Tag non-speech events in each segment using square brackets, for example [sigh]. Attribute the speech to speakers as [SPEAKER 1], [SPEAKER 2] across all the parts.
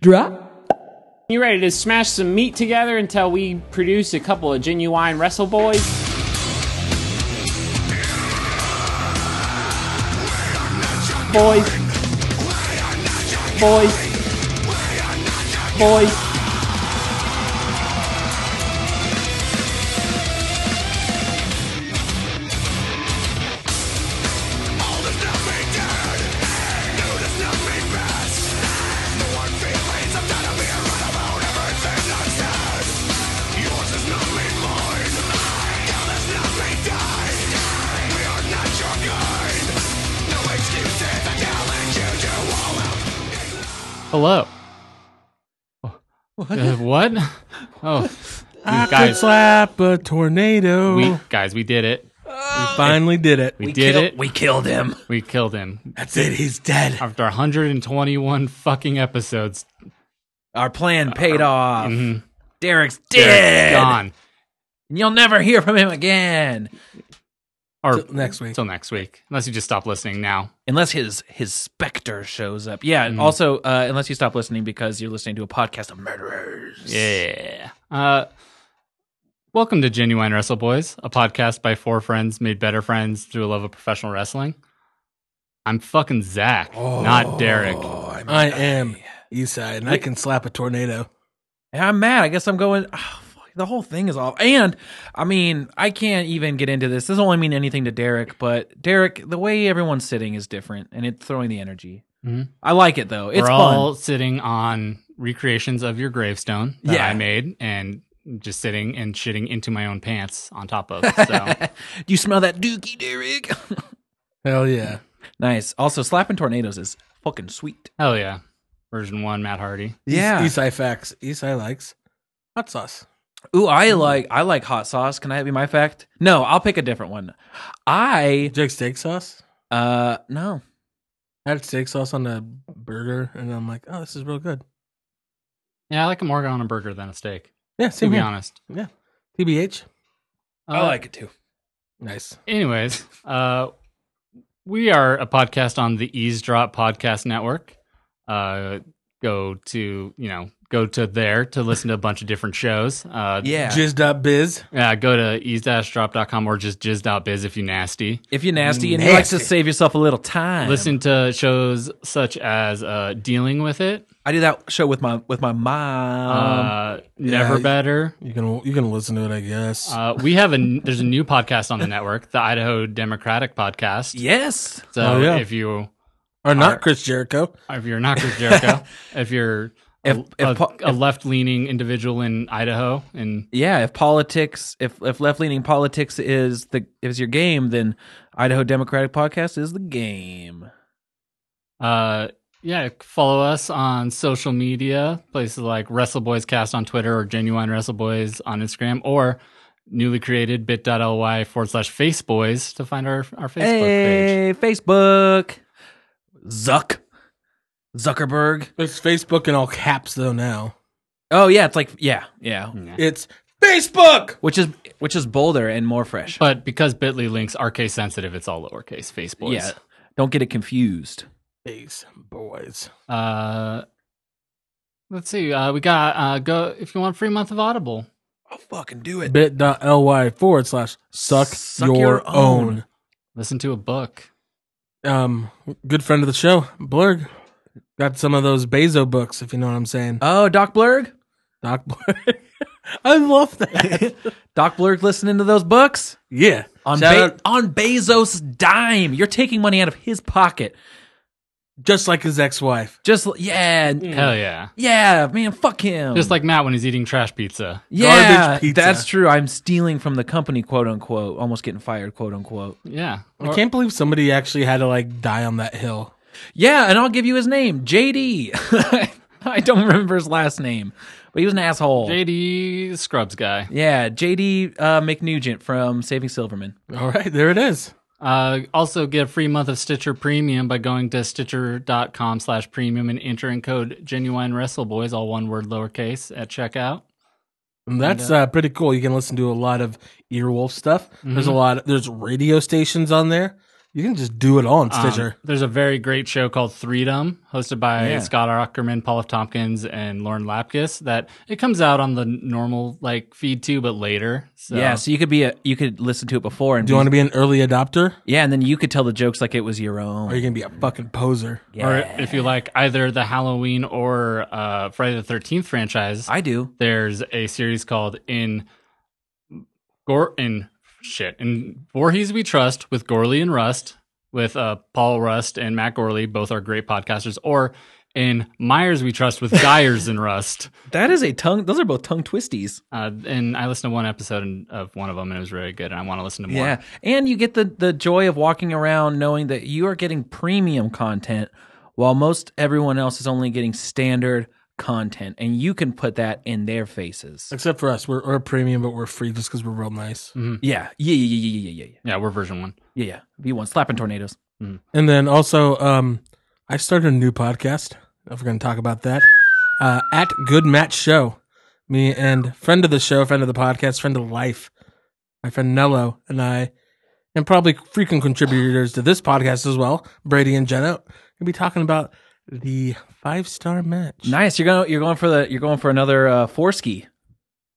[SPEAKER 1] Drop.
[SPEAKER 2] You ready to smash some meat together until we produce a couple of genuine wrestle boys? Boys. Boys. Boys.
[SPEAKER 3] Hello. What? what? Oh, these
[SPEAKER 4] I could
[SPEAKER 3] guys,
[SPEAKER 4] slap a tornado.
[SPEAKER 3] we
[SPEAKER 4] We
[SPEAKER 3] guys, we did it.
[SPEAKER 4] finally did it.
[SPEAKER 3] We, did
[SPEAKER 5] Kill-
[SPEAKER 3] it.
[SPEAKER 5] We killed him.
[SPEAKER 3] We killed him
[SPEAKER 4] That's it. He's dead.
[SPEAKER 3] after 121 fucking episodes.
[SPEAKER 5] Our plan paid off.
[SPEAKER 3] mhm.
[SPEAKER 5] Derek's
[SPEAKER 3] Derek's
[SPEAKER 5] dead.
[SPEAKER 3] Gone.
[SPEAKER 5] And you'll never hear from him again.
[SPEAKER 3] Or
[SPEAKER 4] Till next week.
[SPEAKER 3] Till next week, unless you just stop listening now.
[SPEAKER 5] Unless his his specter shows up. Yeah. and
[SPEAKER 3] Mhm.
[SPEAKER 5] Also, uh, unless you stop listening because you're listening to a podcast of murderers.
[SPEAKER 3] Yeah. Uh, welcome to Genuine Wrestle Boys, a podcast by four friends made better friends through a love of professional wrestling. I'm fucking Zach,
[SPEAKER 5] Oh.
[SPEAKER 3] not Derek.
[SPEAKER 4] I am Eastside, and I can slap a tornado.
[SPEAKER 5] And I'm mad. I guess I'm going. Oh, fuck, the whole thing is off. And I mean, I can't even get into this. This doesn't only mean anything to Derek, but Derek, the way everyone's sitting is different, and it's throwing the energy.
[SPEAKER 3] Mhm.
[SPEAKER 5] I like it though. It's
[SPEAKER 3] We're
[SPEAKER 5] fun. [laughs]
[SPEAKER 3] all sitting on recreations of your gravestone that
[SPEAKER 5] Yeah.
[SPEAKER 3] I made and just sitting and shitting into my own pants on top of.
[SPEAKER 5] [laughs]
[SPEAKER 3] So
[SPEAKER 5] Do you smell that dookie, Derek? [laughs]
[SPEAKER 4] Hell yeah.
[SPEAKER 5] nice. Also, slapping tornadoes is fucking sweet.
[SPEAKER 3] hell yeah. Version one, Matt Hardy.
[SPEAKER 5] Yeah.
[SPEAKER 4] East, Eastside facts. Eastside likes hot sauce.
[SPEAKER 5] Ooh, I
[SPEAKER 3] Mm.
[SPEAKER 5] like I like hot sauce. Can I be my fact? No, I'll pick a different one. I
[SPEAKER 4] Jake steak sauce.
[SPEAKER 5] uh no.
[SPEAKER 4] I had steak sauce on a burger, and I'm like, oh, this is real good.
[SPEAKER 3] Yeah, I like a Morgan on a burger than a steak,
[SPEAKER 4] Yeah,
[SPEAKER 3] to
[SPEAKER 4] same
[SPEAKER 3] be
[SPEAKER 4] here.
[SPEAKER 3] honest.
[SPEAKER 4] TBH.
[SPEAKER 3] Uh,
[SPEAKER 5] it too.
[SPEAKER 4] Nice.
[SPEAKER 3] Anyways, uh, we are a podcast on the Eavesdrop Podcast Network. Uh, go to you know go to there to listen to a bunch of different shows. Uh,
[SPEAKER 5] Yeah.
[SPEAKER 4] Jizz.biz.
[SPEAKER 3] yeah, go to ease-drop.com or just jizz.biz if you nasty.
[SPEAKER 5] if you're nasty and you like to
[SPEAKER 4] Nasty.
[SPEAKER 5] save yourself a little time.
[SPEAKER 3] Listen to shows such as uh, Dealing with It,
[SPEAKER 5] I do that show with my with my mom.
[SPEAKER 3] uh, Never
[SPEAKER 4] Um, yeah.
[SPEAKER 3] Better.
[SPEAKER 4] You can you can listen to it, I guess.
[SPEAKER 3] Uh, we have a there's a new podcast on the network, the Idaho Democratic Podcast.
[SPEAKER 5] yes.
[SPEAKER 3] So
[SPEAKER 4] Oh, yeah.
[SPEAKER 3] if you
[SPEAKER 4] or not Chris Jericho.
[SPEAKER 3] if you're not Chris Jericho,
[SPEAKER 5] [laughs]
[SPEAKER 3] if you're
[SPEAKER 5] If-
[SPEAKER 3] a,
[SPEAKER 5] if
[SPEAKER 3] a-
[SPEAKER 5] po-
[SPEAKER 3] a left-leaning individual in Idaho, and
[SPEAKER 5] Yeah, if politics if if left leaning politics is the is your game, then Idaho Democratic Podcast is the game.
[SPEAKER 3] uh, yeah, follow us on social media, places like Wrestle Boys Cast on Twitter or Genuine Wrestle Boys on Instagram, or newly created bit.ly forward slash Face Boys to find our our Facebook page.
[SPEAKER 5] hey, Facebook. Zuck. Zuckerberg.
[SPEAKER 4] It's Facebook in all caps though now.
[SPEAKER 5] Oh yeah, it's like yeah, yeah.
[SPEAKER 4] Hmm. It's Facebook.
[SPEAKER 5] Which is which is bolder and more fresh.
[SPEAKER 3] But because Bitly links are case sensitive, it's all lowercase. Face Boys.
[SPEAKER 5] Yeah. Don't get it confused.
[SPEAKER 4] Face boys.
[SPEAKER 3] Uh, let's see. Uh, we got uh, go if you want a free month of Audible.
[SPEAKER 5] I'll fucking do it.
[SPEAKER 4] Bit.ly forward slash suck,
[SPEAKER 5] Suck
[SPEAKER 4] your,
[SPEAKER 5] your
[SPEAKER 4] own.
[SPEAKER 3] Listen to a book.
[SPEAKER 4] Um, good friend of the show, Blurg. Got some of those Bezo books, if you know what I'm saying.
[SPEAKER 5] Oh, Doc Blurg?
[SPEAKER 4] Doc Blurg. [laughs] I love that.
[SPEAKER 5] Doc Blurg listening to those books?
[SPEAKER 4] yeah.
[SPEAKER 5] On
[SPEAKER 4] Shout
[SPEAKER 5] Be-
[SPEAKER 4] out,
[SPEAKER 5] on Bezos' dime. You're taking money out of his pocket.
[SPEAKER 4] just like his ex wife.
[SPEAKER 5] Just l- yeah.
[SPEAKER 4] Hmm.
[SPEAKER 5] uh,
[SPEAKER 3] Hell yeah.
[SPEAKER 5] Yeah, man, fuck him.
[SPEAKER 3] Just like Matt when he's eating trash pizza.
[SPEAKER 5] yeah,
[SPEAKER 4] garbage pizza.
[SPEAKER 5] that's true. I'm stealing from the company, quote unquote. Almost getting fired, quote unquote.
[SPEAKER 3] Yeah.
[SPEAKER 4] I can't believe somebody actually had to like die on that hill.
[SPEAKER 5] Yeah, and I'll give you his name, JD. [laughs] I don't remember his last name, but he was an asshole.
[SPEAKER 3] JD Scrubs guy.
[SPEAKER 5] yeah, JD uh, McNugent from Saving Silverman.
[SPEAKER 4] All right, there it is.
[SPEAKER 3] Uh, also get a free month of Stitcher Premium by going to stitcher.com slash premium and entering code genuine wrestle boys, all one word lowercase at checkout.
[SPEAKER 4] And that's uh, pretty cool. You can listen to a lot of Earwolf stuff. There's a lot. there's radio stations on there. You can just do it all on
[SPEAKER 3] Um,
[SPEAKER 4] Stitcher.
[SPEAKER 3] there's a very great show called Freedom, hosted by
[SPEAKER 2] Yeah.
[SPEAKER 3] Scott Ackerman, Paul F. Tompkins, and Lauren Lapkus. That it comes out on the normal like feed too, but later. So,
[SPEAKER 5] Yeah, so you could be a you could listen to it before and
[SPEAKER 4] do you want to be an early adopter?
[SPEAKER 5] yeah, and then you could tell the jokes like it was your
[SPEAKER 4] Or are you
[SPEAKER 5] own.
[SPEAKER 4] gonna be a fucking poser?
[SPEAKER 5] Yeah.
[SPEAKER 3] Or if you like either the Halloween or uh, Friday the Thirteenth franchise,
[SPEAKER 5] I do.
[SPEAKER 3] there's a series called In Gore in shit in Voorhees We Trust with Gorley and Rust with uh, Paul Rust and Matt Gorley, both are great podcasters. Or in Myers We Trust with Dyers and Rust. [laughs]
[SPEAKER 5] That is a tongue. Those are both tongue twisties.
[SPEAKER 3] Uh, and I listened to one episode and- of one of them, and it was really good. And I want to listen to more.
[SPEAKER 5] Yeah, and you get the the joy of walking around knowing that you are getting premium content, while most everyone else is only getting standard content, and you can put that in their faces.
[SPEAKER 4] Except for us, we're, we're premium, but we're free just because we're real nice.
[SPEAKER 5] Yeah, yeah, yeah, yeah, yeah, yeah, yeah,
[SPEAKER 3] Yeah, we're version one.
[SPEAKER 5] yeah, yeah. If you want slapping tornadoes,
[SPEAKER 4] And then also, um, I started a new podcast. If we're going to talk about that, uh, at Good Match Show, me and friend of the show, friend of the podcast, friend of life, my friend Nello and I, and probably frequent contributors to this podcast as well, Brady and Jenna, we'll be talking about the five star match.
[SPEAKER 5] nice. You're going you're going for the you're going for another uh, four ski.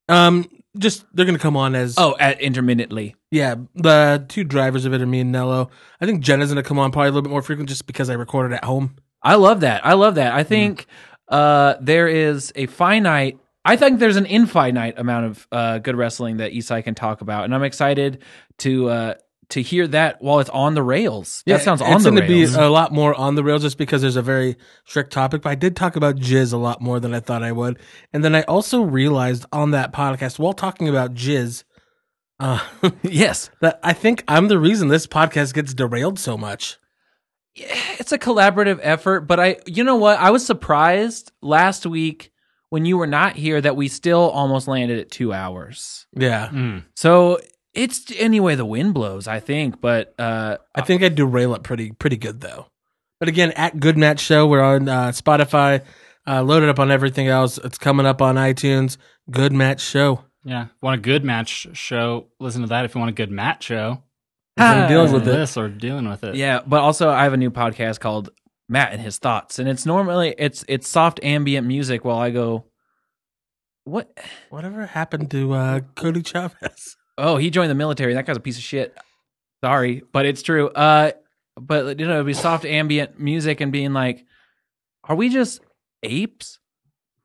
[SPEAKER 4] Um, just they're going to come on as
[SPEAKER 5] Oh, at intermittently.
[SPEAKER 4] Yeah, the two drivers of it are me and Nello. I think Jenna's gonna come on probably a little bit more frequent just because I recorded at home.
[SPEAKER 5] I love that. I love that. I
[SPEAKER 4] Mm.
[SPEAKER 5] think uh, there is a finite. I think there's an infinite amount of uh, good wrestling that Isai can talk about, and I'm excited to uh, to hear that while it's on the rails. that sounds on
[SPEAKER 4] it's
[SPEAKER 5] the
[SPEAKER 4] gonna
[SPEAKER 5] rails.
[SPEAKER 4] be uh, a lot more on the rails just because there's a very strict topic. But I did talk about jizz a lot more than I thought I would, and then I also realized on that podcast while talking about jizz, uh,
[SPEAKER 5] [laughs]
[SPEAKER 4] [laughs]
[SPEAKER 5] yes,
[SPEAKER 4] that I think I'm the reason this podcast gets derailed so much.
[SPEAKER 5] it's a collaborative effort. But I, you know what? I was surprised last week when you were not here that we still almost landed at two hours.
[SPEAKER 4] Yeah,
[SPEAKER 5] So it's anyway the wind blows. I think, but uh,
[SPEAKER 4] I think I derail it pretty pretty good though. But again, at Good Match Show, we're on uh, Spotify, uh, loaded up on everything else. It's coming up on iTunes. Good Match Show.
[SPEAKER 3] Yeah. Want a good match show? Listen to that if you want a good match show.
[SPEAKER 4] I'm dealing with
[SPEAKER 3] Listen to
[SPEAKER 4] it.
[SPEAKER 3] This or dealing with it.
[SPEAKER 5] uh, Yeah, but also I have a new podcast called Matt and His Thoughts, and it's normally it's it's soft ambient music while I go. What?
[SPEAKER 4] Whatever happened to uh, Cody Chavez? [laughs]
[SPEAKER 5] Oh, he joined the military. That guy's a piece of shit. Sorry, but it's true. Uh, but you know, it'd be soft ambient music and being like, are we just apes?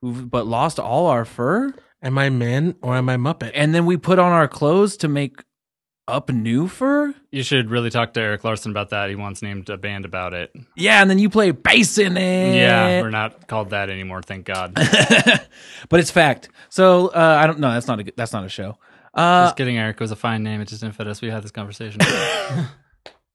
[SPEAKER 5] who've But lost all our fur,
[SPEAKER 4] Am I man or am I Muppet?
[SPEAKER 5] and then we put on our clothes to make up new fur.
[SPEAKER 3] You should really talk to Eric Larson about that. He once named a band about it.
[SPEAKER 5] Yeah, and then you play bass in it.
[SPEAKER 3] Yeah. We're not called that anymore. Thank God.
[SPEAKER 5] [laughs] but it's fact. So uh, I don't know. That's not a good- that's not a show. Uh,
[SPEAKER 3] just kidding. Eric was a fine name. It just didn't fit us. We had this conversation.
[SPEAKER 5] [coughs]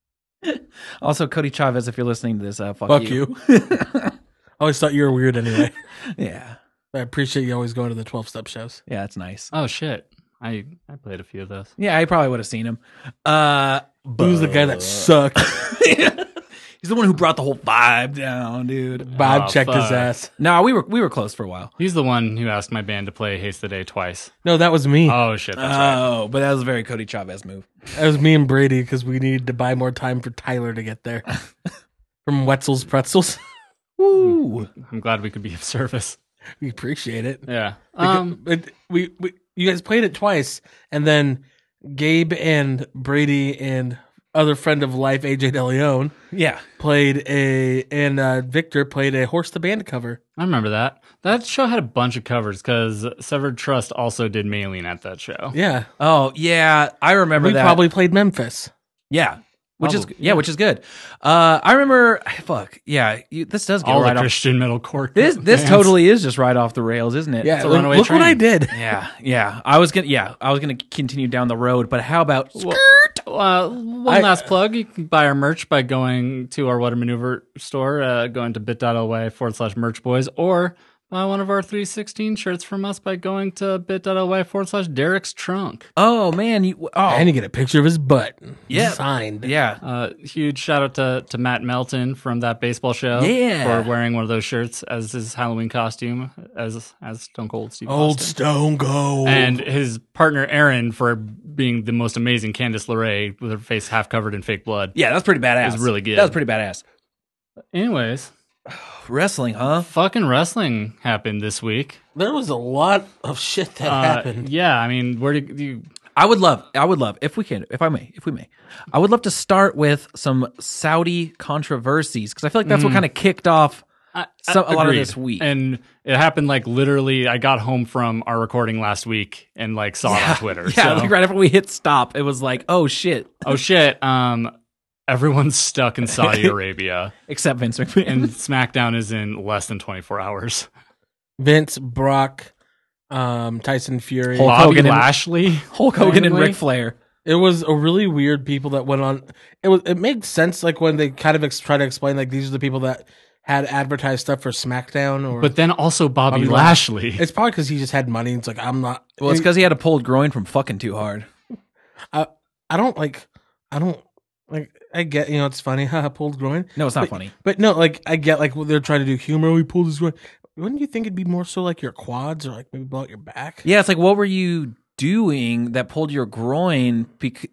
[SPEAKER 5] also, Cody Chavez, if you're listening to this, uh, fuck,
[SPEAKER 4] Fuck you. [laughs] I always thought you were weird anyway.
[SPEAKER 5] [laughs]
[SPEAKER 4] [laughs]
[SPEAKER 5] yeah,
[SPEAKER 4] I appreciate you always going to the 12 step shows.
[SPEAKER 5] yeah, that's nice.
[SPEAKER 3] oh shit. I I played a few of those.
[SPEAKER 5] Yeah, I probably would have seen him. Uh,
[SPEAKER 4] Who's the guy that [laughs] sucked?
[SPEAKER 5] [laughs] he's the one who brought the whole vibe down, dude.
[SPEAKER 4] Bob
[SPEAKER 3] Oh,
[SPEAKER 4] checked his
[SPEAKER 3] fuck.
[SPEAKER 4] ass.
[SPEAKER 5] No, we were we were close for a while.
[SPEAKER 3] He's the one who asked my band to play Haste the Day twice.
[SPEAKER 4] No, that was me.
[SPEAKER 3] Oh shit. That's right.
[SPEAKER 5] Oh, but that was a very Cody Chavez move.
[SPEAKER 4] That was me and Brady because we needed to buy more time for Tyler to get [laughs] there from Wetzel's Pretzels. [laughs]
[SPEAKER 5] Woo!
[SPEAKER 4] Hmm.
[SPEAKER 3] I'm glad we could be of service.
[SPEAKER 4] we appreciate it.
[SPEAKER 3] Yeah.
[SPEAKER 4] Um,
[SPEAKER 3] Um.
[SPEAKER 4] but we, we you guys played it twice, and then Gabe and Brady and other friend of life AJ DeLeon
[SPEAKER 5] Yeah,
[SPEAKER 4] played a and uh, Victor played a horse the band cover.
[SPEAKER 3] I remember that. That show had a bunch of covers because Severed Trust also did Maylene at that show.
[SPEAKER 4] Yeah,
[SPEAKER 5] Oh yeah, I remember
[SPEAKER 4] we
[SPEAKER 5] that.
[SPEAKER 4] probably played Memphis.
[SPEAKER 5] yeah, which is
[SPEAKER 3] Probably,
[SPEAKER 5] yeah, which is good. Uh, I remember. Fuck yeah, you, this does get
[SPEAKER 3] All
[SPEAKER 5] right
[SPEAKER 3] the
[SPEAKER 5] off.
[SPEAKER 3] Christian metalcore.
[SPEAKER 5] [laughs] This
[SPEAKER 3] [laughs]
[SPEAKER 5] this
[SPEAKER 3] bands.
[SPEAKER 5] totally is just right off the rails, isn't it?
[SPEAKER 4] Yeah,
[SPEAKER 3] a
[SPEAKER 4] look,
[SPEAKER 3] runaway
[SPEAKER 4] look what
[SPEAKER 3] train.
[SPEAKER 4] I did.
[SPEAKER 5] yeah, yeah. I was gonna yeah, I was gonna continue down the road, but how about
[SPEAKER 3] Well, uh, one
[SPEAKER 4] I-
[SPEAKER 3] last plug. You can buy our merch by going to our What a Maneuver store, uh, going to bit.ly forward slash merch boys, or buy one of our 316 shirts from us by going to bit.ly forward slash Derek's Trunk.
[SPEAKER 5] Oh man, you oh
[SPEAKER 4] And you get a picture of his butt.
[SPEAKER 5] Yeah.
[SPEAKER 4] Signed.
[SPEAKER 5] yeah.
[SPEAKER 3] Uh, huge shout out to, to Matt Melton from that baseball show
[SPEAKER 5] Yeah.
[SPEAKER 3] for wearing one of those shirts as his Halloween costume as as Stone Cold Steve
[SPEAKER 4] Old
[SPEAKER 3] Austin.
[SPEAKER 4] Stone Cold.
[SPEAKER 3] and his partner Aaron for being the most amazing Candice LeRae with her face half covered in fake blood.
[SPEAKER 5] Yeah, that's pretty badass.
[SPEAKER 3] It's really good.
[SPEAKER 5] That was pretty badass.
[SPEAKER 3] Anyways,
[SPEAKER 5] Wrestling, huh?
[SPEAKER 3] fucking wrestling happened this
[SPEAKER 5] [laughs]
[SPEAKER 3] week.
[SPEAKER 4] there was a lot of shit that
[SPEAKER 3] Uh,
[SPEAKER 4] happened.
[SPEAKER 3] Yeah, I mean, where do you?
[SPEAKER 5] I would love, I would love, if we can, if I may, if we may, I would love to start with some Saudi controversies because I feel like that's what
[SPEAKER 3] Mm.
[SPEAKER 5] kind of kicked off.
[SPEAKER 3] I,
[SPEAKER 5] So- a lot of
[SPEAKER 3] agreed.
[SPEAKER 5] this week.
[SPEAKER 3] and it happened like literally. I got home from our recording last week and like saw it on Twitter.
[SPEAKER 5] [laughs] Yeah,
[SPEAKER 3] so-
[SPEAKER 5] like right after we hit stop, it was like, oh shit,
[SPEAKER 3] oh shit. Um, everyone's stuck in
[SPEAKER 5] [laughs]
[SPEAKER 3] Saudi Arabia,
[SPEAKER 5] except Vince McMahon. [laughs]
[SPEAKER 3] and SmackDown is in less than twenty four hours.
[SPEAKER 4] Vince, Brock, um, Tyson Fury.
[SPEAKER 5] Hulk
[SPEAKER 3] Bobby
[SPEAKER 5] Hogan and-
[SPEAKER 3] Lashley,
[SPEAKER 5] Hulk Hogan and
[SPEAKER 3] randomly?
[SPEAKER 5] Ric Flair.
[SPEAKER 4] It was a really weird people that went on. It was it made sense like when they kind of ex- try to explain like these are the people that had advertised stuff for SmackDown or
[SPEAKER 3] but then also Bobby,
[SPEAKER 4] Bobby
[SPEAKER 3] Lashley. [laughs]
[SPEAKER 4] it's probably because he just had money. It's like I'm not.
[SPEAKER 5] Well, it's because he had a pulled groin from fucking too hard.
[SPEAKER 4] I don't like. I don't like. I get you know it's funny. [laughs] Haha, pulled groin.
[SPEAKER 5] No, it's not
[SPEAKER 4] But-
[SPEAKER 5] funny.
[SPEAKER 4] But no, like I get like they're trying to do humor. We pulled his groin. Wouldn't you think it'd be more so like your quads or like maybe blow out your back?
[SPEAKER 5] Yeah, it's like, what were you doing that pulled your groin? Bec-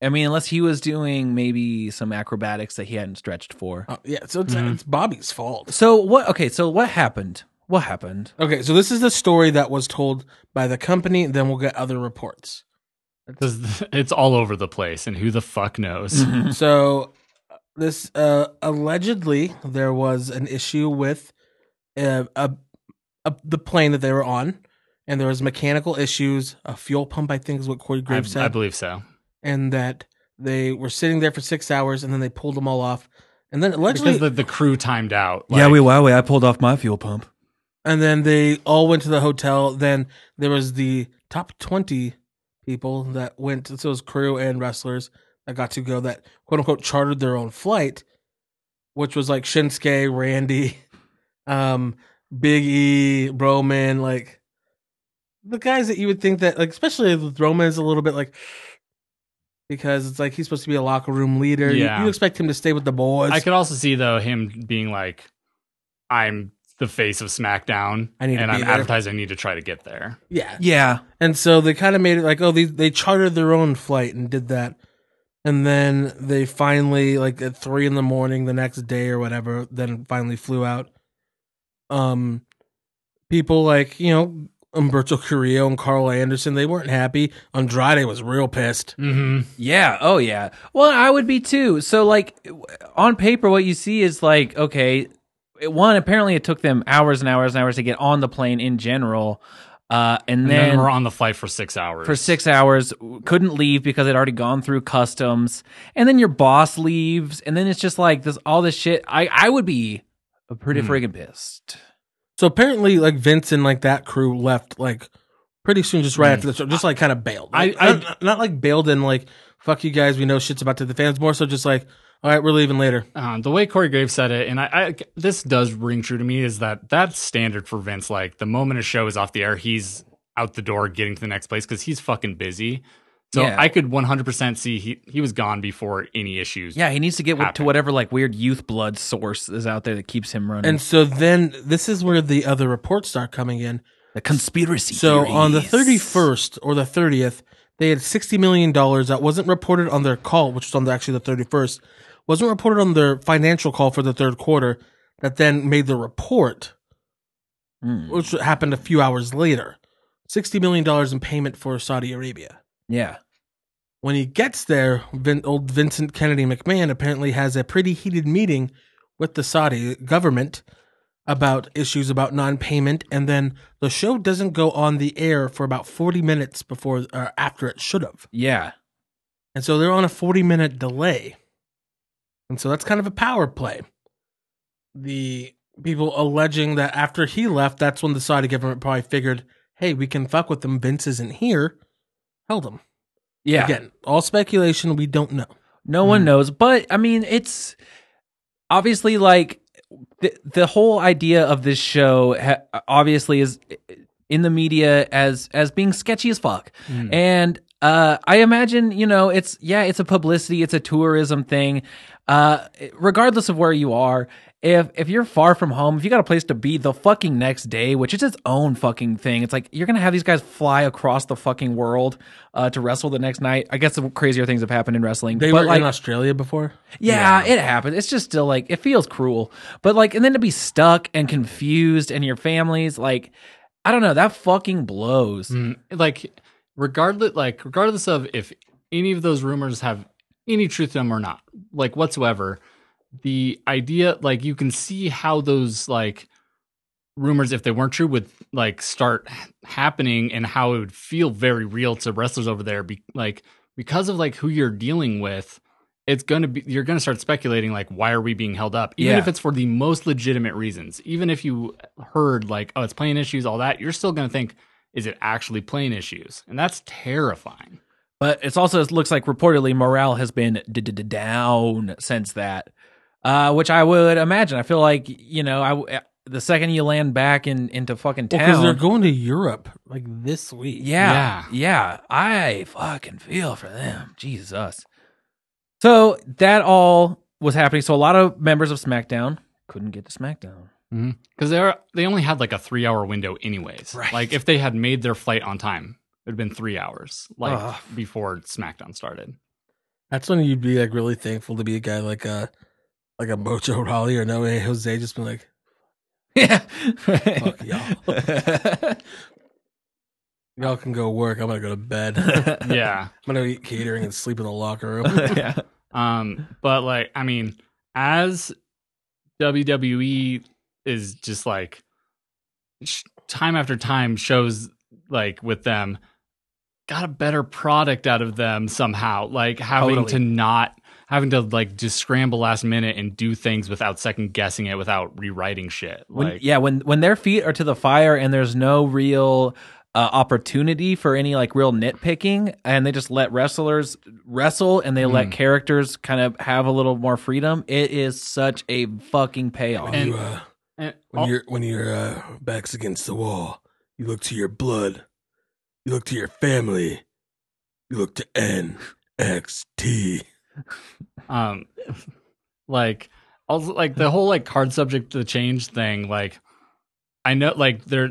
[SPEAKER 5] I mean, unless he was doing maybe some acrobatics that he hadn't stretched for.
[SPEAKER 4] Oh, yeah. So it's,
[SPEAKER 3] Mhm.
[SPEAKER 5] Mm-hmm.
[SPEAKER 4] it's Bobby's fault.
[SPEAKER 5] So what? Okay, so what happened? What happened? [laughs]
[SPEAKER 4] Okay, so this is the story that was told by the company. Then we'll get other reports.
[SPEAKER 3] This- it's all over the place, and who the fuck
[SPEAKER 5] Mm-hmm.
[SPEAKER 3] knows?
[SPEAKER 4] so this uh, allegedly there was an issue with uh, a, a the plane that they were on, and there was mechanical issues. A fuel pump, I think, is what Corey
[SPEAKER 3] I,
[SPEAKER 4] Graves
[SPEAKER 3] I
[SPEAKER 4] said,
[SPEAKER 3] believe so.
[SPEAKER 4] and that they were sitting there for six hours, and then they pulled them all off, and then allegedly,
[SPEAKER 3] Because the, the crew timed out.
[SPEAKER 5] yeah,
[SPEAKER 3] like-
[SPEAKER 5] we wow, I pulled off my fuel pump.
[SPEAKER 4] and then they all went to the hotel. Then there was the top twenty people that went. So it was crew and wrestlers that got to go that quote unquote chartered their own flight, which was like Shinsuke, Randy, [laughs] um, Big E, Roman, like the guys that you would think that like especially with Roman is a little bit like because it's like he's supposed to be a locker room leader. You-
[SPEAKER 3] Yeah.
[SPEAKER 4] You, expect him to stay with the boys.
[SPEAKER 3] I could also see though him being like, "I'm the face of SmackDown,
[SPEAKER 4] I need to
[SPEAKER 3] and
[SPEAKER 4] be
[SPEAKER 3] I'm
[SPEAKER 4] there."
[SPEAKER 3] advertising. I need to try to get there."
[SPEAKER 4] yeah.
[SPEAKER 5] Yeah,
[SPEAKER 4] And so they kind of made it like, oh, they they chartered their own flight and did that, and then they finally like at three in the morning the next day or whatever, then finally flew out. Um, people like you know Umberto Carrillo and Carl Anderson they weren't happy. Andrade was real pissed.
[SPEAKER 3] Mm-hmm.
[SPEAKER 5] yeah, oh yeah. Well, I would be too. So, like, w- on paper, what you see is like, okay, it- one. Apparently, it took them hours and hours and hours to get on the plane in general, uh, and
[SPEAKER 3] And
[SPEAKER 5] then,
[SPEAKER 3] then, we're on the flight for six hours.
[SPEAKER 5] for six hours, w- couldn't leave because it already gone through customs, and then your boss leaves, and then it's just like this, all this shit. I I would be pretty
[SPEAKER 3] Hmm.
[SPEAKER 5] friggin' pissed.
[SPEAKER 4] So apparently, like Vince and like that crew left like pretty soon, just right after the show, just like kind of bailed.
[SPEAKER 3] Mm. I-
[SPEAKER 4] Like,
[SPEAKER 3] I-
[SPEAKER 4] not, not like bailed and like fuck you guys, we know shit's about to the fans. More so, just like all right, we're leaving later.
[SPEAKER 3] Um, the way Corey Graves said it, and I, I this does ring true to me, is that that's standard for Vince. Like the moment a show is off the air, he's out the door getting to the next place because he's fucking busy. So
[SPEAKER 5] Yeah.
[SPEAKER 3] I could 100% see he, he was gone before any issues.
[SPEAKER 5] Yeah, he needs to get w- to
[SPEAKER 3] Happen.
[SPEAKER 5] whatever like weird youth blood source is out there that keeps him running.
[SPEAKER 4] And so then this is where the other reports start coming in.
[SPEAKER 5] the conspiracy.
[SPEAKER 4] So on the
[SPEAKER 5] theories.
[SPEAKER 4] 31st or the 30th, they had 60 million dollars that wasn't reported on their call, which was on the, actually the 31st, wasn't reported on their financial call for the third quarter that then made the report,
[SPEAKER 5] Mm.
[SPEAKER 4] which happened a few hours later. 60 million dollars in payment for Saudi Arabia.
[SPEAKER 5] yeah,
[SPEAKER 4] When he gets there, Vin- old Vincent Kennedy McMahon apparently has a pretty heated meeting with the Saudi government about issues about non-payment, and then the show doesn't go on the air for about 40 minutes before or after it should have,
[SPEAKER 5] yeah,
[SPEAKER 4] and so they're on a 40-minute delay, and so that's kind of a power play. The people alleging that after he left, that's when the Saudi government probably figured, "Hey, we can fuck with them. Vince isn't here." Held him.
[SPEAKER 5] yeah.
[SPEAKER 4] Again, mm. all speculation. We don't know.
[SPEAKER 5] No one knows, but I mean, it's obviously like the, the whole idea of this show ha- obviously is in the media as as being sketchy as fuck
[SPEAKER 4] Mm.
[SPEAKER 5] and uh i imagine you know it's yeah it's a publicity it's a tourism thing uh regardless of where you are if if you're far from home if you got a place to be the fucking next day which is its own fucking thing it's like you're gonna have these guys fly across the fucking world uh to wrestle the next night i guess the crazier things have happened in wrestling
[SPEAKER 4] They
[SPEAKER 5] but
[SPEAKER 4] were
[SPEAKER 5] like
[SPEAKER 4] in Australia before.
[SPEAKER 5] yeah, it happens. It's just still like it feels cruel. But like and then to be stuck and confused and your families like I don't know, that fucking blows.
[SPEAKER 3] Mm, like regardless like regardless of if any of those rumors have any truth to them or not like whatsoever the idea like you can see how those like rumors if they weren't true would like start h- happening and how it would feel very real to wrestlers over there be, like because of like who you're dealing with it's going to be you're going to start speculating like why are we being held up even
[SPEAKER 5] Yeah.
[SPEAKER 3] if it's for the most legitimate reasons even if you heard like oh it's plane issues all that you're still going to think is it actually plane issues and that's terrifying
[SPEAKER 5] But it's also it looks like reportedly morale has been d- d- d- down since that, uh, which I would imagine. I feel like you know, I w- the second you land back in into fucking town,
[SPEAKER 4] Because they're going to Europe like this week.
[SPEAKER 5] Yeah, yeah. I fucking feel for them. Jesus. So that all was happening. So a lot of members of SmackDown couldn't get to SmackDown.
[SPEAKER 3] because they're they only had like a three hour window anyways
[SPEAKER 5] Right.
[SPEAKER 3] like if they had made their flight on time it'd been three hours like
[SPEAKER 5] Ugh.
[SPEAKER 3] before smackdown
[SPEAKER 5] [laughs]
[SPEAKER 3] started
[SPEAKER 4] That's when you'd be like really thankful to be a guy like a like a Mojo Raleigh or no way Jose just been like
[SPEAKER 5] Yeah. [laughs]
[SPEAKER 4] fuck y'all. Y'all can go work. I'm gonna go to [laughs] bed. I'm
[SPEAKER 3] yeah
[SPEAKER 4] gonna eat catering and sleep in the locker [laughs] room.
[SPEAKER 5] yeah.
[SPEAKER 3] Um, but like, I mean, as WWE is just like sh- time after time shows like with them got a better product out of them somehow. Like having
[SPEAKER 5] Totally.
[SPEAKER 3] to not having to like just scramble last minute and do things without second guessing it, without rewriting shit.
[SPEAKER 5] When,
[SPEAKER 3] Like,
[SPEAKER 5] yeah, when when their feet are to the fire and there's no real uh, opportunity for any like real nitpicking, and they just let wrestlers wrestle and they let characters kind of have a little more freedom. It is such a fucking payoff.
[SPEAKER 3] And-
[SPEAKER 4] you, uh,
[SPEAKER 3] and
[SPEAKER 4] when
[SPEAKER 3] all-
[SPEAKER 4] your when your uh, back's against the wall, you look to your blood. You look to your family. You look to NXT.
[SPEAKER 3] um [laughs] like also like the whole like card subject to change thing like i know like there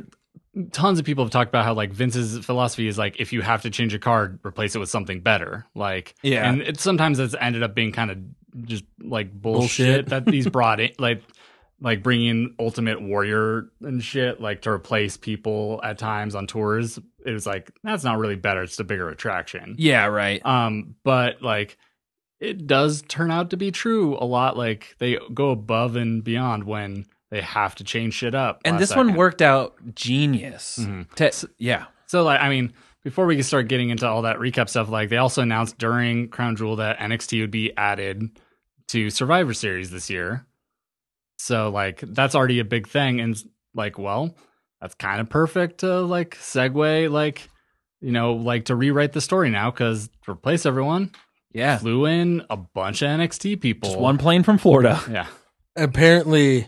[SPEAKER 3] tons of people have talked about how like vince's philosophy is like if you have to change a card replace it with something better like
[SPEAKER 5] Yeah.
[SPEAKER 3] and it sometimes it's ended up being kind of just like
[SPEAKER 4] Bullshit.
[SPEAKER 3] bullshit, that he's brought in like like bringing in ultimate warrior and shit like to replace people at times on tours it was like that's not really better it's a bigger attraction
[SPEAKER 5] yeah, right.
[SPEAKER 3] um, but like it does turn out to be true a lot. Like they go above and beyond when they have to change shit up.
[SPEAKER 5] and
[SPEAKER 3] last
[SPEAKER 5] this
[SPEAKER 3] second.
[SPEAKER 5] one
[SPEAKER 3] Mm-hmm. Hmm.
[SPEAKER 5] worked out genius. To- yeah,
[SPEAKER 3] So like I mean, before we can start getting into all that recap stuff, like they also announced during Crown Jewel that NXT would be added to Survivor Series this year. So like that's already a big thing, and like well, that's kind of perfect to like segue like you know like to rewrite the story now because replace everyone
[SPEAKER 5] yeah.
[SPEAKER 3] flew in a bunch of NXT people.
[SPEAKER 5] Just one plane from Florida.
[SPEAKER 3] Yeah.
[SPEAKER 4] Apparently,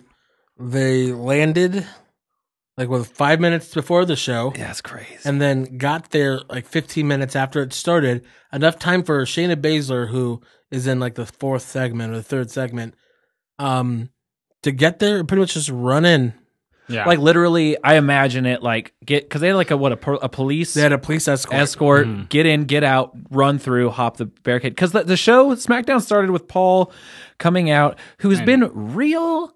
[SPEAKER 4] they landed like with five minutes before the show.
[SPEAKER 5] Yeah, that's crazy.
[SPEAKER 4] and then got there like 15 minutes after it started. Enough time for Shayna Baszler, who is in like the fourth segment or the third segment, um, to get there. and Pretty much just run in.
[SPEAKER 3] Yeah.
[SPEAKER 5] like literally, I imagine it like get because they had like a what a, po- a police
[SPEAKER 4] They had a police escort.
[SPEAKER 5] escort, get in, get out, run through, hop the barricade. Because the, the show SmackDown started with Paul coming out, who has
[SPEAKER 3] I
[SPEAKER 5] been real,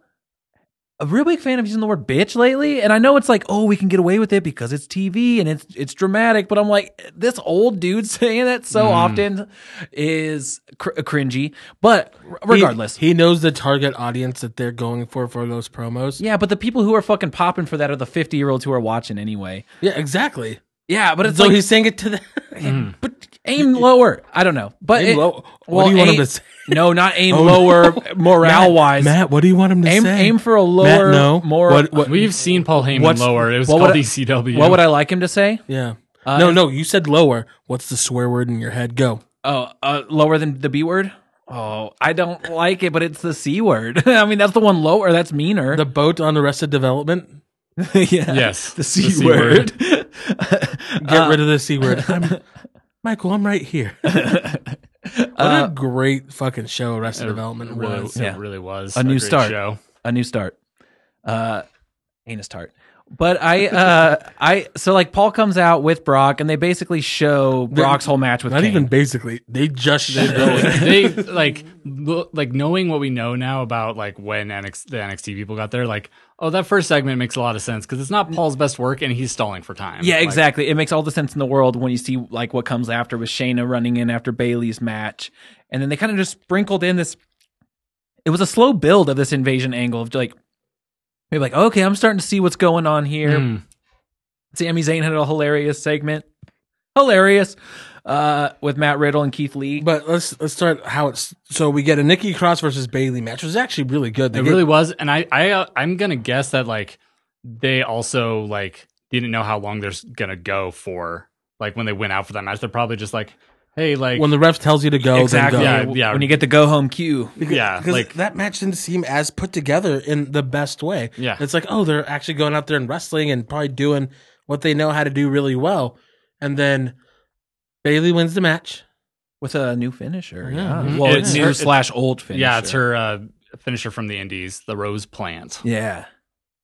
[SPEAKER 5] a real big fan of using the word bitch lately. And I know it's like, oh, we can get away with it because it's TV and it's it's dramatic. But I'm like, this old dude [laughs] saying that so often is cr- uh, cringy. But r-
[SPEAKER 4] He-
[SPEAKER 5] regardless,
[SPEAKER 4] he, knows the target audience that they're going for for those promos.
[SPEAKER 5] yeah. But the people who are fucking popping for that are the 50 year olds who are watching anyway.
[SPEAKER 4] Yeah, exactly.
[SPEAKER 5] Yeah, but it's
[SPEAKER 4] So
[SPEAKER 5] like
[SPEAKER 4] he's saying it to
[SPEAKER 5] [laughs]
[SPEAKER 4] the.
[SPEAKER 5] But aim lower. I don't know. But
[SPEAKER 4] Aim
[SPEAKER 5] it-
[SPEAKER 4] low- what do you want him
[SPEAKER 5] aim-
[SPEAKER 4] to say?
[SPEAKER 5] [laughs] No, not aim
[SPEAKER 4] Oh, [laughs]
[SPEAKER 5] lower
[SPEAKER 4] no.
[SPEAKER 5] morale wise.
[SPEAKER 4] Matt, what do you want him to
[SPEAKER 5] Aim-
[SPEAKER 4] say?
[SPEAKER 5] aim for a lower,
[SPEAKER 4] Matt, no.
[SPEAKER 5] more-
[SPEAKER 4] What, what,
[SPEAKER 3] We've seen Paul Heyman
[SPEAKER 5] What's-
[SPEAKER 3] lower. It was
[SPEAKER 5] what
[SPEAKER 3] called E
[SPEAKER 5] would I-
[SPEAKER 3] ECW.
[SPEAKER 5] What would I like him to say?
[SPEAKER 4] yeah.
[SPEAKER 3] Uh,
[SPEAKER 4] no, no. You said lower. What's the swear word in your head? Go.
[SPEAKER 5] Oh, uh, lower than the B word. Oh, I don't like it, but it's the C word. [laughs] I mean, that's the one lower. That's meaner.
[SPEAKER 4] The boat on Arrested Development.
[SPEAKER 5] [laughs] yeah. [laughs]
[SPEAKER 3] Yes,
[SPEAKER 5] The C, word.
[SPEAKER 4] Get
[SPEAKER 3] Uh,
[SPEAKER 4] rid of the C
[SPEAKER 3] [laughs]
[SPEAKER 4] word. I'm, Michael, I'm right here. what a great fucking show Arrested Development
[SPEAKER 3] really,
[SPEAKER 4] was.
[SPEAKER 3] Uh, it
[SPEAKER 5] Yeah.
[SPEAKER 3] really was
[SPEAKER 5] A new
[SPEAKER 3] great
[SPEAKER 5] start. [laughs]
[SPEAKER 3] Show.
[SPEAKER 5] [laughs] a new start uh anus tart but i uh i so like paul comes out with brock and they basically show brock's whole match with
[SPEAKER 4] Not
[SPEAKER 5] Kane.
[SPEAKER 4] even basically. They just showed it.
[SPEAKER 3] they like lo- like knowing what we know now about like when NX, the NXT people got there. Like, oh, that first segment makes a lot of sense because it's not Paul's best work, and he's stalling for time.
[SPEAKER 5] yeah
[SPEAKER 3] Like,
[SPEAKER 5] exactly it makes all the sense in the world when you see like what comes after with shayna running in after bailey's match and then they kind of just sprinkled in this it was a slow build of this invasion angle of like maybe like okay i'm starting to see what's going on here
[SPEAKER 3] Mm.
[SPEAKER 5] sammy Zayn had a hilarious segment hilarious uh with matt riddle and keith lee
[SPEAKER 4] But let's let's start how it's so we get a Nikki Cross versus Bailey match, which is actually really good. They
[SPEAKER 3] it
[SPEAKER 4] gave-
[SPEAKER 3] really was, and I I uh, I'm gonna guess that like they also like didn't know how long they're s- gonna go for. Like when they went out for that match, they're probably just like, hey, like
[SPEAKER 4] when the ref tells you to go,
[SPEAKER 5] exactly
[SPEAKER 4] then go.
[SPEAKER 3] Yeah,
[SPEAKER 5] yeah,
[SPEAKER 3] yeah.
[SPEAKER 5] when you get the go home cue
[SPEAKER 3] yeah,
[SPEAKER 4] Because
[SPEAKER 3] like
[SPEAKER 4] that match didn't seem as put together in the best way.
[SPEAKER 3] Yeah.
[SPEAKER 4] It's like, oh, they're actually going out there and wrestling and probably doing what they know how to do really well. And then Bailey wins the match.
[SPEAKER 5] with a new finisher.
[SPEAKER 4] Yeah.
[SPEAKER 5] Yeah,
[SPEAKER 4] Mhm.
[SPEAKER 5] well,
[SPEAKER 3] It-
[SPEAKER 5] it's
[SPEAKER 3] it-
[SPEAKER 5] new
[SPEAKER 3] it-
[SPEAKER 5] slash old finisher.
[SPEAKER 3] yeah, it's her uh, finisher from the Indies, the Rose Plant.
[SPEAKER 5] Yeah,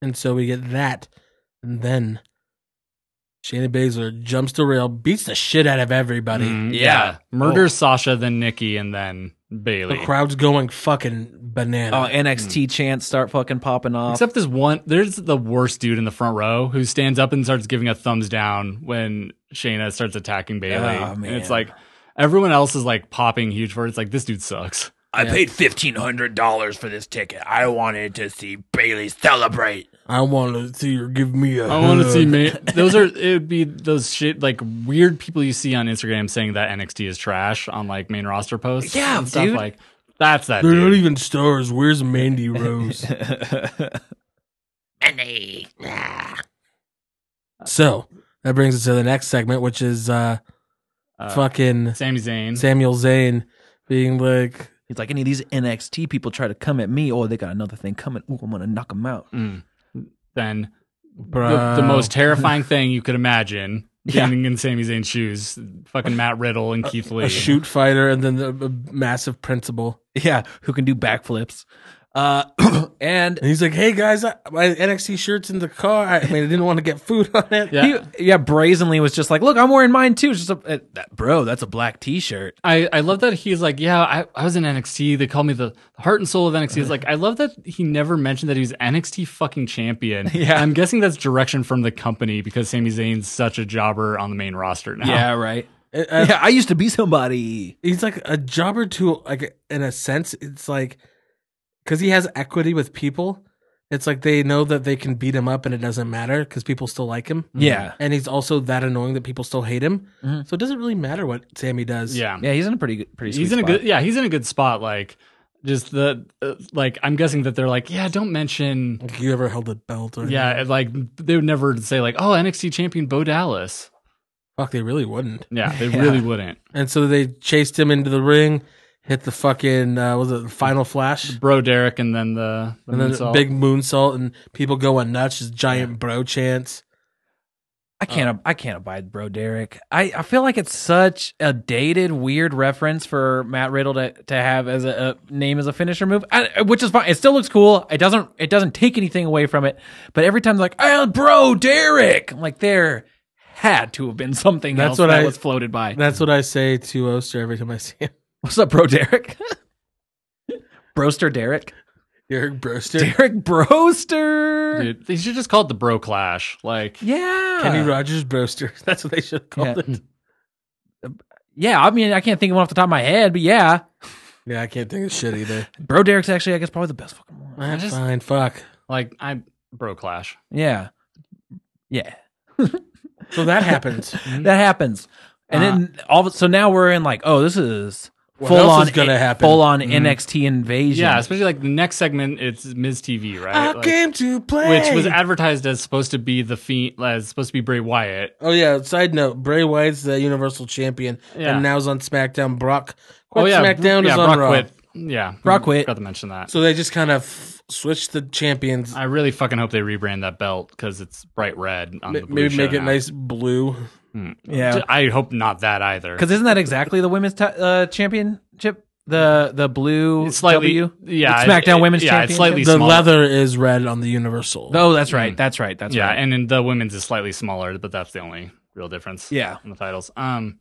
[SPEAKER 4] And so we get that. And then Shayna Baszler jumps the rail, beats the shit out of everybody.
[SPEAKER 3] Mm,
[SPEAKER 5] Yeah.
[SPEAKER 3] murders Sasha, then Nikki, and then Bailey.
[SPEAKER 4] The crowd's going fucking
[SPEAKER 5] oh
[SPEAKER 4] banana.
[SPEAKER 3] Hmm.
[SPEAKER 5] NXT chants start fucking popping off.
[SPEAKER 3] Except this one, there's the worst dude in the front row who stands up and starts giving a thumbs down when Shayna starts attacking Bailey.
[SPEAKER 5] Oh,
[SPEAKER 3] and
[SPEAKER 5] man.
[SPEAKER 3] it's like everyone else is like popping huge for it. It's like this dude sucks.
[SPEAKER 1] I paid fifteen hundred dollars for this ticket. I wanted to see Bailey
[SPEAKER 5] [laughs]
[SPEAKER 1] celebrate.
[SPEAKER 4] I want to see her give me a.
[SPEAKER 3] I want to
[SPEAKER 4] hug.
[SPEAKER 3] see man. Those are it would be those shit like weird people you see on Instagram saying that NXT is trash on like main roster posts.
[SPEAKER 5] Yeah,
[SPEAKER 3] and stuff
[SPEAKER 5] dude.
[SPEAKER 3] like that's that
[SPEAKER 4] They're not
[SPEAKER 3] dude.
[SPEAKER 4] even stars. Where's Mandy
[SPEAKER 3] [laughs]
[SPEAKER 4] Rose?
[SPEAKER 1] Mandy.
[SPEAKER 4] so that brings us to the next segment, which is uh,
[SPEAKER 3] Uh,
[SPEAKER 4] fucking
[SPEAKER 3] Sami Zayn.
[SPEAKER 4] Samuel Zayn being like,
[SPEAKER 5] He's like, any of these NXT people try to come at me, oh, they got another thing coming. Ooh, I'm gonna knock them out. [laughs]
[SPEAKER 3] Mm. Then
[SPEAKER 4] Bro.
[SPEAKER 3] the, the most terrifying thing you could imagine being in Sami Zayn's shoes, fucking Matt Riddle and Keith Lee.
[SPEAKER 4] a shoot fighter and then the, the massive principal.
[SPEAKER 5] Yeah, who can do backflips? Uh, [clears throat] and
[SPEAKER 4] And he's like, hey guys, I, my NXT shirt's in the car. I, I mean, I didn't want to get food on it.
[SPEAKER 3] Yeah.
[SPEAKER 5] he, yeah, brazenly was just like, look, I'm wearing mine too. It's Just a, uh, that, bro, that's a black T-shirt.
[SPEAKER 3] I, I love that he's like, yeah, I, I was in NXT. They called me the heart and soul of NXT. It's like, I love that he never mentioned that he was NXT fucking champion.
[SPEAKER 5] Yeah.
[SPEAKER 3] I'm guessing that's direction from the company because Sami Zayn's such a jobber on the main roster [laughs] now.
[SPEAKER 5] [laughs] Yeah, right.
[SPEAKER 4] Uh, uh,
[SPEAKER 5] Yeah, I used to be somebody.
[SPEAKER 4] He's like a jobber to, like, in a sense, it's like, because he has equity with people, it's like they know that they can beat him up and it doesn't matter because people still like him.
[SPEAKER 3] Mm-hmm.
[SPEAKER 5] Yeah,
[SPEAKER 4] And he's also that annoying that people still hate him. So it doesn't really matter what Sammy does.
[SPEAKER 3] Yeah.
[SPEAKER 5] yeah, he's in a pretty good, pretty. Sweet
[SPEAKER 3] He's in a
[SPEAKER 5] spot.
[SPEAKER 3] good, yeah, he's in a good spot. Like, just the, uh, like, I'm guessing that they're like, yeah, don't mention,
[SPEAKER 4] Like, you ever held a belt or
[SPEAKER 3] yeah, and, like, they would never say, like, oh, NXT champion Bo Dallas.
[SPEAKER 4] Fuck, they really wouldn't.
[SPEAKER 3] Yeah, they really wouldn't.
[SPEAKER 4] And so they chased him into the ring, hit the fucking uh, was it the final flash,
[SPEAKER 3] Bro Derek and then the, the
[SPEAKER 4] and then
[SPEAKER 3] moonsault.
[SPEAKER 4] big moonsault, and people going nuts. Just giant bro chants.
[SPEAKER 5] I
[SPEAKER 4] Oh.
[SPEAKER 5] can't. ab- I can't abide Bro Derek. I, I feel like it's such a dated, weird reference for Matt Riddle to, to have as a, a name as a finisher move, I, which is fine. It still looks cool. It doesn't. It doesn't take anything away from it. But every time, like, oh, Bro Derek, I'm like there had to have been something
[SPEAKER 4] That's
[SPEAKER 5] else
[SPEAKER 4] what
[SPEAKER 5] that
[SPEAKER 4] I-
[SPEAKER 5] was floated by.
[SPEAKER 4] That's what I say to Oster every time I see him. [laughs]
[SPEAKER 5] What's up, Bro Derek? [laughs] Broster Derek.
[SPEAKER 4] You're Broster,
[SPEAKER 5] Derek Broster.
[SPEAKER 3] Dude, they should just call it the Bro Clash. Like,
[SPEAKER 5] Yeah.
[SPEAKER 4] Kenny Rogers Broster. [laughs] That's what they should have called it.
[SPEAKER 5] yeah. I mean, I can't think of one off the top of my head, but yeah,
[SPEAKER 4] Yeah, I can't think of shit
[SPEAKER 3] [laughs]
[SPEAKER 4] either.
[SPEAKER 5] Bro Derek's actually, I guess, probably the best fucking one.
[SPEAKER 4] That's
[SPEAKER 3] just-
[SPEAKER 4] fine. Fuck.
[SPEAKER 3] like I bro clash.
[SPEAKER 5] Yeah. Yeah.
[SPEAKER 4] So that happens.
[SPEAKER 3] [laughs]
[SPEAKER 5] That happens. And then all of, so now we're in like, oh, this is
[SPEAKER 4] Uh-huh. What
[SPEAKER 5] full
[SPEAKER 4] else
[SPEAKER 5] on
[SPEAKER 4] is gonna happen? Mm-hmm.
[SPEAKER 5] Full on NXT invasion.
[SPEAKER 3] Yeah, especially like the next segment, it's Miz TV,
[SPEAKER 4] I
[SPEAKER 3] right? Like,
[SPEAKER 4] came to play.
[SPEAKER 3] which was advertised as supposed to be the fiend, as supposed to be Bray Wyatt.
[SPEAKER 4] Oh yeah. Side note: Bray Wyatt's the Universal Champion,
[SPEAKER 3] Yeah.
[SPEAKER 4] and now's on SmackDown. Brock
[SPEAKER 3] oh yeah,
[SPEAKER 4] SmackDown
[SPEAKER 3] yeah,
[SPEAKER 4] is on
[SPEAKER 3] Brock
[SPEAKER 4] Raw.
[SPEAKER 3] quit. Yeah,
[SPEAKER 5] Brock quit.
[SPEAKER 3] Forgot to mention that.
[SPEAKER 4] So they just kind of f- switched the champions.
[SPEAKER 3] I really fucking hope they rebrand that belt because it's bright red. On
[SPEAKER 4] Ma-
[SPEAKER 3] the blue
[SPEAKER 4] Maybe
[SPEAKER 3] show
[SPEAKER 4] make it
[SPEAKER 3] now.
[SPEAKER 4] nice blue.
[SPEAKER 5] Yeah.
[SPEAKER 3] I hope not that either.
[SPEAKER 5] Because isn't that exactly the women's ti- uh, championship? The the blue
[SPEAKER 3] It's slightly,
[SPEAKER 5] W.
[SPEAKER 3] yeah,
[SPEAKER 5] The SmackDown
[SPEAKER 3] it-
[SPEAKER 5] Women's
[SPEAKER 3] yeah, it's slightly
[SPEAKER 5] Championship?
[SPEAKER 4] The
[SPEAKER 3] smaller.
[SPEAKER 4] leather is red on the Universal.
[SPEAKER 5] Oh, that's right.
[SPEAKER 4] Mm.
[SPEAKER 5] That's right. That's
[SPEAKER 3] yeah,
[SPEAKER 5] right.
[SPEAKER 3] and then the women's is slightly smaller, but that's the only real difference.
[SPEAKER 5] Yeah.
[SPEAKER 3] on the titles. Um,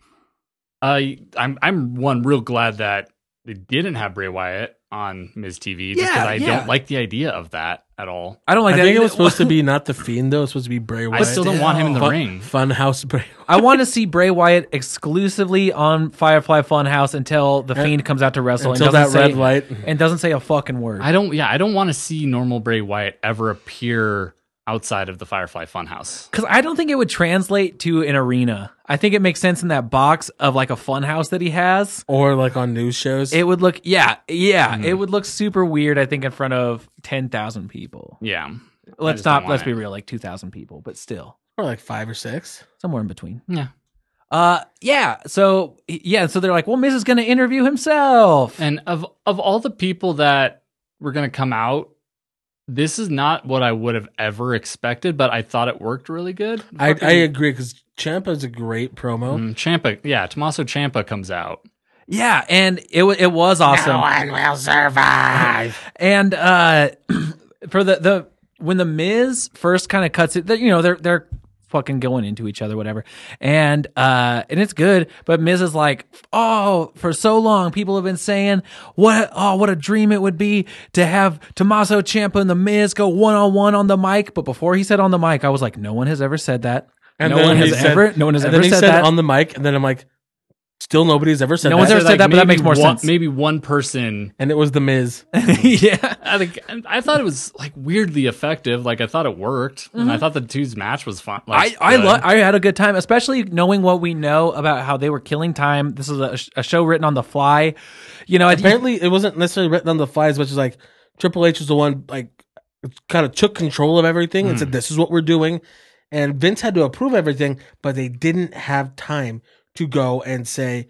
[SPEAKER 3] I I'm I'm one real glad that they didn't have Bray Wyatt on Ms. TV. Just 'cause
[SPEAKER 5] Yeah,
[SPEAKER 3] I
[SPEAKER 5] yeah.
[SPEAKER 3] don't like the idea of that at all.
[SPEAKER 5] I don't like
[SPEAKER 4] I
[SPEAKER 5] that.
[SPEAKER 4] think it
[SPEAKER 5] either.
[SPEAKER 4] was supposed
[SPEAKER 5] [laughs]
[SPEAKER 4] to be not the Fiend though. It's supposed to be Bray Wyatt.
[SPEAKER 3] I still don't want him in the
[SPEAKER 4] Fun-
[SPEAKER 3] ring.
[SPEAKER 4] Funhouse Bray.
[SPEAKER 5] I want to see Bray Wyatt exclusively on Firefly Funhouse until the Fiend comes out to wrestle
[SPEAKER 4] Eh. Until
[SPEAKER 5] and
[SPEAKER 4] that
[SPEAKER 5] doesn't say,
[SPEAKER 4] red light.
[SPEAKER 5] and doesn't say a fucking word.
[SPEAKER 3] I don't. Yeah, I don't want to see normal Bray Wyatt ever appear outside of the Firefly Funhouse.
[SPEAKER 5] Because I don't think it would translate to an arena. I think it makes sense in that box of like a funhouse that he has.
[SPEAKER 4] Or like on news shows.
[SPEAKER 5] It would look, yeah, yeah,
[SPEAKER 3] Mm-hmm.
[SPEAKER 5] it would look super weird. I think in front of ten thousand people.
[SPEAKER 3] Yeah,
[SPEAKER 5] Let's
[SPEAKER 3] just don't
[SPEAKER 5] not.
[SPEAKER 3] want
[SPEAKER 5] Let's
[SPEAKER 3] it.
[SPEAKER 5] be real, like two thousand people, but still
[SPEAKER 4] or like five or six.
[SPEAKER 5] somewhere in between.
[SPEAKER 3] yeah.
[SPEAKER 5] Uh, yeah. So yeah, so they're like, well, Miz is going to interview himself.
[SPEAKER 3] And of of all the people that were going to come out, this is not what I would have ever expected, but I thought it worked really good.
[SPEAKER 4] I, I agree because Champa's a great promo.
[SPEAKER 5] Mm.
[SPEAKER 3] Champa, yeah, Tommaso Champa comes out.
[SPEAKER 5] Yeah, and it wa- it was awesome.
[SPEAKER 1] one will survive.
[SPEAKER 5] [laughs] And uh, [clears throat] for the the when the Miz first kind of cuts it, that you know they're they're fucking going into each other, whatever. And uh, and it's good, but Miz is like, oh, for so long people have been saying what oh what a dream it would be to have Tommaso Ciampa and the Miz go one on one on the mic. But before he said on the mic, I was like, no one has ever said that. [laughs]
[SPEAKER 4] And
[SPEAKER 5] no one
[SPEAKER 4] he
[SPEAKER 5] has
[SPEAKER 4] said-
[SPEAKER 5] ever. No one has
[SPEAKER 4] and
[SPEAKER 5] ever
[SPEAKER 4] then he
[SPEAKER 5] said,
[SPEAKER 4] said
[SPEAKER 5] that.
[SPEAKER 4] on the mic, and then I'm like, still nobody's ever said
[SPEAKER 5] No
[SPEAKER 4] that.
[SPEAKER 5] one's ever
[SPEAKER 3] So,
[SPEAKER 5] said that, but that
[SPEAKER 3] maybe
[SPEAKER 5] makes more
[SPEAKER 3] one-
[SPEAKER 5] sense.
[SPEAKER 3] Maybe one person.
[SPEAKER 4] and it was the Miz.
[SPEAKER 5] yeah.
[SPEAKER 3] I think I thought it was like weirdly effective. Like I thought it worked, and I thought the two's match was fun.
[SPEAKER 5] I
[SPEAKER 3] Like,
[SPEAKER 5] I,
[SPEAKER 3] good.
[SPEAKER 5] lo- I had a good time, especially knowing what we know about how they were killing time. This is a, sh- a show written on the fly, you know. I,
[SPEAKER 4] Apparently, it wasn't necessarily written on the fly as much as like Triple H was the one like kind of took control of everything
[SPEAKER 5] Mm.
[SPEAKER 4] and said, "This is what we're doing," and Vince had to approve everything, but they didn't have time to go and say.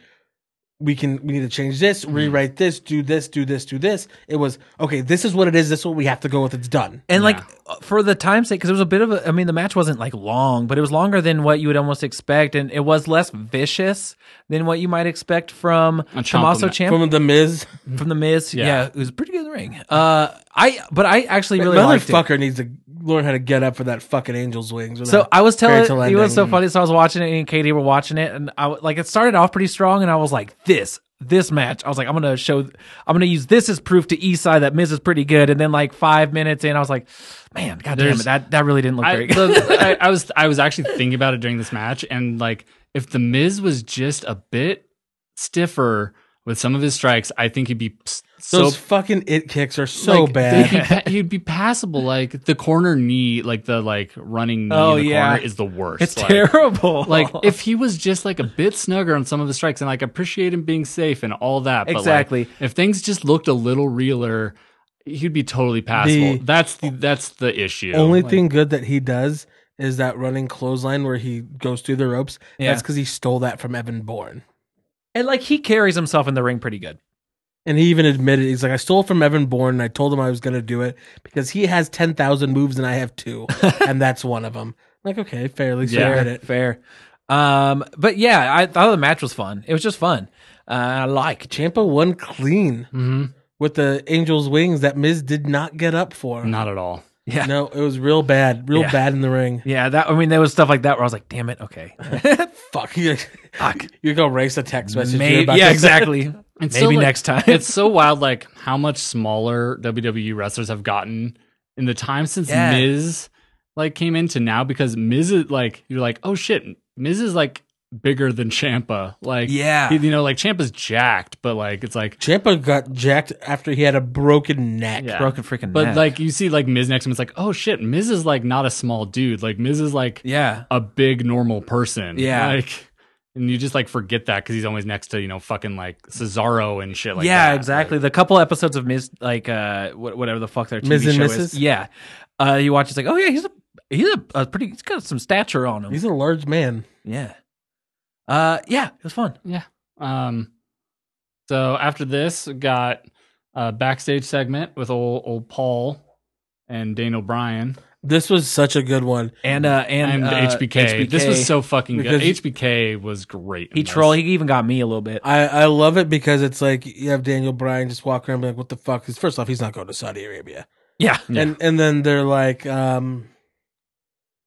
[SPEAKER 4] We can we need to change this,
[SPEAKER 5] Mm.
[SPEAKER 4] rewrite this, do this, do this, do this. It was okay. This is what it is. This is what we have to go with. It's done.
[SPEAKER 5] and like for the time's sake, because it was a bit of a. I mean, the match wasn't like long, but it was longer than what you would almost expect, and it was less vicious than what you might expect from
[SPEAKER 3] Ciampa
[SPEAKER 5] Tommaso
[SPEAKER 3] ma-
[SPEAKER 5] Ciampa from,
[SPEAKER 4] From the Miz,
[SPEAKER 5] the Miz. Yeah.
[SPEAKER 3] Yeah.
[SPEAKER 5] who's pretty good in the ring. Uh, I but I actually really liked it.
[SPEAKER 4] motherfucker needs to learn how to get up for that fucking angel's wings. or
[SPEAKER 5] So
[SPEAKER 4] that
[SPEAKER 5] I was telling
[SPEAKER 4] fairy tale
[SPEAKER 5] it was so
[SPEAKER 4] ending.
[SPEAKER 5] funny. So I was watching it, and Katie were watching it, and I w- like it started off pretty strong, and I was like, this this match. I was like, I'm gonna show, I'm gonna use this as proof to Esai that Miz is pretty good. And then like five minutes in, I was like, man, god damn
[SPEAKER 3] There's-
[SPEAKER 5] it, that that really didn't look
[SPEAKER 3] I,
[SPEAKER 5] very [laughs] good.
[SPEAKER 3] [laughs] the- I, I was I was actually thinking about it during this match, and like if the Miz was just a bit stiffer with some of his strikes, I think he'd be s- so
[SPEAKER 4] Those fucking it kicks are so
[SPEAKER 3] like, [laughs]
[SPEAKER 4] bad.
[SPEAKER 3] They'd be, pa- he'd be passable. Like the corner knee, like the like running knee
[SPEAKER 5] Oh,
[SPEAKER 3] in the
[SPEAKER 5] yeah.
[SPEAKER 3] corner is the worst.
[SPEAKER 5] It's
[SPEAKER 3] like,
[SPEAKER 5] [laughs] terrible.
[SPEAKER 3] Like if he was just like a bit snugger on some of the strikes, and like appreciate him being safe and all that. But, like,
[SPEAKER 5] Exactly.
[SPEAKER 3] if things just looked a little realer, he'd be totally passable.
[SPEAKER 4] The-
[SPEAKER 3] that's the that's the issue.
[SPEAKER 4] Only
[SPEAKER 3] Like,
[SPEAKER 4] thing good that he does is that running clothesline where he goes through the ropes.
[SPEAKER 5] Yeah.
[SPEAKER 4] That's because he stole that from Evan Bourne.
[SPEAKER 5] and like he carries himself in the ring pretty good.
[SPEAKER 4] And he even admitted he's like, I stole it from Evan Bourne, and I told him I was gonna do it because he has ten thousand moves and I have
[SPEAKER 5] [laughs]
[SPEAKER 4] two, and that's one of them. Like, okay, fairly, so
[SPEAKER 3] Yeah.
[SPEAKER 4] I get it.
[SPEAKER 5] Fair. Um, but yeah, I thought the match was fun. It was just fun. Uh, I like
[SPEAKER 4] Champa won clean
[SPEAKER 5] Mm-hmm.
[SPEAKER 4] with the angel's wings that Miz did not get up for.
[SPEAKER 3] not at all.
[SPEAKER 5] yeah.
[SPEAKER 4] No, it was real bad, real
[SPEAKER 5] Yeah.
[SPEAKER 4] bad in the ring.
[SPEAKER 5] Yeah, that I mean, there was stuff like that where I was like, "Damn it, okay, [laughs]
[SPEAKER 4] Fuck [laughs] you.
[SPEAKER 5] fuck,
[SPEAKER 4] You go race a text message. you're
[SPEAKER 5] maybe,
[SPEAKER 4] about
[SPEAKER 5] yeah,
[SPEAKER 4] to-
[SPEAKER 5] [laughs] exactly,
[SPEAKER 3] And so,
[SPEAKER 5] maybe
[SPEAKER 3] like,
[SPEAKER 5] next time."
[SPEAKER 4] [laughs]
[SPEAKER 3] it's so wild like how much smaller WWE wrestlers have gotten in the time since
[SPEAKER 5] Yeah.
[SPEAKER 3] Miz like came into now because Miz is like you're like oh shit Miz is like bigger than Champa like
[SPEAKER 5] Yeah.
[SPEAKER 3] you know like Champa's jacked but like it's like
[SPEAKER 4] Champa got jacked after he had a broken neck.
[SPEAKER 3] yeah.
[SPEAKER 5] broken freaking
[SPEAKER 3] but
[SPEAKER 5] neck.
[SPEAKER 3] like you see like Miz next to him it's like oh shit Miz is like not a small dude like Miz is like
[SPEAKER 5] yeah
[SPEAKER 3] a big normal person
[SPEAKER 5] Yeah.
[SPEAKER 3] like and you just like forget that because he's always next to you know fucking like Cesaro and shit like
[SPEAKER 5] yeah
[SPEAKER 3] that.
[SPEAKER 5] exactly the couple episodes of Miz like uh wh- whatever the fuck their TV
[SPEAKER 4] Miz and
[SPEAKER 5] show is
[SPEAKER 4] Mrs.?
[SPEAKER 5] yeah uh you watch it's like oh yeah he's a he's a, a pretty he's got some stature on him
[SPEAKER 4] He's a large man.
[SPEAKER 5] yeah uh yeah it was fun
[SPEAKER 3] Um, So after this, we got a backstage segment with old old Paul and Dane O'Brien
[SPEAKER 4] This was such a good one.
[SPEAKER 5] And uh,
[SPEAKER 3] and,
[SPEAKER 5] and uh,
[SPEAKER 3] HBK. This was so fucking good.
[SPEAKER 4] Because-
[SPEAKER 3] HBK was great. in
[SPEAKER 5] he
[SPEAKER 3] this.
[SPEAKER 5] troll. He even got me a little
[SPEAKER 3] Uh,
[SPEAKER 5] bit.
[SPEAKER 4] I, I love it because it's like you have Daniel Bryan just walk around and be like, what the fuck? Because first off, he's not going to Saudi Arabia.
[SPEAKER 5] Yeah.
[SPEAKER 4] And and then they're like, um,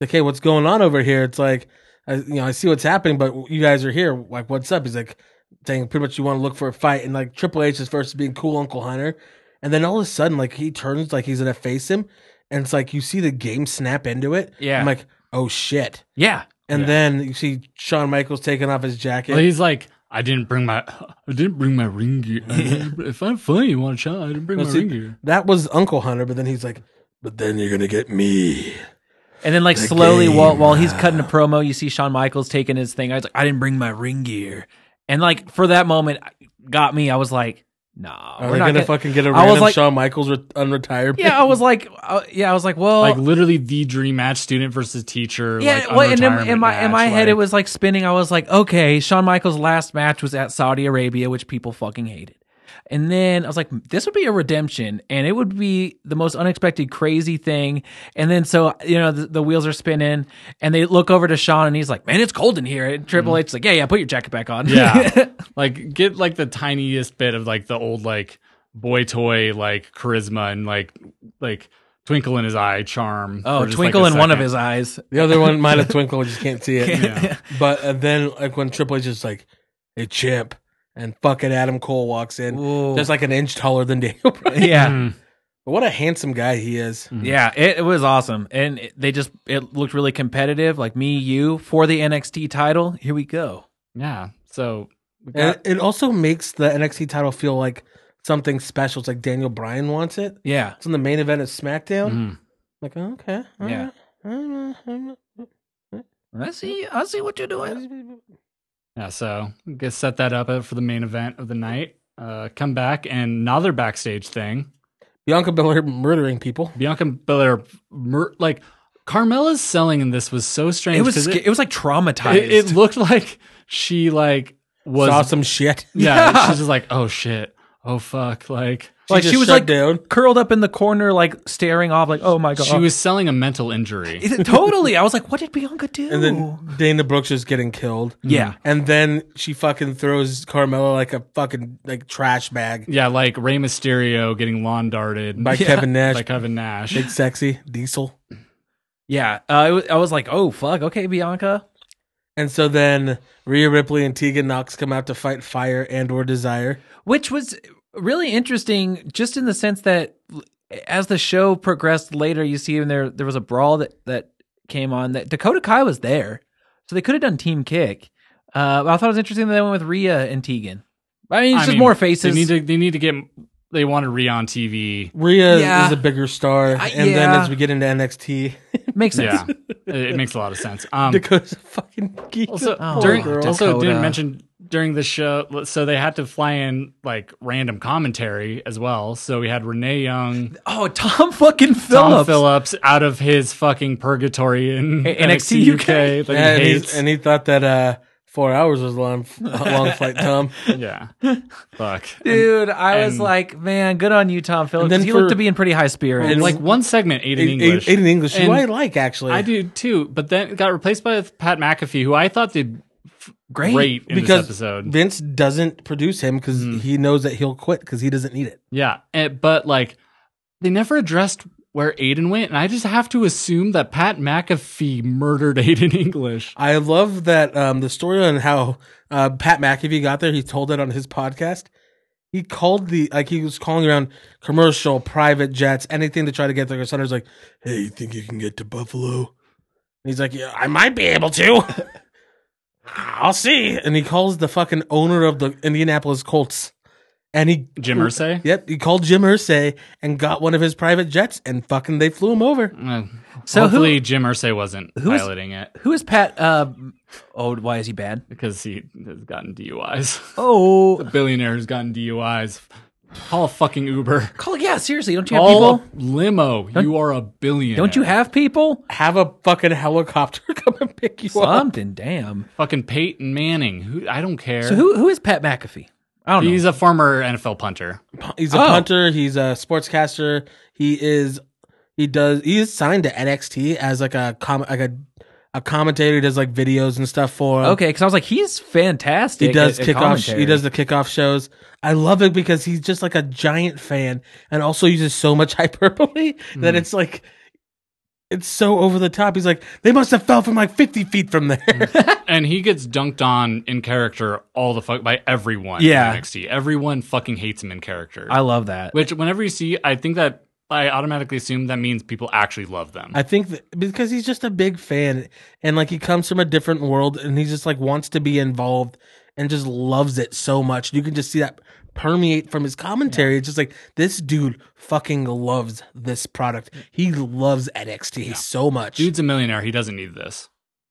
[SPEAKER 4] like, hey, what's going on over here? It's like, I, you know, I see what's happening, but you guys are here. Like, what's up? He's like, saying pretty much you want to look for a fight. And like Triple H is first being cool Uncle Hunter. And then all of a sudden, like he turns like he's going to face him. And it's like you see the game snap into it.
[SPEAKER 5] Yeah.
[SPEAKER 4] I'm like, oh shit.
[SPEAKER 5] Yeah.
[SPEAKER 4] And
[SPEAKER 3] Yeah.
[SPEAKER 4] then you see Shawn Michaels taking off his jacket.
[SPEAKER 3] Well, he's like, I didn't bring my, I didn't bring my ring gear. I didn't- if I'm funny, you want to shot? I didn't bring
[SPEAKER 4] No,
[SPEAKER 3] my
[SPEAKER 4] see-
[SPEAKER 3] ring gear.
[SPEAKER 4] That was Uncle Hunter, but then he's like, but then you're gonna get me.
[SPEAKER 5] And then like
[SPEAKER 4] The
[SPEAKER 5] slowly while
[SPEAKER 4] game.
[SPEAKER 5] while he's cutting a promo, you see Shawn Michaels taking his thing. I was like, I didn't bring my ring gear. And like for that moment, got me. I was like, nah,
[SPEAKER 4] Are
[SPEAKER 5] we're
[SPEAKER 4] they
[SPEAKER 5] not
[SPEAKER 4] gonna
[SPEAKER 5] gonna-
[SPEAKER 4] fucking get a
[SPEAKER 5] I was
[SPEAKER 4] random
[SPEAKER 5] like-
[SPEAKER 4] Shawn Michaels re- unretired? [laughs]
[SPEAKER 5] yeah, I was like, uh, yeah, I was like, well,
[SPEAKER 3] Like literally the dream match, student versus teacher.
[SPEAKER 5] yeah.
[SPEAKER 3] like,
[SPEAKER 5] well, and in,
[SPEAKER 3] unretirement
[SPEAKER 5] in my
[SPEAKER 3] match,
[SPEAKER 5] in my head, it
[SPEAKER 3] like-
[SPEAKER 5] was like spinning. I was like, okay, Shawn Michaels' last match was at Saudi Arabia, which people fucking hated. And then I was like, this would be a redemption, and it would be the most unexpected, crazy thing. And then so you know the, the wheels are spinning, and they look over to Sean, and he's like, "Man, it's cold in here." And Triple H's like, "Yeah, yeah, put your jacket back on."
[SPEAKER 3] Mm-hmm.
[SPEAKER 5] [laughs] Oh,
[SPEAKER 3] yeah, like get like the tiniest bit of like the old like boy toy like charisma and like like twinkle in his eye charm.
[SPEAKER 5] oh,
[SPEAKER 3] for just, like,
[SPEAKER 5] twinkle
[SPEAKER 3] a
[SPEAKER 5] in one of
[SPEAKER 3] second.
[SPEAKER 5] his eyes.
[SPEAKER 4] The other one might have twinkled, just can't see
[SPEAKER 5] [laughs]
[SPEAKER 4] it.
[SPEAKER 3] Yeah.
[SPEAKER 4] But uh, then, like when Triple H is like, "Hey, champ," and fucking Adam Cole walks in,
[SPEAKER 5] Ooh.
[SPEAKER 4] just like an inch taller than [laughs] Daniel Bryan.
[SPEAKER 5] Yeah. Mm.
[SPEAKER 3] Mm.
[SPEAKER 4] But what a handsome guy he is.
[SPEAKER 5] Yeah, it, it was awesome, and it, they just it looked really competitive. Like me, you for the NXT title. Here we go.
[SPEAKER 3] yeah. So we got-
[SPEAKER 4] And it also makes the NXT title feel like something special. It's like Daniel Bryan wants it.
[SPEAKER 5] Yeah,
[SPEAKER 4] It's in the main event of SmackDown.
[SPEAKER 3] Mm.
[SPEAKER 4] Like, oh, okay, all
[SPEAKER 5] Yeah.
[SPEAKER 4] right. I don't know, I don't know.
[SPEAKER 5] I see. I see what you're doing.
[SPEAKER 3] Yeah, so I guess set that up uh, for the main event of the night. Uh, come back and another backstage thing.
[SPEAKER 4] Bianca Belair murdering people.
[SPEAKER 3] Bianca Belair, mur- like Carmella's selling in this was so strange.
[SPEAKER 5] It was
[SPEAKER 3] 'cause
[SPEAKER 5] sca- it,
[SPEAKER 3] it,
[SPEAKER 5] was like traumatized.
[SPEAKER 3] it, it looked like she like was
[SPEAKER 4] Saw some shit.
[SPEAKER 3] [laughs]
[SPEAKER 5] [laughs]
[SPEAKER 3] yeah,
[SPEAKER 5] Yeah.
[SPEAKER 3] She's just like oh shit, oh fuck, like
[SPEAKER 5] like she
[SPEAKER 4] just
[SPEAKER 5] was
[SPEAKER 4] shut
[SPEAKER 5] like
[SPEAKER 4] down.
[SPEAKER 5] curled up in the corner, like staring off, like oh my god.
[SPEAKER 3] she was selling a mental injury.
[SPEAKER 5] totally. I was [laughs] like, what did Bianca do?
[SPEAKER 4] And then Dana Brooks is getting killed.
[SPEAKER 5] yeah,
[SPEAKER 4] And then she fucking throws Carmella like a fucking like trash bag
[SPEAKER 3] yeah, like Rey Mysterio getting lawn darted
[SPEAKER 4] by
[SPEAKER 3] by
[SPEAKER 4] Kevin Nash.
[SPEAKER 3] Kevin Nash.
[SPEAKER 4] Big sexy diesel.
[SPEAKER 5] yeah. Uh, I, was, I was like, oh fuck. Okay, Bianca.
[SPEAKER 4] And so then Rhea Ripley and Tegan Knox come out to fight fire and or desire.
[SPEAKER 5] which was really interesting just in the sense that as the show progressed later you see in there there was a brawl that that came on that dakota kai was there so they could have done team kick uh but i thought it was interesting that they went with Rhea and tegan i mean it's
[SPEAKER 3] I
[SPEAKER 5] just
[SPEAKER 3] mean,
[SPEAKER 5] more faces
[SPEAKER 3] They need to. They need to get. They wanted Rhea on TV.
[SPEAKER 4] Rhea
[SPEAKER 5] Yeah.
[SPEAKER 4] is a bigger star.
[SPEAKER 5] I-
[SPEAKER 4] and then
[SPEAKER 5] yeah.
[SPEAKER 4] as we get into [laughs] NXT,
[SPEAKER 5] [laughs] makes sense
[SPEAKER 3] Yeah, it, it makes a lot of sense. Um,
[SPEAKER 4] Dakota's a fucking geek.
[SPEAKER 3] Also,
[SPEAKER 5] Oh,
[SPEAKER 3] during,
[SPEAKER 5] girl.
[SPEAKER 3] also
[SPEAKER 5] Dakota.
[SPEAKER 3] didn't mention during the show, so they had to fly in like random commentary as well. So we had Renee Young,
[SPEAKER 5] oh tom [laughs] fucking phillips,
[SPEAKER 3] Tom Phillips out of his fucking purgatory in
[SPEAKER 5] A-
[SPEAKER 3] NXT,
[SPEAKER 5] NXT
[SPEAKER 3] UK.
[SPEAKER 5] UK.
[SPEAKER 3] that he
[SPEAKER 4] and,
[SPEAKER 3] hates.
[SPEAKER 4] he's, and he thought that uh, four hours was a long, a
[SPEAKER 3] [laughs]
[SPEAKER 4] long flight, Tom.
[SPEAKER 3] yeah, fuck.
[SPEAKER 5] dude i was
[SPEAKER 3] And-
[SPEAKER 5] like man good on you tom phillips
[SPEAKER 4] then
[SPEAKER 5] he looked
[SPEAKER 4] for-
[SPEAKER 5] to be in pretty high spirits
[SPEAKER 3] And
[SPEAKER 4] and-
[SPEAKER 3] like one segment, eight in
[SPEAKER 4] Aiden English.
[SPEAKER 3] English.
[SPEAKER 4] Aiden English, who
[SPEAKER 3] And
[SPEAKER 4] I like actually.
[SPEAKER 3] I do too, but then it got replaced by Pat McAfee, who I thought did
[SPEAKER 5] great,
[SPEAKER 3] great in this
[SPEAKER 4] Because
[SPEAKER 3] episode.
[SPEAKER 4] Vince doesn't produce him because
[SPEAKER 3] Mm.
[SPEAKER 4] he knows that he'll quit because he doesn't need it.
[SPEAKER 3] Yeah, and, but like they never addressed where Aiden went, and I just have to assume that Pat McAfee murdered [laughs] Aiden English.
[SPEAKER 4] I love that um, the story on how uh, Pat McAfee got there. He told it on his podcast. He called the like he was calling around commercial, private jets, anything to try to get there. His son's like, "Hey, you think you can get to Buffalo?" And he's like, "Yeah, I might be able to. [laughs] I'll see." And he calls the fucking owner of the Indianapolis Colts, and he
[SPEAKER 3] Jim
[SPEAKER 5] [laughs]
[SPEAKER 3] Irsay.
[SPEAKER 4] Yep, he called Jim Irsay and got one of his private jets, and fucking they flew him over.
[SPEAKER 3] Uh,
[SPEAKER 5] So who-
[SPEAKER 3] hopefully Jim Irsay wasn't
[SPEAKER 5] was-
[SPEAKER 3] piloting it
[SPEAKER 5] who is pat uh oh why is he bad
[SPEAKER 3] because he has gotten [laughs] DUIs.
[SPEAKER 5] oh
[SPEAKER 3] Billionaire has gotten DUIs. Call fucking Uber.
[SPEAKER 5] call yeah seriously don't you have
[SPEAKER 3] Call
[SPEAKER 5] people
[SPEAKER 3] limo. you are a billionaire.
[SPEAKER 5] Don't you have people?
[SPEAKER 4] Have a fucking helicopter [laughs] come and pick you up.
[SPEAKER 5] Something, damn.
[SPEAKER 3] fucking Peyton Manning? Who I don't care.
[SPEAKER 5] So who who is Pat McAfee? I don't
[SPEAKER 3] He's
[SPEAKER 5] know.
[SPEAKER 3] a former NFL punter.
[SPEAKER 4] He's a
[SPEAKER 5] Oh.
[SPEAKER 4] punter. He's a sportscaster. He is. He does. He is signed to NXT as like a com like a a commentator. He does like videos and stuff for. 'em.
[SPEAKER 5] Okay, because I was like, he's fantastic.
[SPEAKER 4] He does
[SPEAKER 5] at- at
[SPEAKER 4] kickoff. He
[SPEAKER 5] commentary.
[SPEAKER 4] does the kickoff shows. I love it because he's just like a giant fan, and also uses so much [laughs] hyperbole that
[SPEAKER 5] Hmm.
[SPEAKER 4] it's like, it's so over the top. He's like, they must have fell from like fifty feet from
[SPEAKER 5] Hmm.
[SPEAKER 4] there.
[SPEAKER 3] And he gets dunked on in character all the fuck by everyone. in
[SPEAKER 5] Yeah.
[SPEAKER 3] NXT. Everyone fucking hates him in character.
[SPEAKER 5] I love that.
[SPEAKER 3] Which, whenever you see, I think that I automatically assume that means people actually love them.
[SPEAKER 4] I think that, because he's just a big fan, and like he comes from a different world, and he just like wants to be involved, and just loves it so much. You can just see that permeate from his commentary. It's just like this dude fucking loves this product. He loves NXT so much.
[SPEAKER 3] Dude's a millionaire. He doesn't need this.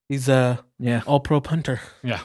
[SPEAKER 4] He's a
[SPEAKER 5] yeah.
[SPEAKER 4] all pro punter.
[SPEAKER 3] Yeah.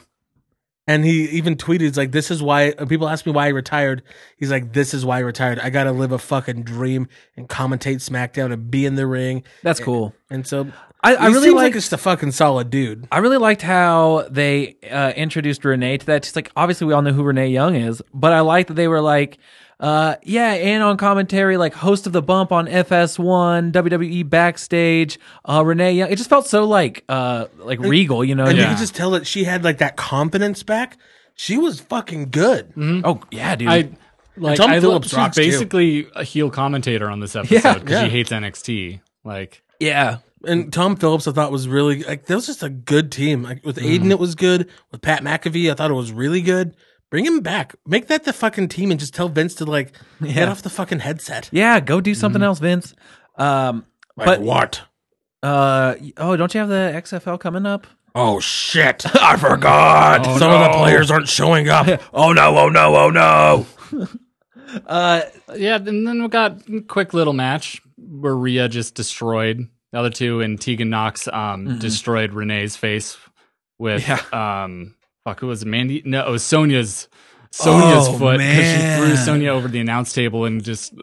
[SPEAKER 4] And he even tweeted, he's like, this is why uh, people ask me why I retired. He's like, this is why I retired. I got to live a fucking dream and commentate SmackDown and be in the ring.
[SPEAKER 5] That's cool.
[SPEAKER 4] And so
[SPEAKER 5] I, I
[SPEAKER 4] he
[SPEAKER 5] really
[SPEAKER 4] seems
[SPEAKER 5] like.
[SPEAKER 4] just a fucking solid dude.
[SPEAKER 5] I really liked how they uh, introduced Renee to that. It's like obviously we all know who Renee Young is, but I liked that they were like, uh, yeah, and on commentary, like host of the bump on FS1, WWE E backstage, uh, Renee Young. It just felt so like uh, like regal, you know?
[SPEAKER 4] And you
[SPEAKER 5] Yeah.
[SPEAKER 4] could just tell that she had like that confidence back. She was fucking good.
[SPEAKER 1] Mm-hmm.
[SPEAKER 5] Oh yeah, dude.
[SPEAKER 3] I like.
[SPEAKER 4] Tom
[SPEAKER 3] I love-
[SPEAKER 4] Phillips
[SPEAKER 3] she's
[SPEAKER 4] rocks, too.
[SPEAKER 3] basically a heel commentator on this episode because
[SPEAKER 4] yeah.
[SPEAKER 3] she hates NXT. Like,
[SPEAKER 5] yeah,
[SPEAKER 4] And Tom Phillips, I thought was really like that was just a good team. Like with
[SPEAKER 1] Mm-hmm.
[SPEAKER 4] Aiden, it was good. With Pat McAfee, I thought it was really good. Bring him back. Make that the fucking team, and just tell Vince to like get off the fucking headset.
[SPEAKER 5] yeah. Go do something
[SPEAKER 4] Mm-hmm.
[SPEAKER 5] else, Vince. Um,
[SPEAKER 4] Like,
[SPEAKER 5] but
[SPEAKER 4] what?
[SPEAKER 5] uh, oh, don't you have the XFL coming up?
[SPEAKER 1] Oh shit! [laughs] I forgot.
[SPEAKER 4] Some of the players aren't showing up.
[SPEAKER 1] [laughs] Oh no! Oh no! Oh no!
[SPEAKER 5] Uh,
[SPEAKER 3] yeah. And then we got a quick little match where Rhea just destroyed the other two, and Tegan Knox um,
[SPEAKER 5] Mm-hmm.
[SPEAKER 3] destroyed Renee's face with um, fuck, who was it? Mandy? No, it was Sonya's. Sonya's
[SPEAKER 5] Oh,
[SPEAKER 3] foot 'cause she
[SPEAKER 5] man.
[SPEAKER 3] threw Sonya over the announce table and just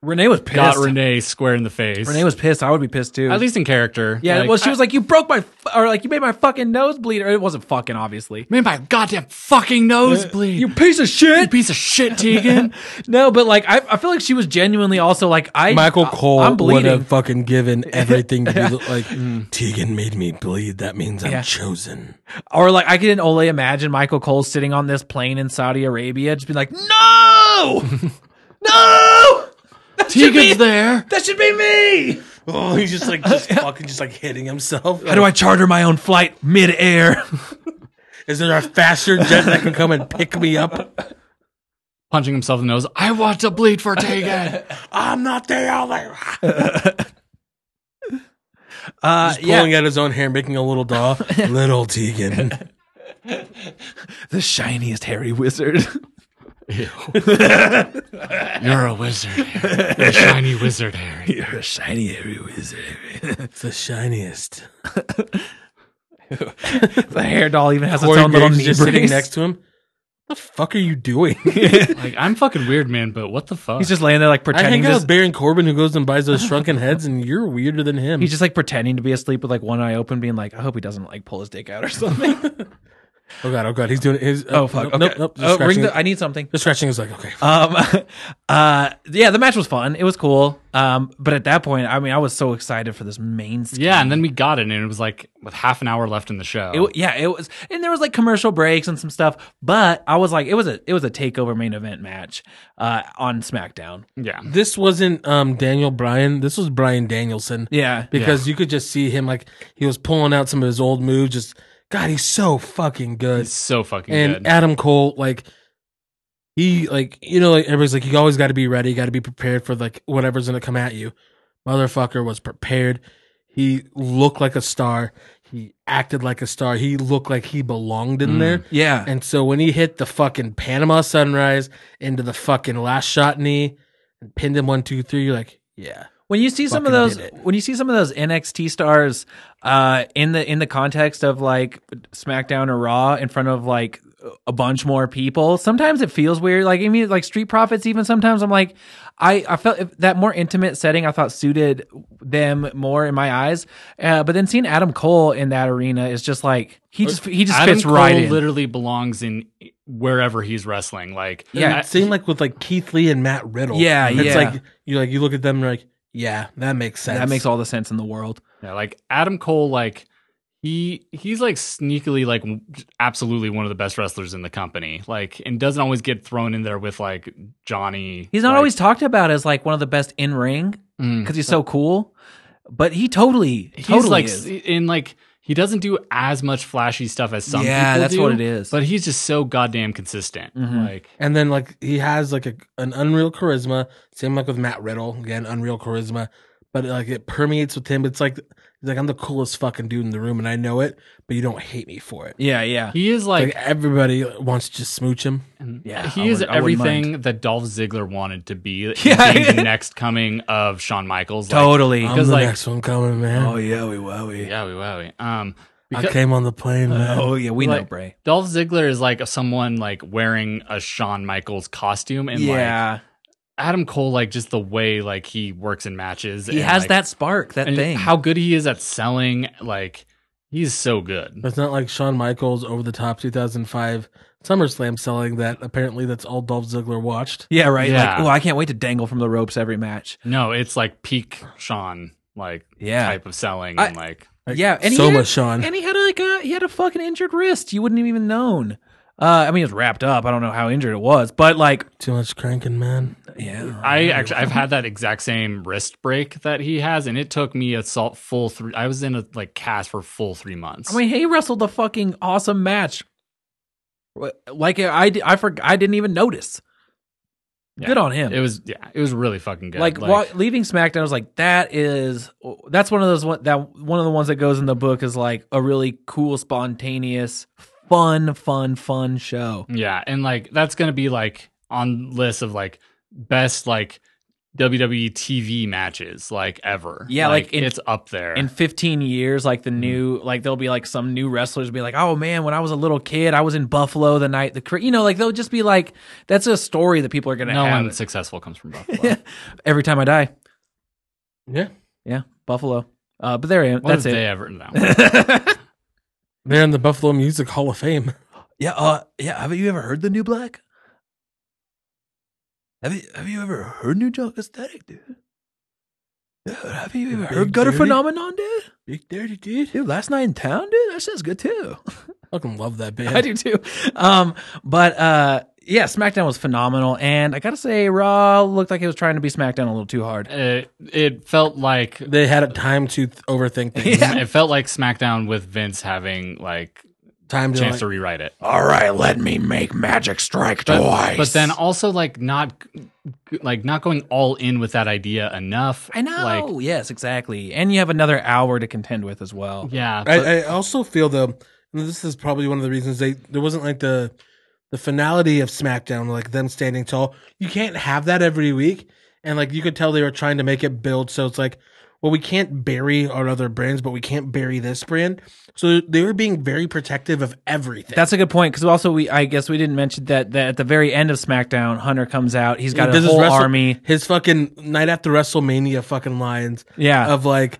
[SPEAKER 5] Renee was pissed.
[SPEAKER 3] got Renee square in the face.
[SPEAKER 5] Renee was pissed. I would be pissed too.
[SPEAKER 3] at least in character.
[SPEAKER 5] Yeah,
[SPEAKER 3] Like,
[SPEAKER 5] well, she
[SPEAKER 3] I-
[SPEAKER 5] was like, "You broke my, f- or like you made my fucking nose bleed." Or it wasn't fucking, obviously.
[SPEAKER 3] made my goddamn fucking nosebleed.
[SPEAKER 5] You piece of shit.
[SPEAKER 3] piece of shit, Tegan.
[SPEAKER 5] [laughs] no, but like, I, I feel like she was genuinely also like, I
[SPEAKER 4] Michael
[SPEAKER 5] I-
[SPEAKER 4] Cole
[SPEAKER 5] I'm
[SPEAKER 4] would
[SPEAKER 5] bleeding. Mm.
[SPEAKER 4] have fucking
[SPEAKER 5] [laughs]
[SPEAKER 4] given everything to be like Tegan made me bleed. That means I'm
[SPEAKER 5] Yeah.
[SPEAKER 4] chosen.
[SPEAKER 5] Or like, I can only imagine Michael Cole sitting on this plane in Saudi Arabia, just be like, [laughs] "No, no, that should be,
[SPEAKER 3] Tegan's there.
[SPEAKER 5] that should be me."
[SPEAKER 4] Oh, he's just like
[SPEAKER 5] [laughs]
[SPEAKER 4] just fucking just like hitting himself.
[SPEAKER 5] How do I charter my own flight midair?
[SPEAKER 4] Is there a faster jet that can come and pick me up?
[SPEAKER 5] [laughs]
[SPEAKER 3] Punching himself in the nose. I want to bleed for
[SPEAKER 5] [laughs]
[SPEAKER 3] Tegan.
[SPEAKER 4] I'm not there. All there.
[SPEAKER 5] Uh,
[SPEAKER 4] He's
[SPEAKER 5] yeah,
[SPEAKER 4] pulling out his own hair, making a little doll.
[SPEAKER 5] [laughs]
[SPEAKER 4] little Tegan.
[SPEAKER 5] [laughs] the shiniest hairy wizard. [laughs]
[SPEAKER 3] You're a wizard, Harry. A shiny wizard, Harry.
[SPEAKER 5] You're a shiny hairy wizard.
[SPEAKER 4] It's the shiniest.
[SPEAKER 5] [laughs] The hair doll even has
[SPEAKER 4] Corey
[SPEAKER 5] its own little
[SPEAKER 4] Graves
[SPEAKER 5] knee
[SPEAKER 4] just sitting
[SPEAKER 5] brace.
[SPEAKER 4] next to him. What the fuck are you
[SPEAKER 5] [laughs]
[SPEAKER 4] doing?
[SPEAKER 3] Like I'm fucking weird, man. But what the fuck?
[SPEAKER 5] He's just laying there like
[SPEAKER 4] I hang
[SPEAKER 5] pretending.
[SPEAKER 4] out
[SPEAKER 5] Just,
[SPEAKER 4] with Baron Corbin who goes and buys those shrunken heads, and you're weirder than him.
[SPEAKER 5] he's just like pretending to be asleep with like one eye open, being like, "I hope he doesn't like pull his dick out or something."
[SPEAKER 4] oh god, oh god, he's doing his.
[SPEAKER 5] [laughs] oh fuck!
[SPEAKER 4] Nope,
[SPEAKER 5] Okay.
[SPEAKER 4] nope, nope, just
[SPEAKER 5] oh,
[SPEAKER 4] scratching
[SPEAKER 5] ring
[SPEAKER 4] it.
[SPEAKER 5] the, I need something.
[SPEAKER 4] The scratching is like, okay.
[SPEAKER 5] [laughs] Um, [laughs] uh, yeah, the match was fun. It was cool. Um, but at that point, I mean, I was so excited for this main. Scheme.
[SPEAKER 3] yeah, and then we got it, and it was like with half an hour left in the show.
[SPEAKER 5] It, wa- yeah, it was, and there was like commercial breaks and some stuff, but I was like, it was a it was a takeover main event match uh, on SmackDown.
[SPEAKER 3] yeah,
[SPEAKER 4] This wasn't um, Daniel Bryan. This was Brian Danielson.
[SPEAKER 5] Yeah,
[SPEAKER 4] because you could just see him like he was pulling out some of his old moves. Just God, he's so fucking good.
[SPEAKER 3] it's so fucking
[SPEAKER 4] and
[SPEAKER 3] good.
[SPEAKER 4] Adam Cole, like he, like you know, like everybody's like you always got to be ready, got to be prepared for like whatever's gonna come at you. Motherfucker was prepared. He looked like a star. He acted like a star. He looked like he belonged in there.
[SPEAKER 5] yeah,
[SPEAKER 4] And so when he hit the fucking Panama sunrise into the fucking last shot knee and pinned him one, two, three, you're like, yeah.
[SPEAKER 5] when you see some
[SPEAKER 4] fucking
[SPEAKER 5] of those
[SPEAKER 4] did it.
[SPEAKER 5] when you see some of those NXT stars uh in the in the context of like SmackDown or Raw in front of like a bunch more people. Sometimes it feels weird. Like I mean, like Street Profits. Even sometimes I'm like, I I felt if that more intimate setting. I thought suited them more in my eyes. Uh, but then seeing Adam Cole in that arena is just like he just he just
[SPEAKER 3] Adam
[SPEAKER 5] fits
[SPEAKER 3] Cole
[SPEAKER 5] right in.
[SPEAKER 3] literally belongs in wherever he's wrestling. Like,
[SPEAKER 5] Yeah.
[SPEAKER 3] I-
[SPEAKER 4] Same like with like Keith Lee and Matt Riddle.
[SPEAKER 5] Yeah,
[SPEAKER 4] it's
[SPEAKER 5] yeah.
[SPEAKER 4] like you like you look at them and you're like, yeah, that makes sense.
[SPEAKER 5] That makes all the sense in the world.
[SPEAKER 3] Yeah, like Adam Cole, like he he's like sneakily like w- absolutely one of the best wrestlers in the company. Like, and doesn't always get thrown in there with like Johnny.
[SPEAKER 5] He's not
[SPEAKER 3] like-
[SPEAKER 5] always talked about as like one of the best in ring
[SPEAKER 3] Mm.
[SPEAKER 5] because he's so cool, but he totally
[SPEAKER 3] He's
[SPEAKER 5] totally
[SPEAKER 3] like s-
[SPEAKER 5] is.
[SPEAKER 3] in like he doesn't do as much flashy stuff as some
[SPEAKER 5] yeah,
[SPEAKER 3] people
[SPEAKER 5] that's
[SPEAKER 3] do,
[SPEAKER 5] what it is.
[SPEAKER 3] But he's just so goddamn consistent.
[SPEAKER 5] Mhm.
[SPEAKER 3] Like,
[SPEAKER 4] And then like he has like a, an unreal charisma. Same like with Matt Riddle again, unreal charisma. But like it permeates with him. It's like he's like I'm the coolest fucking dude in the room, and I know it. But you don't hate me for it.
[SPEAKER 5] yeah, yeah,
[SPEAKER 3] he is
[SPEAKER 4] Like,
[SPEAKER 3] like,
[SPEAKER 4] everybody wants to just smooch him.
[SPEAKER 5] yeah, I
[SPEAKER 3] he is
[SPEAKER 5] would- I wouldn't mind.
[SPEAKER 3] everything that Dolph Ziggler wanted to
[SPEAKER 5] [laughs]
[SPEAKER 3] be. in
[SPEAKER 5] Yeah.
[SPEAKER 3] being the next coming of Shawn Michaels. Like,
[SPEAKER 5] totally. Oh,
[SPEAKER 4] I'm
[SPEAKER 3] Because,
[SPEAKER 4] the
[SPEAKER 3] like-
[SPEAKER 4] next one coming, man.
[SPEAKER 5] yeah, we wowie.
[SPEAKER 3] Yeah, we wowie. Um,
[SPEAKER 4] I came on the plane,
[SPEAKER 3] Uh,
[SPEAKER 4] man.
[SPEAKER 5] Oh yeah, we know
[SPEAKER 3] Like-
[SPEAKER 5] Bray.
[SPEAKER 3] Dolph Ziggler is like someone like wearing a Shawn Michaels costume, and like
[SPEAKER 5] yeah,
[SPEAKER 3] Adam Cole, like just the way like he works in matches,
[SPEAKER 5] he
[SPEAKER 3] and,
[SPEAKER 5] has
[SPEAKER 3] like,
[SPEAKER 5] that spark, that
[SPEAKER 3] and
[SPEAKER 5] thing.
[SPEAKER 3] how good he is at selling. Like he's so good.
[SPEAKER 4] It's not like Shawn Michaels over the top 2005 SummerSlam selling that. Apparently, that's all Dolph Ziggler watched.
[SPEAKER 5] yeah, right. Like,
[SPEAKER 3] Yeah.
[SPEAKER 5] oh, I can't wait to dangle from the ropes every match.
[SPEAKER 3] No, it's like peak Shawn like
[SPEAKER 5] Yeah.
[SPEAKER 3] type of selling, and like
[SPEAKER 5] yeah, and he
[SPEAKER 4] so
[SPEAKER 5] had-
[SPEAKER 4] much Shawn.
[SPEAKER 5] And he had like a he had a fucking injured wrist. You wouldn't have even known. Uh, I mean, it was wrapped up. I don't know how injured it was, but like,
[SPEAKER 4] Too much cranking, man.
[SPEAKER 5] yeah,
[SPEAKER 3] I actually I've had that exact same wrist break that he has, and it took me a salt full three. I was in a like cast for full three months.
[SPEAKER 5] I mean, he wrestled a fucking awesome match. Wh- Like I, I, forg I didn't even notice.
[SPEAKER 3] Yeah.
[SPEAKER 5] Good on him.
[SPEAKER 3] it was yeah, it was really fucking good.
[SPEAKER 5] like, wa- leaving SmackDown, I was like, that is that's one of those one that one of the ones that goes in the book is like a really cool, spontaneous, fun, fun, fun show.
[SPEAKER 3] Yeah, and like that's gonna be like on lists of like best like WWE TV matches like ever.
[SPEAKER 5] Yeah, like, in-
[SPEAKER 3] it's up there.
[SPEAKER 5] In 15 years, like
[SPEAKER 3] Mm-hmm.
[SPEAKER 5] the new, like there'll be like some new wrestlers be like, oh man, when I was a little kid, I was in Buffalo the night the, cra-" you know, like they'll just be like, that's a story that people are gonna
[SPEAKER 3] no
[SPEAKER 5] have.
[SPEAKER 3] one successful comes
[SPEAKER 5] [laughs]
[SPEAKER 3] from Buffalo.
[SPEAKER 5] Every time I die,
[SPEAKER 4] Yeah.
[SPEAKER 5] yeah, Buffalo. Uh, but there I am.
[SPEAKER 3] what
[SPEAKER 5] that's
[SPEAKER 3] if
[SPEAKER 5] it.
[SPEAKER 3] they ever no.
[SPEAKER 5] [laughs]
[SPEAKER 4] They're in the Buffalo Music Hall of Fame. [laughs]
[SPEAKER 5] Yeah, uh, yeah. Have you ever heard the new black? Have you Have you ever heard New Junk Aesthetic, dude? Dude, have you ever
[SPEAKER 4] Big
[SPEAKER 5] heard Gutter
[SPEAKER 4] Dirty?
[SPEAKER 5] Phenomenon, dude?
[SPEAKER 4] Big Dirty Dude.
[SPEAKER 5] Dude, last night in town, dude. That sounds good too.
[SPEAKER 1] [laughs]
[SPEAKER 4] Fucking love that
[SPEAKER 5] [laughs] I
[SPEAKER 4] band.
[SPEAKER 5] do too. Um, but uh, yeah, SmackDown was phenomenal, and I gotta say, Raw looked like it was trying to be SmackDown a little too hard.
[SPEAKER 3] it, it felt
[SPEAKER 5] [laughs]
[SPEAKER 3] like
[SPEAKER 4] They had a time to th- overthink
[SPEAKER 3] [laughs]
[SPEAKER 4] things.
[SPEAKER 3] it felt like SmackDown with Vince having like
[SPEAKER 4] Time to.
[SPEAKER 3] chance
[SPEAKER 4] like-
[SPEAKER 3] to rewrite it.
[SPEAKER 1] All right, let me make magic strike
[SPEAKER 3] But,
[SPEAKER 1] twice.
[SPEAKER 3] but then also like not like not going all in with that idea enough.
[SPEAKER 5] I know.
[SPEAKER 3] Like
[SPEAKER 5] yes, exactly. And you have another hour to contend with as well.
[SPEAKER 3] yeah. but-
[SPEAKER 4] I, I also feel though, and this is probably one of the reasons they there wasn't like the the finality of SmackDown, like them standing tall. You can't have that every week, and like you could tell they were trying to make it build. So it's like, well, we can't bury our other brands, but we can't bury this brand. So they were being very protective of everything.
[SPEAKER 5] That's a good point because also we I guess we didn't mention that that at the very end of SmackDown, Hunter comes out. He's got
[SPEAKER 4] This
[SPEAKER 5] a
[SPEAKER 4] is
[SPEAKER 5] whole
[SPEAKER 4] Wrestle-
[SPEAKER 5] army.
[SPEAKER 4] His fucking night after WrestleMania fucking lines
[SPEAKER 5] Yeah,
[SPEAKER 4] of like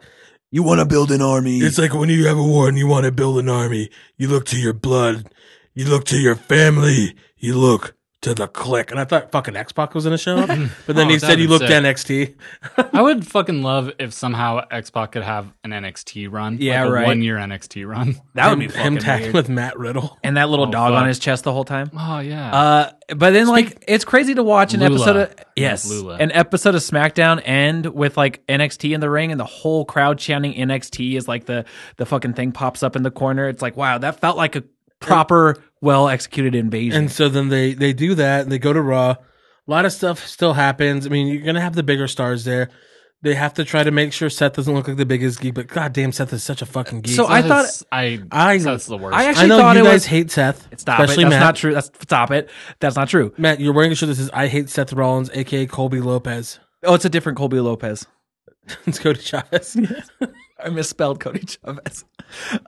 [SPEAKER 1] you want to build an army.
[SPEAKER 4] Ah. It's like when you have a war and you want to build an army, you look to your blood, you look to your family, you look to the clique. And I thought fucking X Pac was in a
[SPEAKER 5] [laughs]
[SPEAKER 4] show, but then
[SPEAKER 3] Oh,
[SPEAKER 4] he said
[SPEAKER 3] that'd
[SPEAKER 4] you
[SPEAKER 3] be
[SPEAKER 4] looked
[SPEAKER 3] sick.
[SPEAKER 4] at NXT.
[SPEAKER 3] I would fucking love if somehow X Pac could have an NXT run.
[SPEAKER 5] Yeah,
[SPEAKER 3] like a
[SPEAKER 5] right.
[SPEAKER 3] One year NXT
[SPEAKER 6] [laughs]
[SPEAKER 3] run.
[SPEAKER 5] that would be
[SPEAKER 4] Him- him
[SPEAKER 5] fucking
[SPEAKER 4] tagged
[SPEAKER 5] weird.
[SPEAKER 4] with Matt Riddle.
[SPEAKER 5] and that little
[SPEAKER 3] Oh,
[SPEAKER 5] dog on
[SPEAKER 3] fuck.
[SPEAKER 5] his chest the whole
[SPEAKER 4] [laughs]
[SPEAKER 5] time.
[SPEAKER 3] Oh yeah.
[SPEAKER 5] Uh, but then like it's crazy to watch an
[SPEAKER 3] Lula.
[SPEAKER 5] episode of
[SPEAKER 3] Yes,
[SPEAKER 5] yes,
[SPEAKER 3] Lula.
[SPEAKER 5] an episode of SmackDown end with like NXT in the ring and the whole crowd chanting NXT is like the the fucking thing pops up in the corner. It's like wow, that felt like a proper, well executed invasion.
[SPEAKER 4] And so then they they do that and they go to Raw. A lot of stuff still happens. I mean, you're gonna have the bigger stars there. They have to try to make sure Seth doesn't look like the biggest geek, but goddamn, Seth is such a fucking geek.
[SPEAKER 5] so I
[SPEAKER 3] That
[SPEAKER 5] thought
[SPEAKER 3] is- I,
[SPEAKER 4] I-
[SPEAKER 3] that's the worst.
[SPEAKER 5] I actually
[SPEAKER 4] I know
[SPEAKER 5] thought
[SPEAKER 4] you
[SPEAKER 5] it
[SPEAKER 4] guys
[SPEAKER 5] was
[SPEAKER 4] hate Seth,
[SPEAKER 5] stop
[SPEAKER 4] especially
[SPEAKER 5] it.
[SPEAKER 4] Matt.
[SPEAKER 5] That's not true. That's stop it. That's not true.
[SPEAKER 4] Matt, you're wearing a shirt that says "I hate Seth Rollins," aka Colby Lopez. [laughs]
[SPEAKER 5] Oh, it's a different Colby Lopez.
[SPEAKER 4] Let's go to
[SPEAKER 5] [laughs]
[SPEAKER 4] Chavez.
[SPEAKER 5] I misspelled Cody Chavez.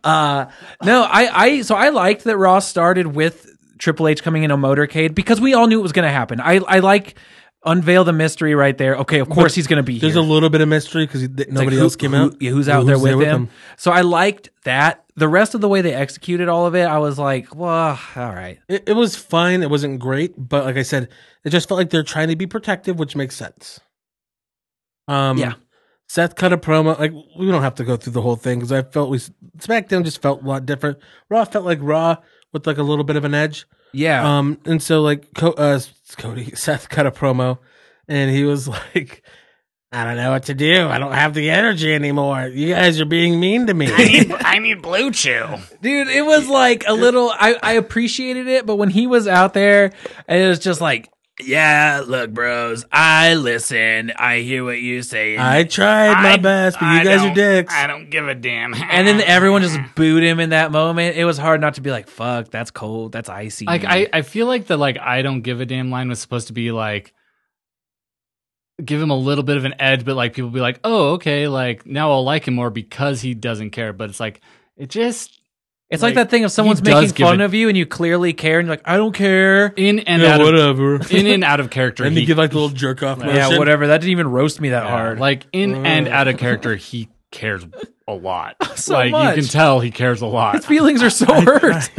[SPEAKER 5] Uh, no, I, I, so I liked that Ross started with Triple H coming in a motorcade because we all knew it was going to happen. I I like unveil the mystery right there. Okay, of course he's going to be
[SPEAKER 4] There's
[SPEAKER 5] here.
[SPEAKER 4] a little bit of mystery because
[SPEAKER 5] It's
[SPEAKER 4] nobody
[SPEAKER 5] like, who-
[SPEAKER 4] else came
[SPEAKER 5] who-
[SPEAKER 4] out.
[SPEAKER 5] yeah, who's out
[SPEAKER 4] Who's
[SPEAKER 5] there with, him? So I liked that. The rest of the way they executed all of it, I was like, well, all right.
[SPEAKER 4] It, it was fine. It wasn't great, but like I said, it just felt like they're trying to be protective, which makes sense. Um,
[SPEAKER 5] Yeah.
[SPEAKER 4] Seth cut a promo. Like we don't have to go through the whole thing because I felt we SmackDown just felt a lot different. Raw felt like Raw with like a little bit of an edge.
[SPEAKER 5] Yeah.
[SPEAKER 4] Um, and so like Co- uh, Cody [laughs] Seth cut a promo, and he was [laughs] like, "I don't know what to do. I don't have the energy anymore. You guys are being mean [laughs] to me."
[SPEAKER 1] I mean, Blue Chew.
[SPEAKER 5] Dude, it was like a little. I, I appreciated it, but when he was out there, and it was just like,
[SPEAKER 1] Yeah, look, bros. I listen. I hear what you say.
[SPEAKER 4] I tried my best, but you guys are dicks.
[SPEAKER 6] I don't give a damn.
[SPEAKER 5] and then everyone just booed him in that moment. It was hard not to be like, "Fuck, that's cold, that's icy."
[SPEAKER 3] Like I, I feel like the like I don't give a damn line was supposed to be like give him a little bit of an edge, but like people be like, oh okay, like now I'll like him more because he doesn't care. But it's like it just
[SPEAKER 5] it's like,
[SPEAKER 3] like,
[SPEAKER 5] that thing if someone's
[SPEAKER 3] he does
[SPEAKER 5] making
[SPEAKER 3] give
[SPEAKER 5] fun
[SPEAKER 3] it-
[SPEAKER 5] of you and you clearly care, and you're like, "I don't care."
[SPEAKER 3] in and
[SPEAKER 4] Yeah,
[SPEAKER 3] out of,
[SPEAKER 4] whatever.
[SPEAKER 3] in and out of character.
[SPEAKER 4] and they
[SPEAKER 3] he-
[SPEAKER 4] give like the little jerk off.
[SPEAKER 5] Yeah, whatever. That didn't even roast me that
[SPEAKER 3] yeah,
[SPEAKER 5] hard.
[SPEAKER 3] Like in
[SPEAKER 4] Uh.
[SPEAKER 3] and out of character, he cares a lot.
[SPEAKER 5] [laughs] So
[SPEAKER 3] like
[SPEAKER 5] much.
[SPEAKER 3] you can tell he cares a lot.
[SPEAKER 5] His feelings are so hurt.
[SPEAKER 4] It's
[SPEAKER 5] [laughs]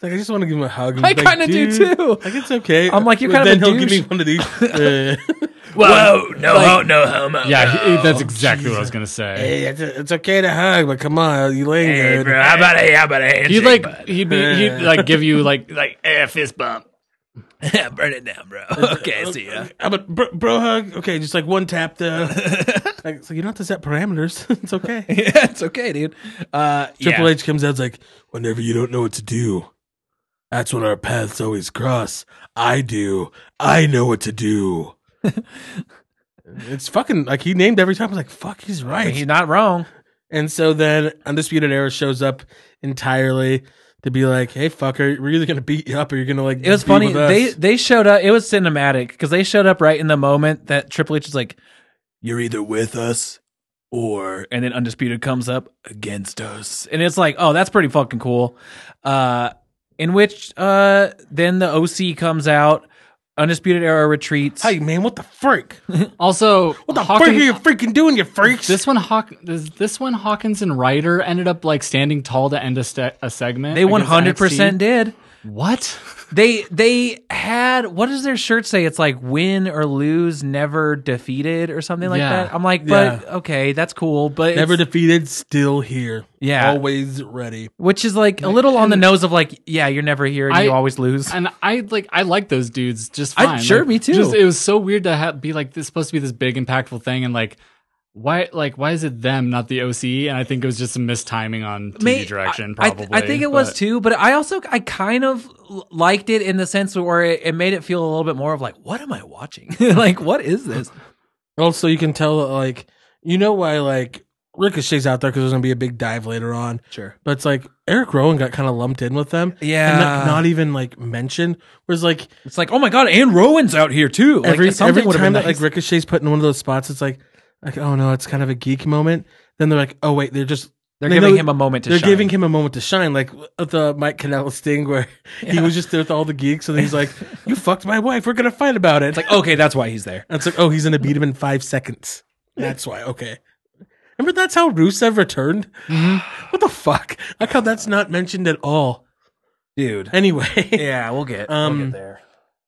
[SPEAKER 4] like I just want to give him a hug.
[SPEAKER 5] I kinda do
[SPEAKER 4] "Dude,
[SPEAKER 5] too."
[SPEAKER 4] Like it's okay.
[SPEAKER 5] I'm like, "You're
[SPEAKER 4] But
[SPEAKER 5] kind of
[SPEAKER 4] then
[SPEAKER 5] a
[SPEAKER 4] he'll
[SPEAKER 5] douche."
[SPEAKER 4] give me one of [laughs] these. Uh,
[SPEAKER 1] Whoa, no, ho, no homo.
[SPEAKER 3] [laughs] yeah, he-
[SPEAKER 1] no.
[SPEAKER 3] that's exactly what I was gonna say.
[SPEAKER 4] Oh, hey, it's, it's okay to hug, but come on, you
[SPEAKER 1] Hey,
[SPEAKER 4] lingered.
[SPEAKER 1] bro. How about a how about a handshake?
[SPEAKER 3] He'd like
[SPEAKER 1] bud?
[SPEAKER 3] he'd
[SPEAKER 4] [laughs]
[SPEAKER 3] be he'd like give you like like
[SPEAKER 1] eh, fist bump. [laughs] Burn it down, bro. Okay, see ya.
[SPEAKER 4] How about bro, bro hug? Okay, just like one tap [laughs] though. like, so you don't have to set parameters. [laughs] it's okay.
[SPEAKER 5] [laughs] yeah, it's okay, dude. Uh,
[SPEAKER 4] Triple
[SPEAKER 1] Yeah.
[SPEAKER 4] H comes out it's like, whenever you don't know what to do, that's when our paths always cross. I do. I know what to do. [laughs] it's fucking like he named every time. I was like, fuck, he's
[SPEAKER 5] I mean,
[SPEAKER 4] right.
[SPEAKER 5] he's not wrong.
[SPEAKER 4] And so then Undisputed Era shows up entirely to be like, hey, fucker, we're either going to beat you up or you're going to like.
[SPEAKER 5] It was
[SPEAKER 4] be
[SPEAKER 5] funny.
[SPEAKER 4] with us."
[SPEAKER 5] They they showed up. It was cinematic because they showed up right in the moment that Triple H is like,
[SPEAKER 1] You're either with us or
[SPEAKER 5] and then Undisputed comes up,
[SPEAKER 1] against us.
[SPEAKER 5] and it's like, oh, that's pretty fucking cool. Uh, in which uh, then the OC comes out, Undisputed Era retreats.
[SPEAKER 4] Hey, man, what the freak? What
[SPEAKER 3] also
[SPEAKER 4] the
[SPEAKER 3] Hawkins-
[SPEAKER 4] freak are you freaking doing, you freaks?
[SPEAKER 3] This one, Hawk, this, this one, Hawkins and Ryder ended up like standing tall to end a, ste a segment.
[SPEAKER 5] they
[SPEAKER 3] against
[SPEAKER 5] one hundred percent
[SPEAKER 3] NXT.
[SPEAKER 5] did.
[SPEAKER 3] What?
[SPEAKER 5] They they had what does their shirt say? It's like win or lose, never defeated or something like
[SPEAKER 3] Yeah.
[SPEAKER 5] that. I'm like, but okay, that's cool, but
[SPEAKER 4] Never
[SPEAKER 5] it's-
[SPEAKER 4] defeated, still here.
[SPEAKER 5] Yeah.
[SPEAKER 4] Always ready.
[SPEAKER 5] which is like a little on the nose of like, yeah, you're never here, and
[SPEAKER 3] I-
[SPEAKER 5] you always lose.
[SPEAKER 3] And I like, I like those dudes just
[SPEAKER 5] I-
[SPEAKER 3] fine.
[SPEAKER 5] sure,
[SPEAKER 3] Like,
[SPEAKER 5] me too.
[SPEAKER 3] Just, it was so weird to ha- be like this supposed to be this big impactful thing, and like, why, like, why is it them, not the OCE? And I think it was just a mistimed on TV
[SPEAKER 5] [laughs] May-
[SPEAKER 3] direction.
[SPEAKER 5] I- I,
[SPEAKER 3] Probably.
[SPEAKER 5] th- I think it was
[SPEAKER 3] but-
[SPEAKER 5] too, but I also I kind of l- liked it in the sense where it, it made it feel a little bit more of like, what am I watching? [laughs] like, what is this?
[SPEAKER 4] Also, you can tell that, like, you know why, like, Ricochet's out there because there's going to be a big dive later on.
[SPEAKER 5] Sure.
[SPEAKER 4] But it's like Eric Rowan got kind of lumped in with them.
[SPEAKER 5] Yeah.
[SPEAKER 4] And like, not even, like, mentioned. Whereas, like,
[SPEAKER 5] It's like, oh my god, and Rowan's out here too. Like,
[SPEAKER 4] every,
[SPEAKER 5] something
[SPEAKER 4] every
[SPEAKER 5] would've been
[SPEAKER 4] time that,
[SPEAKER 5] nice.
[SPEAKER 4] like, Ricochet's put in one of those spots, it's like, like, oh no, it's kind of a geek moment. Then they're like, oh wait, they're just.
[SPEAKER 5] they're
[SPEAKER 4] they
[SPEAKER 5] giving
[SPEAKER 4] know-
[SPEAKER 5] him a moment to
[SPEAKER 4] they're
[SPEAKER 5] shine.
[SPEAKER 4] giving him a moment to shine, like with the Mike Canellis thing where [laughs] he was just there with all the geeks, and
[SPEAKER 5] [laughs]
[SPEAKER 4] he's like, "You fucked my wife. We're gonna fight about it."
[SPEAKER 5] It's like, okay, that's why he's there.
[SPEAKER 4] And it's like, oh, he's gonna beat him in five seconds. That's why. Okay. Remember that's how Rusev returned. What the fuck? Like how that's not mentioned at all.
[SPEAKER 5] Dude.
[SPEAKER 4] [laughs] Anyway,
[SPEAKER 5] Yeah, we'll get,
[SPEAKER 4] Um,
[SPEAKER 5] we'll get there.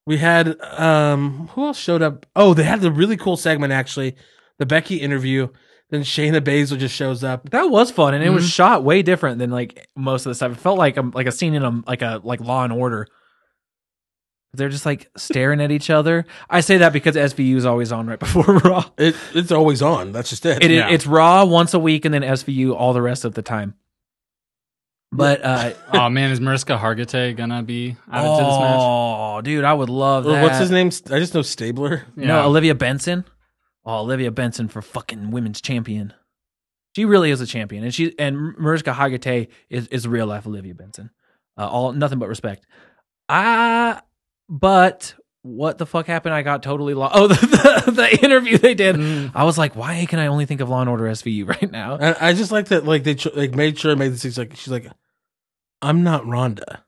[SPEAKER 4] we had um who else showed up? Oh, they had the really cool segment actually, the Becky interview. Then Shayna Baszler just shows up.
[SPEAKER 5] That was fun, and it
[SPEAKER 3] Mm-hmm.
[SPEAKER 5] was shot way different than like most of the stuff. It felt like a like a scene in a like a like Law and Order. They're
[SPEAKER 3] [laughs]
[SPEAKER 5] just like staring at each other. I say that because SVU is always on right [laughs] before Raw.
[SPEAKER 4] It, it's always on. That's just
[SPEAKER 5] It, it- It's Raw once a week, and then SVU all the rest of the time. But uh,
[SPEAKER 3] oh man, is Mariska Hargitay gonna be [laughs] added to this match?
[SPEAKER 5] oh, dude, I would love
[SPEAKER 4] Or
[SPEAKER 5] that.
[SPEAKER 4] What's his name? I just know Stabler.
[SPEAKER 5] No,
[SPEAKER 3] Yeah.
[SPEAKER 5] Olivia Benson. Oh, Olivia Benson for fucking women's champion. She really is a champion, and she and Mariska Hargitay is is real life Olivia Benson. Uh, all nothing but respect. Ah, but what the fuck happened? I got totally lost. Oh, [laughs] the, the, the interview they did. I was like, why can I only think of Law and Order SVU [laughs] right now?
[SPEAKER 4] And I just like that. Like they tr- like made sure made this. She's like she's like, I'm not Rhonda.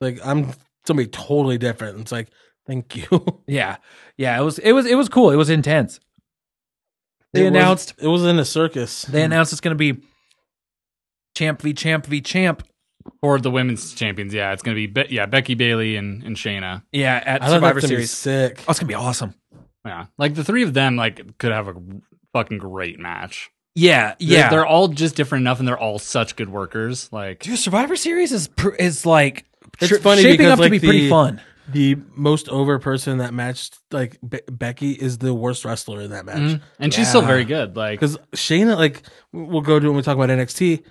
[SPEAKER 4] Like I'm somebody totally different. It's like, thank you. [laughs]
[SPEAKER 5] Yeah, yeah. It was it was it was cool. It was intense. They
[SPEAKER 4] It was-
[SPEAKER 5] announced
[SPEAKER 4] it was in a circus.
[SPEAKER 5] they announced it's going to be champ v champ v champ.
[SPEAKER 3] Or the women's champions. Yeah, it's going to be, be- yeah, Becky Bailey and, and Shayna.
[SPEAKER 5] Yeah, at
[SPEAKER 4] I thought that
[SPEAKER 5] Survivor
[SPEAKER 4] was gonna be
[SPEAKER 5] Series.
[SPEAKER 4] sick.
[SPEAKER 5] Oh, it's gonna be awesome.
[SPEAKER 3] Yeah. Like the three of them like could have a fucking great match.
[SPEAKER 5] Yeah,
[SPEAKER 3] They're-
[SPEAKER 5] yeah.
[SPEAKER 3] They're, all just different enough and they're all such good workers. Like
[SPEAKER 5] Dude, Survivor Series is pr- is like
[SPEAKER 4] It's
[SPEAKER 5] sh-
[SPEAKER 4] funny
[SPEAKER 5] shaping
[SPEAKER 4] because,
[SPEAKER 5] up to
[SPEAKER 4] like,
[SPEAKER 5] be pretty
[SPEAKER 4] the-
[SPEAKER 5] fun.
[SPEAKER 4] The most over person in that match, like Be- Becky, is the worst wrestler in that match.
[SPEAKER 3] Mhm.
[SPEAKER 5] Mm-hmm.
[SPEAKER 3] and she's still very good. Like
[SPEAKER 4] Because Shayna, like, we'll go to when we talk about NXT.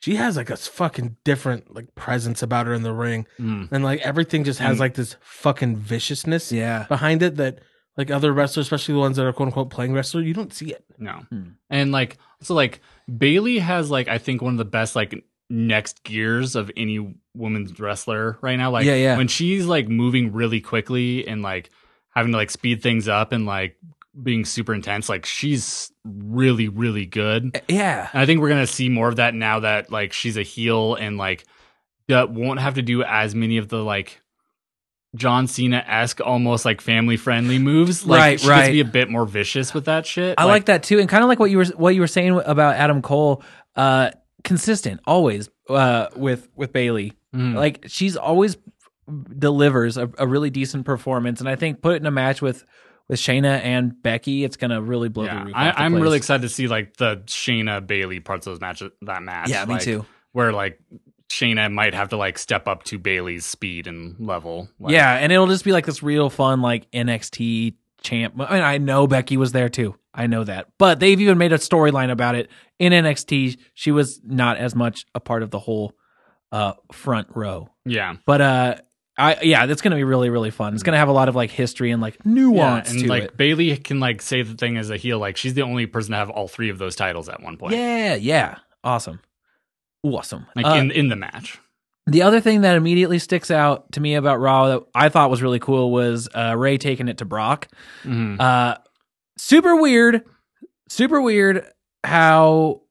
[SPEAKER 4] She has like a s- fucking different like presence about her in the ring,
[SPEAKER 3] Mm.
[SPEAKER 4] and like everything just
[SPEAKER 5] Mm.
[SPEAKER 4] has like this fucking viciousness
[SPEAKER 5] Yeah,
[SPEAKER 4] behind it that like other wrestlers, especially the ones that are quote unquote playing wrestler, you don't see it.
[SPEAKER 3] No.
[SPEAKER 5] Hmm.
[SPEAKER 3] And like so like Bailey has like I think one of the best like next gears of any woman's wrestler right now. Like
[SPEAKER 5] Yeah, yeah.
[SPEAKER 3] when she's like moving really quickly and like having to like speed things up and like being super intense, like she's really, really good.
[SPEAKER 5] yeah.
[SPEAKER 3] And I think we're gonna see more of that now that like she's a heel and like that won't have to do as many of the like John Cena esque almost like family friendly moves. Like
[SPEAKER 5] Right,
[SPEAKER 3] she gets
[SPEAKER 5] right.
[SPEAKER 3] to be a bit more vicious with that shit.
[SPEAKER 5] I like, that too, and kind of like what you were what you were saying about Adam Cole. Uh, consistent always uh, with with Bailey.
[SPEAKER 3] Mm.
[SPEAKER 5] Like she's always delivers a, a really decent performance, and I think put it in a match with with Shayna and Becky, it's gonna really blow the
[SPEAKER 3] Yeah,
[SPEAKER 5] roof. off the
[SPEAKER 3] I, I'm
[SPEAKER 5] place.
[SPEAKER 3] really excited to see like the Shayna Bailey parts of those matches. That match,
[SPEAKER 5] Yeah, me
[SPEAKER 3] like,
[SPEAKER 5] too.
[SPEAKER 3] Where like Shayna might have to like step up to Bailey's speed and level. Like,
[SPEAKER 5] yeah, and it'll just be like this real fun, like NXT champ. I mean, I know Becky was there too. I know that, but they've even made a storyline about it in NXT. She was not as much a part of the whole uh, front row,
[SPEAKER 3] yeah,
[SPEAKER 5] but uh, I yeah, that's gonna be really really fun. It's gonna have a lot of like history and like
[SPEAKER 3] yeah.
[SPEAKER 5] nuance
[SPEAKER 3] And
[SPEAKER 5] to
[SPEAKER 3] like
[SPEAKER 5] it.
[SPEAKER 3] Bailey can like say the thing as a heel. Like she's the only person to have all three of those titles at one point.
[SPEAKER 5] Yeah, yeah, awesome, awesome.
[SPEAKER 3] like
[SPEAKER 5] Uh,
[SPEAKER 3] in in the match.
[SPEAKER 5] The other thing that immediately sticks out to me about Raw that I thought was really cool was uh, Ray taking it to Brock.
[SPEAKER 3] Mhm.
[SPEAKER 5] Uh, super weird, super weird. How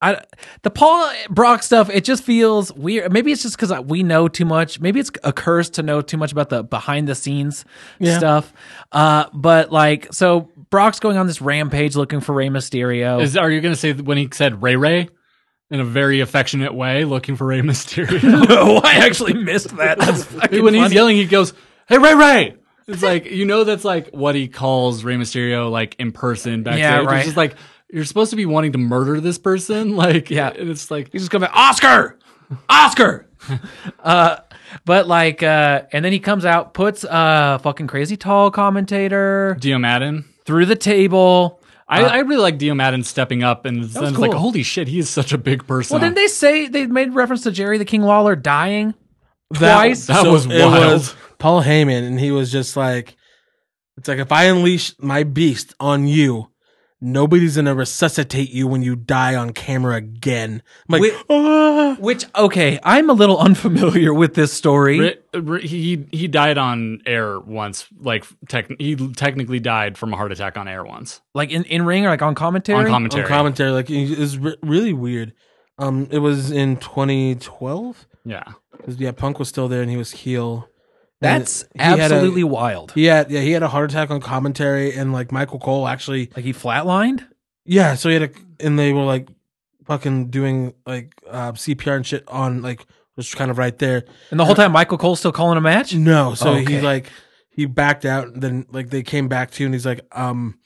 [SPEAKER 5] I the Paul Brock stuff? It just feels weird. Maybe it's just because we know too much. Maybe it's a curse to know too much about the behind the scenes
[SPEAKER 4] Yeah.
[SPEAKER 5] stuff. Uh, but like, so Brock's going on this rampage looking for Rey Mysterio. [laughs]
[SPEAKER 3] Is are you gonna say that when he said Ray Ray in a very affectionate way, looking for Ray
[SPEAKER 5] [laughs]
[SPEAKER 3] Mysterio?
[SPEAKER 5] no, I actually missed that. That's fucking
[SPEAKER 3] when he's
[SPEAKER 5] funny.
[SPEAKER 3] yelling, he goes, "Hey Ray Ray!" It's like you know that's like what he calls Rey Mysterio like in person backstage.
[SPEAKER 5] right.
[SPEAKER 3] It's just like you're supposed to be wanting to murder this person, [laughs] like
[SPEAKER 5] Yeah.
[SPEAKER 3] And it's like
[SPEAKER 5] He's just coming, Oscar, Oscar. [laughs] uh, but like, uh, and then he comes out, puts uh, fucking crazy tall commentator
[SPEAKER 3] Dio Madden.
[SPEAKER 5] through the table.
[SPEAKER 3] I, I really like Dio Madden stepping up and it's like,
[SPEAKER 5] Uh, cool.
[SPEAKER 3] holy shit, he is such a big person.
[SPEAKER 5] Well, didn't they say they made reference to Jerry the King Lawler dying twice?
[SPEAKER 3] that was
[SPEAKER 4] it
[SPEAKER 3] wild.
[SPEAKER 4] Paul Heyman, and he was just like, "It's like if I unleash my beast on you, nobody's gonna resuscitate you when you die on camera again." I'm like,
[SPEAKER 5] Wait-
[SPEAKER 4] "Ah."
[SPEAKER 5] Which okay, I'm a little [laughs] unfamiliar with this story.
[SPEAKER 3] Ri- Ri- he he died on air once. Like tech, he technically died from a heart attack on air once
[SPEAKER 5] Like in, in ring or like on commentary.
[SPEAKER 3] on commentary.
[SPEAKER 4] on commentary, like it was re- really weird. Um, it was in 2012
[SPEAKER 3] yeah,
[SPEAKER 4] because yeah, Punk was still there and he was heel. And
[SPEAKER 5] That's
[SPEAKER 4] he had a-
[SPEAKER 5] absolutely wild.
[SPEAKER 4] He had yeah, he had a heart attack on commentary, and like Michael Cole actually
[SPEAKER 5] like he flatlined.
[SPEAKER 4] Yeah, so he had a, and they were like fucking doing like uh, CPR and shit on like was kind of right there.
[SPEAKER 5] And the whole time Michael Cole's still calling a match?
[SPEAKER 4] No, so
[SPEAKER 5] Okay.
[SPEAKER 4] he like he backed out. And then like they came back to, and he's like, um,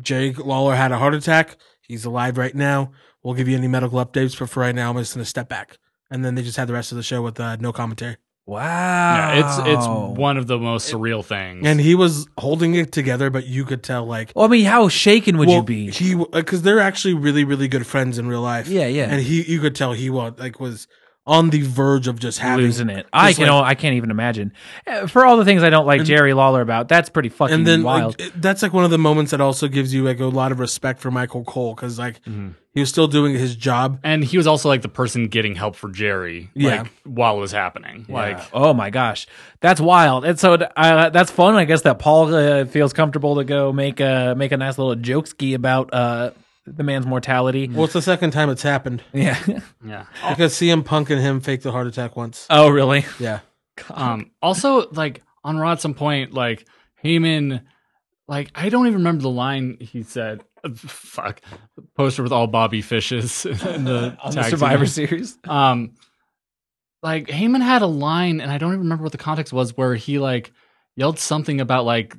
[SPEAKER 4] Jake Lawler had a heart attack. He's alive right now. We'll give you any medical updates, but for right now, I'm just gonna step back. And then they just had the rest of the show with uh, no commentary.
[SPEAKER 5] Wow.
[SPEAKER 3] yeah. It's it's one of the most surreal things.
[SPEAKER 4] Oh. And he was holding it together, but you could tell like
[SPEAKER 5] Well, I mean, how shaken would you
[SPEAKER 4] Well,
[SPEAKER 5] be?
[SPEAKER 4] He because they're actually really really good friends in real life.
[SPEAKER 5] Yeah, yeah.
[SPEAKER 4] And he you could tell he was like was on the verge of just having
[SPEAKER 5] losing it. I
[SPEAKER 4] just
[SPEAKER 5] can
[SPEAKER 4] like-
[SPEAKER 5] I can't even imagine. Uh, For all the things I don't like Jerry Lawler about, that's pretty fucking
[SPEAKER 4] And then
[SPEAKER 5] wild.
[SPEAKER 4] like, it- that's like one of the moments that also gives you like a lot of respect for Michael Cole because like
[SPEAKER 5] Mm-hmm.
[SPEAKER 4] he was still doing his job.
[SPEAKER 3] And he was also like the person getting help for Jerry,
[SPEAKER 4] Yeah.
[SPEAKER 3] like while it was happening. Like
[SPEAKER 5] Yeah. oh my gosh, that's wild. And so uh, that's fun. I guess that Paul uh, feels comfortable to go make a make a nice little joke ski about uh, the man's mortality.
[SPEAKER 4] Well, it's the second time
[SPEAKER 5] [laughs]
[SPEAKER 4] it's happened
[SPEAKER 5] Yeah.
[SPEAKER 3] yeah,
[SPEAKER 4] because CM Punk and him faked a heart attack once.
[SPEAKER 5] oh really?
[SPEAKER 4] Yeah,
[SPEAKER 3] Um, also, like on Raw at some point, like Heyman, like I don't even remember the line he said. Fuck, poster with all Bobby fishes [laughs] in the,
[SPEAKER 5] [laughs] on the
[SPEAKER 3] tag team.
[SPEAKER 5] Survivor Series.
[SPEAKER 3] Um, like Heyman had a line, and I don't even remember what the context was, where he like yelled something about like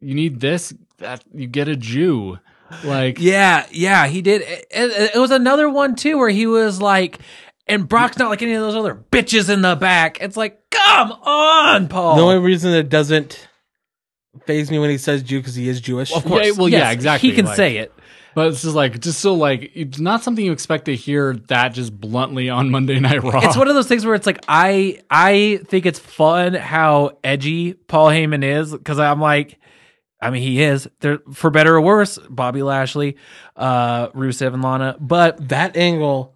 [SPEAKER 3] you need this that you get a Jew, like
[SPEAKER 5] Yeah, yeah, he did. It, it- it was another one too where he was like, and Brock's not like any of those other bitches in the back. It's like, come on, Paul.
[SPEAKER 4] The only reason it doesn't phase me when he says Jew because he is Jewish.
[SPEAKER 5] of course.
[SPEAKER 3] Yeah, well, yeah, exactly,
[SPEAKER 5] He can
[SPEAKER 3] like-
[SPEAKER 5] say it.
[SPEAKER 3] But it's just like just so like it's not something you expect to hear that just bluntly on Monday Night Raw.
[SPEAKER 5] It's one of those things where it's like I I think it's fun how edgy Paul Heyman is because I'm like, I mean he is there for better or worse. Bobby Lashley, uh, Rusev and Lana, but
[SPEAKER 4] That angle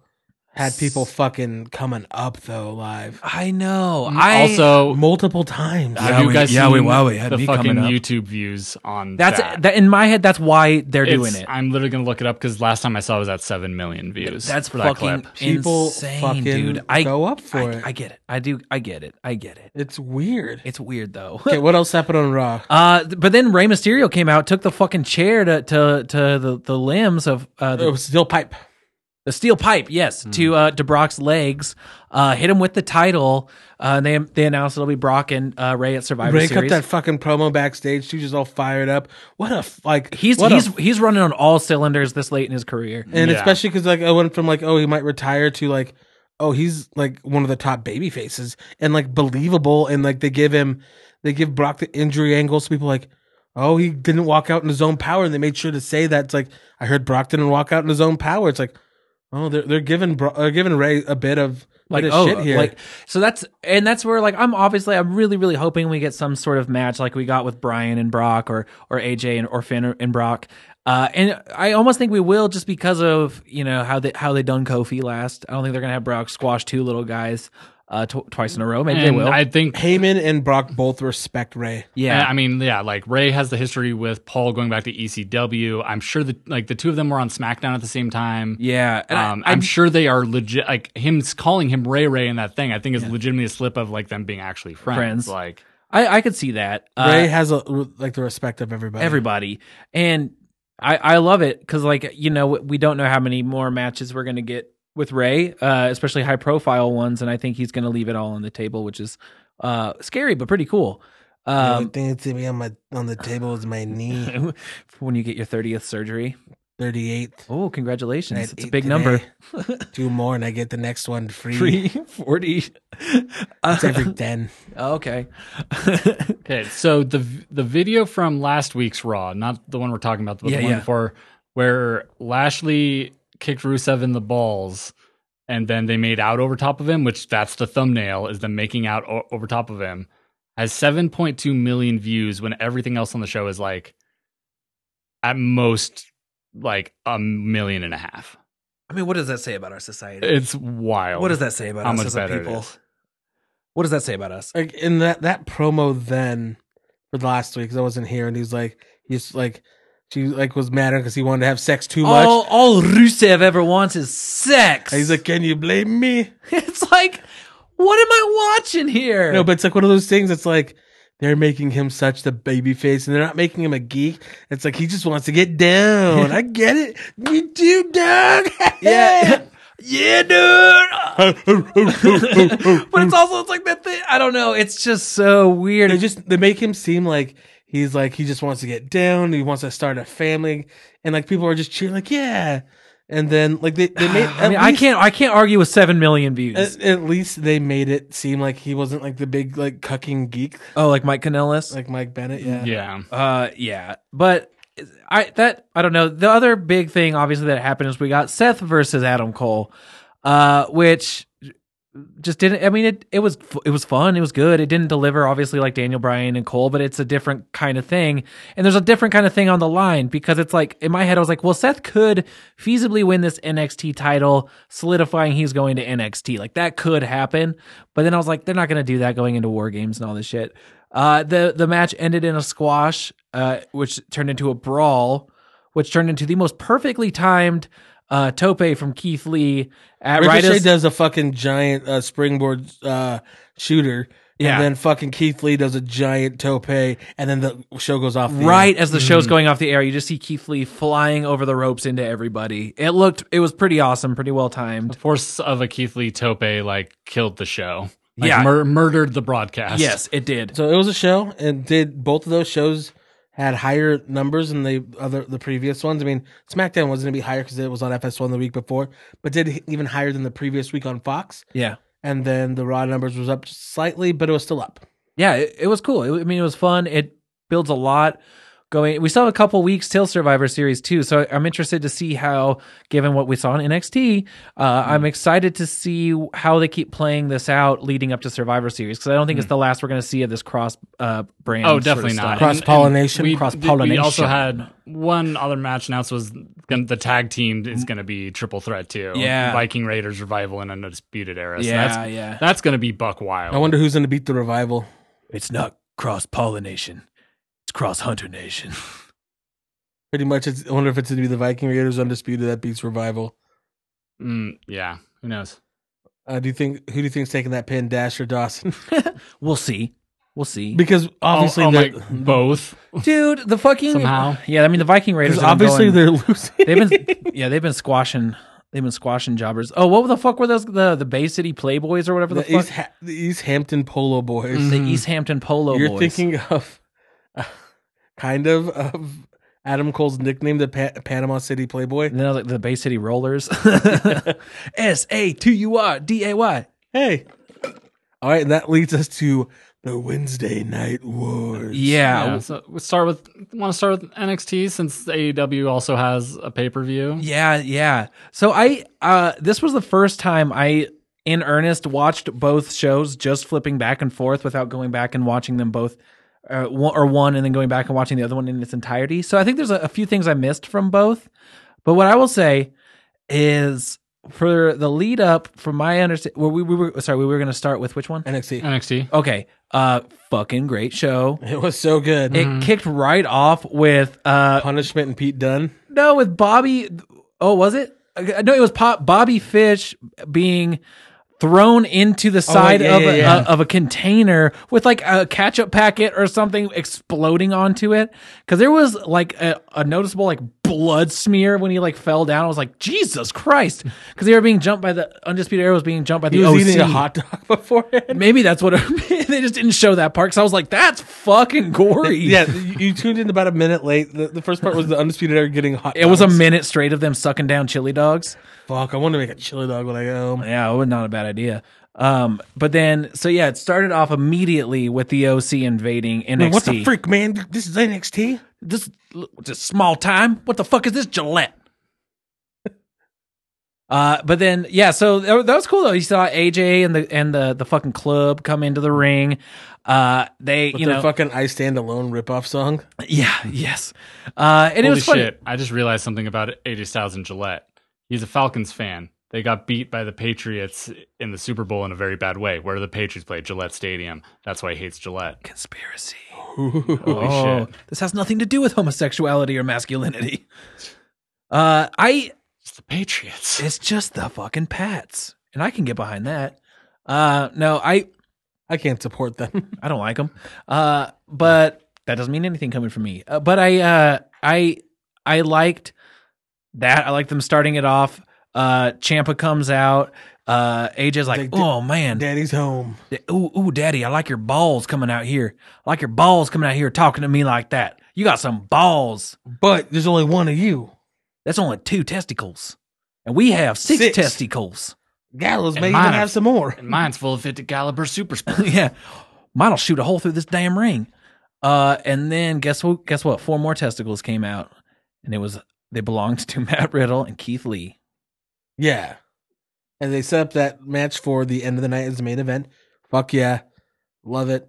[SPEAKER 4] had people fucking coming up though live
[SPEAKER 5] I know I
[SPEAKER 3] Mm, also
[SPEAKER 4] multiple times.
[SPEAKER 3] have you
[SPEAKER 5] Yowie,
[SPEAKER 3] guys
[SPEAKER 5] yowie,
[SPEAKER 3] seen
[SPEAKER 5] wowie had
[SPEAKER 3] the
[SPEAKER 5] me
[SPEAKER 3] fucking
[SPEAKER 5] coming up.
[SPEAKER 3] YouTube views on
[SPEAKER 5] that's
[SPEAKER 3] that?
[SPEAKER 5] that. in my head. That's why they're
[SPEAKER 3] It's-
[SPEAKER 5] doing it.
[SPEAKER 3] I'm literally gonna look it up because last time I saw it was at seven million views.
[SPEAKER 5] That's
[SPEAKER 3] for that
[SPEAKER 5] fucking
[SPEAKER 3] clip.
[SPEAKER 4] People
[SPEAKER 5] insane,
[SPEAKER 4] fucking
[SPEAKER 5] dude. I
[SPEAKER 4] go up for
[SPEAKER 5] I,
[SPEAKER 4] it.
[SPEAKER 5] I get it. I do. I get it. I get it.
[SPEAKER 4] it's weird.
[SPEAKER 5] It's weird though.
[SPEAKER 4] okay, what else happened on Raw?
[SPEAKER 5] [laughs] Uh, th- but then Rey Mysterio came out, took the fucking chair to to, to the, the limbs of uh,
[SPEAKER 4] It
[SPEAKER 5] the,
[SPEAKER 4] was still pipe.
[SPEAKER 5] the steel pipe, yes, to uh, to Brock's legs, uh, hit him with the title. Uh, and they they announced it'll be Brock and uh, Ray at Survivor
[SPEAKER 4] Break
[SPEAKER 5] Series.
[SPEAKER 4] up that fucking promo backstage. She's just all fired up. What a f- like.
[SPEAKER 5] he's
[SPEAKER 4] what a
[SPEAKER 5] he's he's running on all cylinders this late in his career.
[SPEAKER 4] and
[SPEAKER 3] Yeah.
[SPEAKER 4] especially because like I went from like oh he might retire to like oh he's like one of the top baby faces and like believable and like they give him they give Brock the injury angle so people like oh he didn't walk out in his own power and they made sure to say that it's like I heard Brock didn't walk out in his own power it's like oh they're they're giving Bro- they're giving Ray a bit of
[SPEAKER 5] Like
[SPEAKER 4] bit of
[SPEAKER 5] oh,
[SPEAKER 4] shit here
[SPEAKER 5] like so that's and that's where like I'm obviously I'm really really hoping we get some sort of match like we got with Brian and Brock or or AJ and or Finn and Brock. Uh, and I almost think we will just because of you know how they how they done Kofi last. I don't think they're gonna have Brock squash two little guys uh, tw- twice in a row. Maybe they
[SPEAKER 3] And
[SPEAKER 5] will.
[SPEAKER 3] I think
[SPEAKER 4] Heyman and Brock both respect Ray
[SPEAKER 5] yeah,
[SPEAKER 3] Uh, I mean, yeah, like Ray has the history with Paul going back to ECW. I'm sure that like the two of them were on SmackDown at the same time.
[SPEAKER 5] yeah. And I-
[SPEAKER 3] um,
[SPEAKER 5] I'm
[SPEAKER 3] I'm sure they are legit. Like him s- calling him Ray Ray in that thing, I think is legitimately a slip of like them being actually friends.
[SPEAKER 5] Friends.
[SPEAKER 3] Like
[SPEAKER 5] I, I could see that.
[SPEAKER 4] Ray
[SPEAKER 5] Uh,
[SPEAKER 4] has a like the respect of everybody
[SPEAKER 5] everybody. And I, I love it because, like, you know, we don't know how many more matches we're going to get with Ray, uh, especially high profile ones. And I think he's going to leave it all on the table, which is uh, scary, but pretty cool.
[SPEAKER 4] the only
[SPEAKER 5] Um, [laughs]
[SPEAKER 4] thing that's me on my on the table is my knee
[SPEAKER 5] when you get your 30th surgery.
[SPEAKER 4] 38th
[SPEAKER 5] Oh, congratulations.
[SPEAKER 4] I
[SPEAKER 5] It's a
[SPEAKER 4] ate
[SPEAKER 5] big
[SPEAKER 4] today.
[SPEAKER 5] [laughs] number.
[SPEAKER 4] Two more and I get the next one free.
[SPEAKER 5] 340. Uh,
[SPEAKER 4] It's
[SPEAKER 5] [laughs]
[SPEAKER 4] every 10.
[SPEAKER 5] okay. [laughs]
[SPEAKER 3] okay, so the v- the video from last week's Raw, not the one we're talking about, but
[SPEAKER 5] Yeah,
[SPEAKER 3] the one
[SPEAKER 5] yeah.
[SPEAKER 3] before, where Lashley kicked Rusev in the balls, and then they made out over top of him, which that's the thumbnail is them making out o- over top of him, has 7.2 million views when everything else on the show is like at most like a million and a half.
[SPEAKER 5] I mean, what does that say about our society?
[SPEAKER 3] It's wild.
[SPEAKER 5] what does that say about
[SPEAKER 3] How
[SPEAKER 5] us
[SPEAKER 3] much
[SPEAKER 5] as a
[SPEAKER 3] better it
[SPEAKER 5] people?
[SPEAKER 3] is.
[SPEAKER 5] What does that say about us?
[SPEAKER 4] Like in that that promo then for the last week, because I wasn't here, and he's like, he's like, she like was mad because he wanted to have sex too much.
[SPEAKER 5] All, all Rusev ever wants is sex.
[SPEAKER 4] And He's like, can you blame me?
[SPEAKER 5] [laughs] It's like, what am I watching here?
[SPEAKER 4] No, but it's like one of those things. It's like they're making him such the baby face, and they're not making him a geek. It's like he just wants to get down. I get it. Me too, dog.
[SPEAKER 5] [laughs]
[SPEAKER 4] [laughs]
[SPEAKER 5] yeah, yeah, dude. [laughs] But it's also it's like that thing. I don't know. It's just so weird.
[SPEAKER 4] they just they make him seem like he's like he just wants to get down he wants to start a family and like people are just cheering like yeah and then like they, they made
[SPEAKER 5] [sighs] I mean, I can't. I can't argue with seven million views.
[SPEAKER 4] at, at least they made it seem like he wasn't like the big like cucking geek
[SPEAKER 5] oh, like Mike Kanellis.
[SPEAKER 4] like mike bennett yeah
[SPEAKER 3] Yeah.
[SPEAKER 5] uh, yeah. But I that I don't know. The other big thing, obviously, that happened is we got Seth versus Adam Cole, uh, which just didn't. I mean, it it was it was fun. It was good. It didn't deliver, obviously, like Daniel Bryan and Cole, but it's a different kind of thing. And there's a different kind of thing on the line because it's like in my head, I was like, well, Seth could feasibly win this NXT title, solidifying he's going to NXT. Like that could happen. But then I was like, they're not going to do that going into War Games and all this shit. Uh, the the match ended in a squash, uh, which turned into a brawl, which turned into the most perfectly timed. Uh, tope from Keith Lee at right
[SPEAKER 4] Ricochet
[SPEAKER 5] as-
[SPEAKER 4] does a fucking giant uh, springboard uh, shooter
[SPEAKER 5] Yeah.
[SPEAKER 4] And then fucking Keith Lee does a giant tope, and then the show goes off. the
[SPEAKER 5] Right
[SPEAKER 4] air.
[SPEAKER 5] as the show's
[SPEAKER 3] Mm-hmm.
[SPEAKER 5] going off the air, you just see Keith Lee flying over the ropes into everybody. It looked, it was pretty awesome, pretty well timed.
[SPEAKER 3] Force of a Keith Lee tope like killed the show. Like,
[SPEAKER 5] Yeah.
[SPEAKER 3] mur- murdered the broadcast.
[SPEAKER 5] Yes, it did.
[SPEAKER 4] So it was a show, and did both of those shows had higher numbers than the other the previous ones? I mean, SmackDown was going to be higher because it was on FS1 the week before, but did h- even higher than the previous week on Fox.
[SPEAKER 5] Yeah,
[SPEAKER 4] And then the Raw numbers was up slightly, but it was still up.
[SPEAKER 5] yeah, it, it was cool. It, I mean, it was fun. It builds a lot. Going, we still have a couple weeks till Survivor Series too, so I'm interested to see how, given what we saw in NXT, uh,
[SPEAKER 3] Mm-hmm.
[SPEAKER 5] I'm excited to see how they keep playing this out leading up to Survivor Series because I don't think it's the last we're going to see of this cross uh, brand.
[SPEAKER 3] Mm-hmm. Oh,
[SPEAKER 5] sort of
[SPEAKER 3] definitely
[SPEAKER 5] stuff.
[SPEAKER 3] not.
[SPEAKER 4] Cross pollination,
[SPEAKER 3] we-
[SPEAKER 4] cross
[SPEAKER 3] th- We also had one other match announced was gonna, the tag team is going to be triple threat too.
[SPEAKER 5] Yeah.
[SPEAKER 3] Viking Raiders revival and undisputed era. So
[SPEAKER 5] Yeah,
[SPEAKER 3] that's,
[SPEAKER 5] yeah.
[SPEAKER 3] That's going to be Buck Wild.
[SPEAKER 4] I wonder who's going to beat the revival.
[SPEAKER 5] It's not cross pollination. It's cross hunter nation.
[SPEAKER 4] Pretty much, it's, I wonder if it's going to be the Viking Raiders undisputed that beats revival.
[SPEAKER 3] Mm, yeah. Who knows?
[SPEAKER 4] Uh, do you think who do you think's taking that pin, Dash or Dawson?
[SPEAKER 5] [laughs]
[SPEAKER 4] [laughs]
[SPEAKER 5] we'll see. We'll see.
[SPEAKER 4] because obviously,
[SPEAKER 3] oh, oh my,
[SPEAKER 4] they're,
[SPEAKER 3] both.
[SPEAKER 5] Dude, the fucking
[SPEAKER 3] Somehow.
[SPEAKER 5] Yeah, I mean the Viking Raiders.
[SPEAKER 4] because
[SPEAKER 5] have been
[SPEAKER 4] obviously
[SPEAKER 5] going-
[SPEAKER 4] they're
[SPEAKER 5] [laughs]
[SPEAKER 4] losing.
[SPEAKER 5] they've been yeah they've been squashing they've been squashing jobbers. Oh, what the fuck were those the the Bay City Playboys or whatever the, Mm-hmm.
[SPEAKER 4] the, East,
[SPEAKER 5] fuck
[SPEAKER 4] ha- the East Hampton Polo Boys.
[SPEAKER 5] the East Hampton Polo
[SPEAKER 4] You're
[SPEAKER 5] Boys.
[SPEAKER 4] thinking of [laughs] uh, kind of of Adam Cole's nickname, the pa- Panama City Playboy.
[SPEAKER 5] and then I was like the Bay City [laughs] Rollers. S A T U R D A Y.
[SPEAKER 4] Hey, all right, and that leads us to the Wednesday Night Wars.
[SPEAKER 5] Yeah.
[SPEAKER 3] Yeah, so we start with want to start with NXT since AEW also has a pay per view.
[SPEAKER 5] Yeah, yeah. So I uh this was the first time I in earnest watched both shows just flipping back and forth without going back and watching them both uh, one, or one and then going back and watching the other one in its entirety. So I think there's a, a few things I missed from both. But what I will say is for the lead up from my understanding, we, we were sorry, we were going to start with which one?
[SPEAKER 4] NXT.
[SPEAKER 3] NXT.
[SPEAKER 5] Okay. Uh fucking great show.
[SPEAKER 4] It was so good.
[SPEAKER 5] It kicked right off with uh
[SPEAKER 4] Punishment and Pete Dunne.
[SPEAKER 5] no, with Bobby. Oh, was it? Okay, No, it was Pop, Bobby Fish being thrown into the side
[SPEAKER 4] Oh, yeah,
[SPEAKER 5] of,
[SPEAKER 4] yeah,
[SPEAKER 5] a,
[SPEAKER 4] yeah.
[SPEAKER 5] a- of a container with like a ketchup packet or something exploding onto it. Because there was like a, a noticeable like blood smear when he like fell down. I was like, Jesus Christ! Because they were being jumped by the undisputed era was being jumped by the
[SPEAKER 4] He was
[SPEAKER 5] OC.
[SPEAKER 4] eating a hot dog [laughs] beforehand.
[SPEAKER 5] Maybe that's what [laughs] they just didn't show that part. Because I was like, that's fucking
[SPEAKER 4] [laughs]
[SPEAKER 5] gory.
[SPEAKER 4] Yeah, you you tuned in about a minute late. The, the first part was the Undisputed Era getting hot.
[SPEAKER 5] It was a
[SPEAKER 4] dogs.
[SPEAKER 5] minute straight of them sucking down chili dogs.
[SPEAKER 4] fuck. I want to make a chili dog when I go home.
[SPEAKER 5] Yeah, it was not a bad idea. Um, but then, so yeah, it started off immediately with the OC invading NXT.
[SPEAKER 4] What the freak, man? This is NXT.
[SPEAKER 5] This just small time. What the fuck is this Gillette? [laughs] Uh, but then, yeah, so that that was cool though. You saw AJ and the and the the fucking club come into the ring. Uh, they,
[SPEAKER 4] With
[SPEAKER 5] you
[SPEAKER 4] their
[SPEAKER 5] know,
[SPEAKER 4] fucking "I Stand Alone" ripoff song.
[SPEAKER 5] [laughs]
[SPEAKER 4] [laughs]
[SPEAKER 5] yeah, yes. Uh, and it
[SPEAKER 3] Holy
[SPEAKER 5] was funny.
[SPEAKER 3] shit! I just realized something about AJ Styles and Gillette. He's a Falcons fan. They got beat by the Patriots in the Super Bowl in a very bad way. Where do the Patriots play? Gillette Stadium. That's why he hates Gillette.
[SPEAKER 5] Conspiracy.
[SPEAKER 3] Holy
[SPEAKER 5] Oh,
[SPEAKER 3] shit!
[SPEAKER 5] this has nothing to do with homosexuality or masculinity. [laughs] Uh, I
[SPEAKER 3] It's the Patriots.
[SPEAKER 5] It's just the fucking Pats, and I can get behind that. Uh, no, I
[SPEAKER 4] I can't support them. [laughs]
[SPEAKER 5] I don't like them. Uh, but that doesn't mean anything coming from me. Uh, but I uh, I I liked that. I liked them starting it off. Uh, Champa comes out. Uh, AJ's like,
[SPEAKER 4] Like, da-
[SPEAKER 5] oh man,
[SPEAKER 4] Daddy's home.
[SPEAKER 5] ooh ooh, daddy, I like your balls coming out here. I like your balls coming out here talking to me like that. You got some balls.
[SPEAKER 4] But there's only one of you.
[SPEAKER 5] That's only two testicles, and we have six,
[SPEAKER 4] Six.
[SPEAKER 5] testicles.
[SPEAKER 4] Gallows may
[SPEAKER 3] And
[SPEAKER 4] even
[SPEAKER 3] mine are-
[SPEAKER 4] have some more.
[SPEAKER 3] And mine's full of 50 caliber super. sp-
[SPEAKER 5] [laughs] yeah, mine'll shoot a hole through this damn ring. Uh, and then guess what? Guess what? Four more testicles came out, and it was they belonged to [laughs] Matt Riddle and Keith Lee.
[SPEAKER 4] Yeah. And they set up that match for the end of the night as the main event. Fuck yeah. Love it.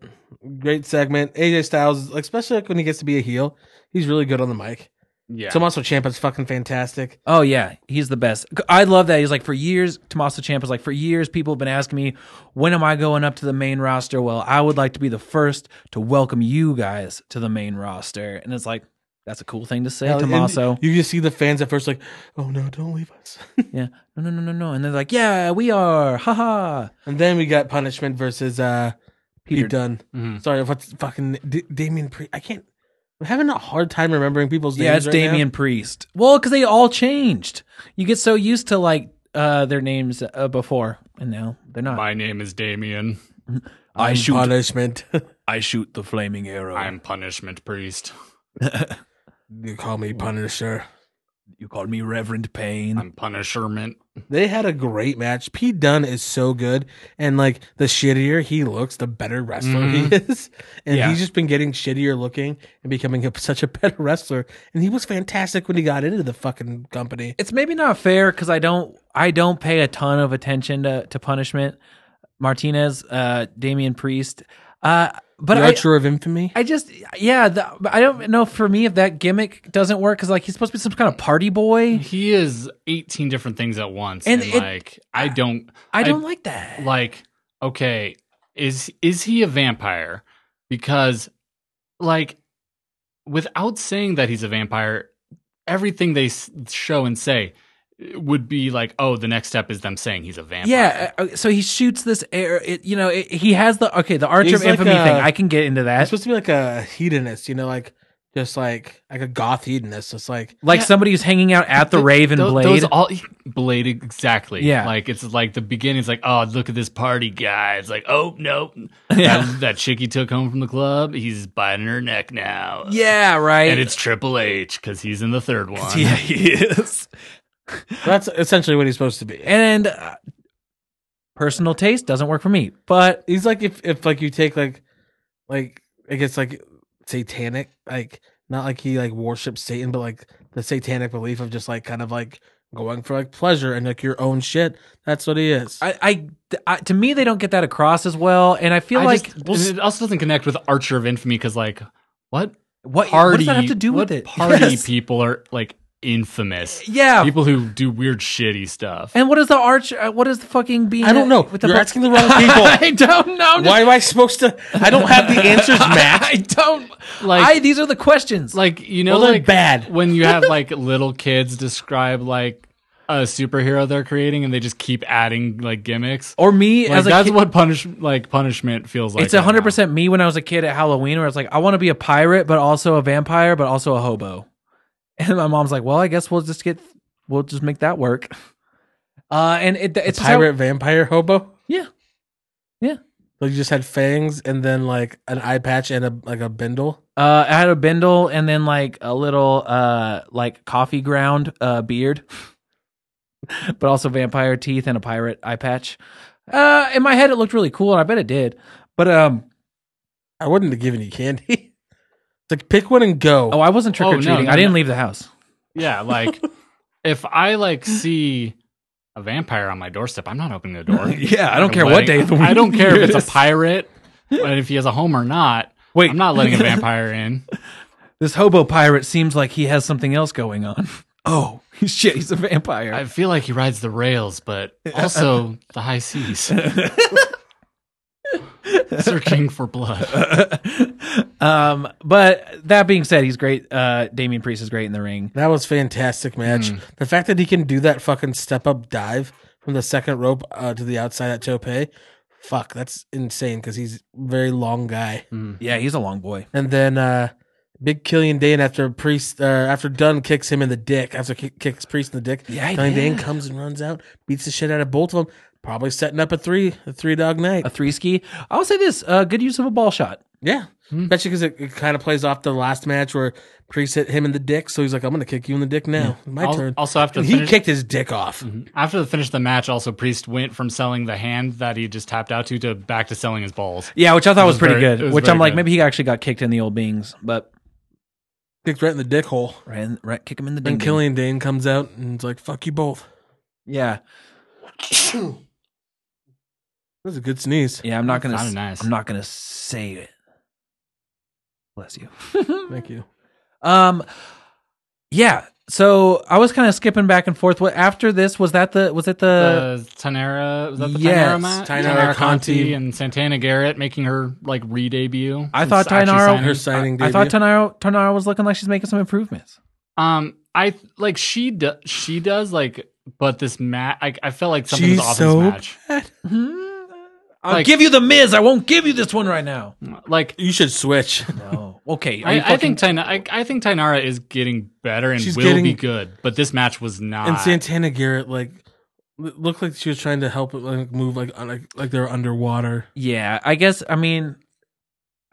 [SPEAKER 4] Great segment. AJ Styles, especially like when he gets to be a heel, he's really good on the mic.
[SPEAKER 3] Yeah.
[SPEAKER 4] Tommaso Ciampa's fucking fantastic.
[SPEAKER 5] Oh yeah, he's the best. I love that. He's like for years. Tommaso Ciampa's like for years. People have been asking me when am I going up to the main roster. Well, I would like to be the first to welcome you guys to the main roster, and it's like that's a cool thing to say,
[SPEAKER 4] Hell, and [laughs]
[SPEAKER 5] Tommaso.
[SPEAKER 4] You just see the fans at first like, oh no, don't leave us.
[SPEAKER 5] yeah, no, no, no, no, no, and they're like, yeah, we are, haha.
[SPEAKER 4] and then we got punishment versus uh
[SPEAKER 5] Peter
[SPEAKER 4] Pete Dunn.
[SPEAKER 3] Mhm.
[SPEAKER 4] Sorry, what's fucking D- Damien Priest? I can't. I'm having a hard time remembering people's names.
[SPEAKER 5] Yeah, it's
[SPEAKER 4] right now.
[SPEAKER 5] Damien Priest. Well, because they all changed. You get so used to like uh, their names uh, before, and now they're not.
[SPEAKER 3] My name is Damien.
[SPEAKER 5] I
[SPEAKER 4] I'm
[SPEAKER 5] shoot.
[SPEAKER 4] punishment. [laughs]
[SPEAKER 5] I shoot the flaming arrow.
[SPEAKER 3] I'm Punishment Priest.
[SPEAKER 4] you call me Punisher.
[SPEAKER 5] you called me Reverend Payne.
[SPEAKER 3] I'm Punishment.
[SPEAKER 4] They had a great match. Pete Dunn is so good, and like the shittier he looks, the better wrestler he is. [laughs] And
[SPEAKER 5] Mm-hmm. Yeah.
[SPEAKER 4] he's just been getting shittier looking and becoming a, such a better [laughs] wrestler. And he was fantastic when he got into the fucking company.
[SPEAKER 5] it's maybe not fair because I don't I don't pay a ton of attention to, to punishment. Martinez, uh, Damian Priest, uh, but
[SPEAKER 4] the
[SPEAKER 5] I,
[SPEAKER 4] Archer of Infamy.
[SPEAKER 5] I just yeah the, but I don't know for me if that gimmick doesn't work because like he's supposed to be some kind of party boy.
[SPEAKER 3] He is 18 different things at once.
[SPEAKER 5] Mm. And
[SPEAKER 3] And,
[SPEAKER 5] it-
[SPEAKER 3] like, I don't.
[SPEAKER 5] I
[SPEAKER 3] I-
[SPEAKER 5] don't like that.
[SPEAKER 3] like okay is is he a vampire because like without saying that he's a vampire everything they s- show and say would be like oh the next step is them saying he's a vampire
[SPEAKER 5] Yeah, uh, uh, so he shoots this air. It, you know, it, he has the okay the Archer
[SPEAKER 4] He's
[SPEAKER 5] of
[SPEAKER 4] like
[SPEAKER 5] Infamy
[SPEAKER 4] a-
[SPEAKER 5] thing. I can get into
[SPEAKER 4] It's
[SPEAKER 5] that.
[SPEAKER 4] supposed to be like a hedonist, you know, like just like like a goth hedonist. It's like
[SPEAKER 5] Like
[SPEAKER 3] Yeah.
[SPEAKER 5] somebody who's hanging out at the
[SPEAKER 3] Th-
[SPEAKER 5] Raven
[SPEAKER 3] tho-
[SPEAKER 5] Blade.
[SPEAKER 3] Those all [laughs] blade exactly.
[SPEAKER 5] Yeah.
[SPEAKER 3] like it's like the beginning. It's like, oh, look at this party guy. It's like, oh no,
[SPEAKER 5] [laughs] Yeah.
[SPEAKER 3] that, that chick he took home from the club. He's biting her neck now.
[SPEAKER 5] yeah, right.
[SPEAKER 3] and it's Triple H because he's in the third one.
[SPEAKER 5] [laughs] yeah, he is.
[SPEAKER 4] that's essentially what he's supposed to be.
[SPEAKER 5] And uh, personal taste doesn't work for me, but
[SPEAKER 4] he's like if if like you take like like I guess like satanic like not like he like worships Satan, but like the satanic belief of just like kind of like going for like pleasure and like your own shit. That's what he is.
[SPEAKER 5] I, I, I to me they don't get that across as well. And I feel
[SPEAKER 3] I
[SPEAKER 5] like
[SPEAKER 3] just- and it also doesn't connect with Archer of Infamy because like what
[SPEAKER 5] what,
[SPEAKER 3] party
[SPEAKER 5] what does that have to do
[SPEAKER 3] what
[SPEAKER 5] with it?
[SPEAKER 3] Party
[SPEAKER 5] [laughs] Yes.
[SPEAKER 3] people are like infamous.
[SPEAKER 5] yeah.
[SPEAKER 3] People who do weird shitty stuff.
[SPEAKER 5] and what is the arch? uh, What is the fucking being?
[SPEAKER 4] I don't know.
[SPEAKER 5] With the
[SPEAKER 4] You're
[SPEAKER 5] bu-
[SPEAKER 4] asking the wrong people.
[SPEAKER 5] [laughs] I don't know. I'm just-
[SPEAKER 4] Why am I supposed to? I don't have
[SPEAKER 5] [laughs]
[SPEAKER 4] the answers, Matt.
[SPEAKER 5] I don't like.
[SPEAKER 3] Like-
[SPEAKER 5] I these are the questions.
[SPEAKER 3] like you know
[SPEAKER 4] Well, they're
[SPEAKER 3] like
[SPEAKER 4] bad.
[SPEAKER 3] when
[SPEAKER 5] [laughs]
[SPEAKER 3] you have like little kids describe like a superhero they're creating and they just keep adding like gimmicks.
[SPEAKER 5] or me
[SPEAKER 3] Like,
[SPEAKER 5] as a
[SPEAKER 3] that's
[SPEAKER 5] kid,
[SPEAKER 3] what punish like punishment feels like.
[SPEAKER 5] it's a
[SPEAKER 3] right
[SPEAKER 5] hundred
[SPEAKER 3] now.
[SPEAKER 5] percent me when I was a kid at Halloween, where it's like I want to be a pirate, but also a vampire, but also a hobo. [laughs] And my mom's like, "Well, I guess we'll just get, we'll just make that work." [laughs] Uh, and it, it's just how-
[SPEAKER 4] Pirate, vampire, hobo.
[SPEAKER 5] Yeah. Yeah.
[SPEAKER 4] Like you just had fangs and then like an eye patch and a like a bindle.
[SPEAKER 5] Uh, I had a bindle and then like a little uh like coffee ground uh beard, [laughs] but also vampire teeth and a pirate eye patch. Uh, in my head it looked really cool, and I bet it did. But um,
[SPEAKER 4] I wouldn't have given you candy. [laughs] It's like pick one and go.
[SPEAKER 5] oh, I wasn't
[SPEAKER 3] Oh,
[SPEAKER 5] trick
[SPEAKER 3] no,
[SPEAKER 5] or treating.
[SPEAKER 3] no,
[SPEAKER 5] I didn't
[SPEAKER 3] no.
[SPEAKER 5] leave
[SPEAKER 3] [laughs]
[SPEAKER 5] the house.
[SPEAKER 3] Yeah,
[SPEAKER 5] [laughs]
[SPEAKER 3] like if I like see a vampire on my doorstep, I'm not opening the door.
[SPEAKER 5] [laughs] Yeah, I
[SPEAKER 3] At a wedding. [laughs] I don't care if it's a pirate, but if he has a home or not.
[SPEAKER 5] Wait.
[SPEAKER 3] I'm not letting a vampire in.
[SPEAKER 5] [laughs] This hobo pirate seems like he has something else going on. [laughs] Oh, shit, he's a vampire.
[SPEAKER 3] I feel like he rides the rails, but also the high seas. Searching for blood.
[SPEAKER 5] um, but that being said, he's great. Uh, Damien Priest is great in the ring.
[SPEAKER 4] That was fantastic match.
[SPEAKER 5] Hmm.
[SPEAKER 4] The fact that he can do that fucking step up dive from the second rope uh, to the outside at Tope, fuck, that's insane because he's a very long guy.
[SPEAKER 3] Hmm.
[SPEAKER 5] Yeah, he's a long boy.
[SPEAKER 4] And then uh, Big Killian Dane after Priest uh, after Dunn kicks him in the dick after ki- kicks Priest in the dick.
[SPEAKER 5] Yeah, he
[SPEAKER 4] Killian
[SPEAKER 5] did.
[SPEAKER 4] Dane comes and runs out, beats the shit out of both of them. Probably setting up a three a three dog night.
[SPEAKER 5] A three ski. I'll say this: uh, good use of a ball shot.
[SPEAKER 4] Yeah.
[SPEAKER 5] hmm.
[SPEAKER 4] Especially because it, it kind of plays off the last match where Priest hit him in the dick, so he's like, "I'm gonna kick you in the dick now.
[SPEAKER 5] Hmm.
[SPEAKER 4] My
[SPEAKER 3] Al-
[SPEAKER 4] turn."
[SPEAKER 3] Also, after
[SPEAKER 4] And
[SPEAKER 3] the,
[SPEAKER 4] he
[SPEAKER 3] finish, Mhm.
[SPEAKER 4] kicked his dick off.
[SPEAKER 3] after the finish of the match, also Priest went from selling the hand that he just tapped out to to back to selling his balls.
[SPEAKER 5] Yeah, which I thought was,
[SPEAKER 3] was
[SPEAKER 5] pretty
[SPEAKER 3] very- it
[SPEAKER 5] good.
[SPEAKER 3] was
[SPEAKER 5] Which
[SPEAKER 3] very
[SPEAKER 5] I'm like,
[SPEAKER 3] good.
[SPEAKER 5] maybe he actually got kicked in the old beings, but
[SPEAKER 4] Kicked right in the dick hole.
[SPEAKER 5] ran, ran kick him in the
[SPEAKER 4] Then
[SPEAKER 5] ding. ding.
[SPEAKER 4] Killian Dane comes out and it's like, fuck you both.
[SPEAKER 5] Yeah,
[SPEAKER 4] That's a good sneeze.
[SPEAKER 5] yeah. I'm not gonna.
[SPEAKER 3] Sounded
[SPEAKER 5] s-
[SPEAKER 3] nice.
[SPEAKER 5] I'm not gonna say it. Bless you.
[SPEAKER 3] [laughs]
[SPEAKER 4] Thank you.
[SPEAKER 5] Um, yeah. So I was kind of skipping back and forth. What after this was that the was it the,
[SPEAKER 3] the Tanera was that the
[SPEAKER 5] yes,
[SPEAKER 3] Tanera match?
[SPEAKER 4] Tainara Conti.
[SPEAKER 3] Conti and Santana Garrett making her like re-debut.
[SPEAKER 5] I
[SPEAKER 3] since
[SPEAKER 5] thought
[SPEAKER 3] actually
[SPEAKER 5] Tainara-
[SPEAKER 3] signing.
[SPEAKER 4] Her signing
[SPEAKER 5] I, I
[SPEAKER 4] debut.
[SPEAKER 5] thought Tanaro Tanaro was looking like she's making some improvements.
[SPEAKER 3] Um, I like she do, she does like, but this match, I, I felt like something
[SPEAKER 4] She's
[SPEAKER 3] was off in
[SPEAKER 4] so
[SPEAKER 3] this match.
[SPEAKER 5] Hmm. I'll
[SPEAKER 3] Like-
[SPEAKER 5] give you the Miz. I won't give you this one right now.
[SPEAKER 3] Like
[SPEAKER 4] You should switch. [laughs]
[SPEAKER 5] No. Okay. Are
[SPEAKER 3] I,
[SPEAKER 5] you
[SPEAKER 3] I think Tina, I, I think Tainara is getting better and
[SPEAKER 4] She's
[SPEAKER 3] will
[SPEAKER 4] getting-
[SPEAKER 3] be good, but this match was not.
[SPEAKER 4] and Santana Garrett like l- looked like she was trying to help it like move like on- like, like they were underwater.
[SPEAKER 5] Yeah, I guess I mean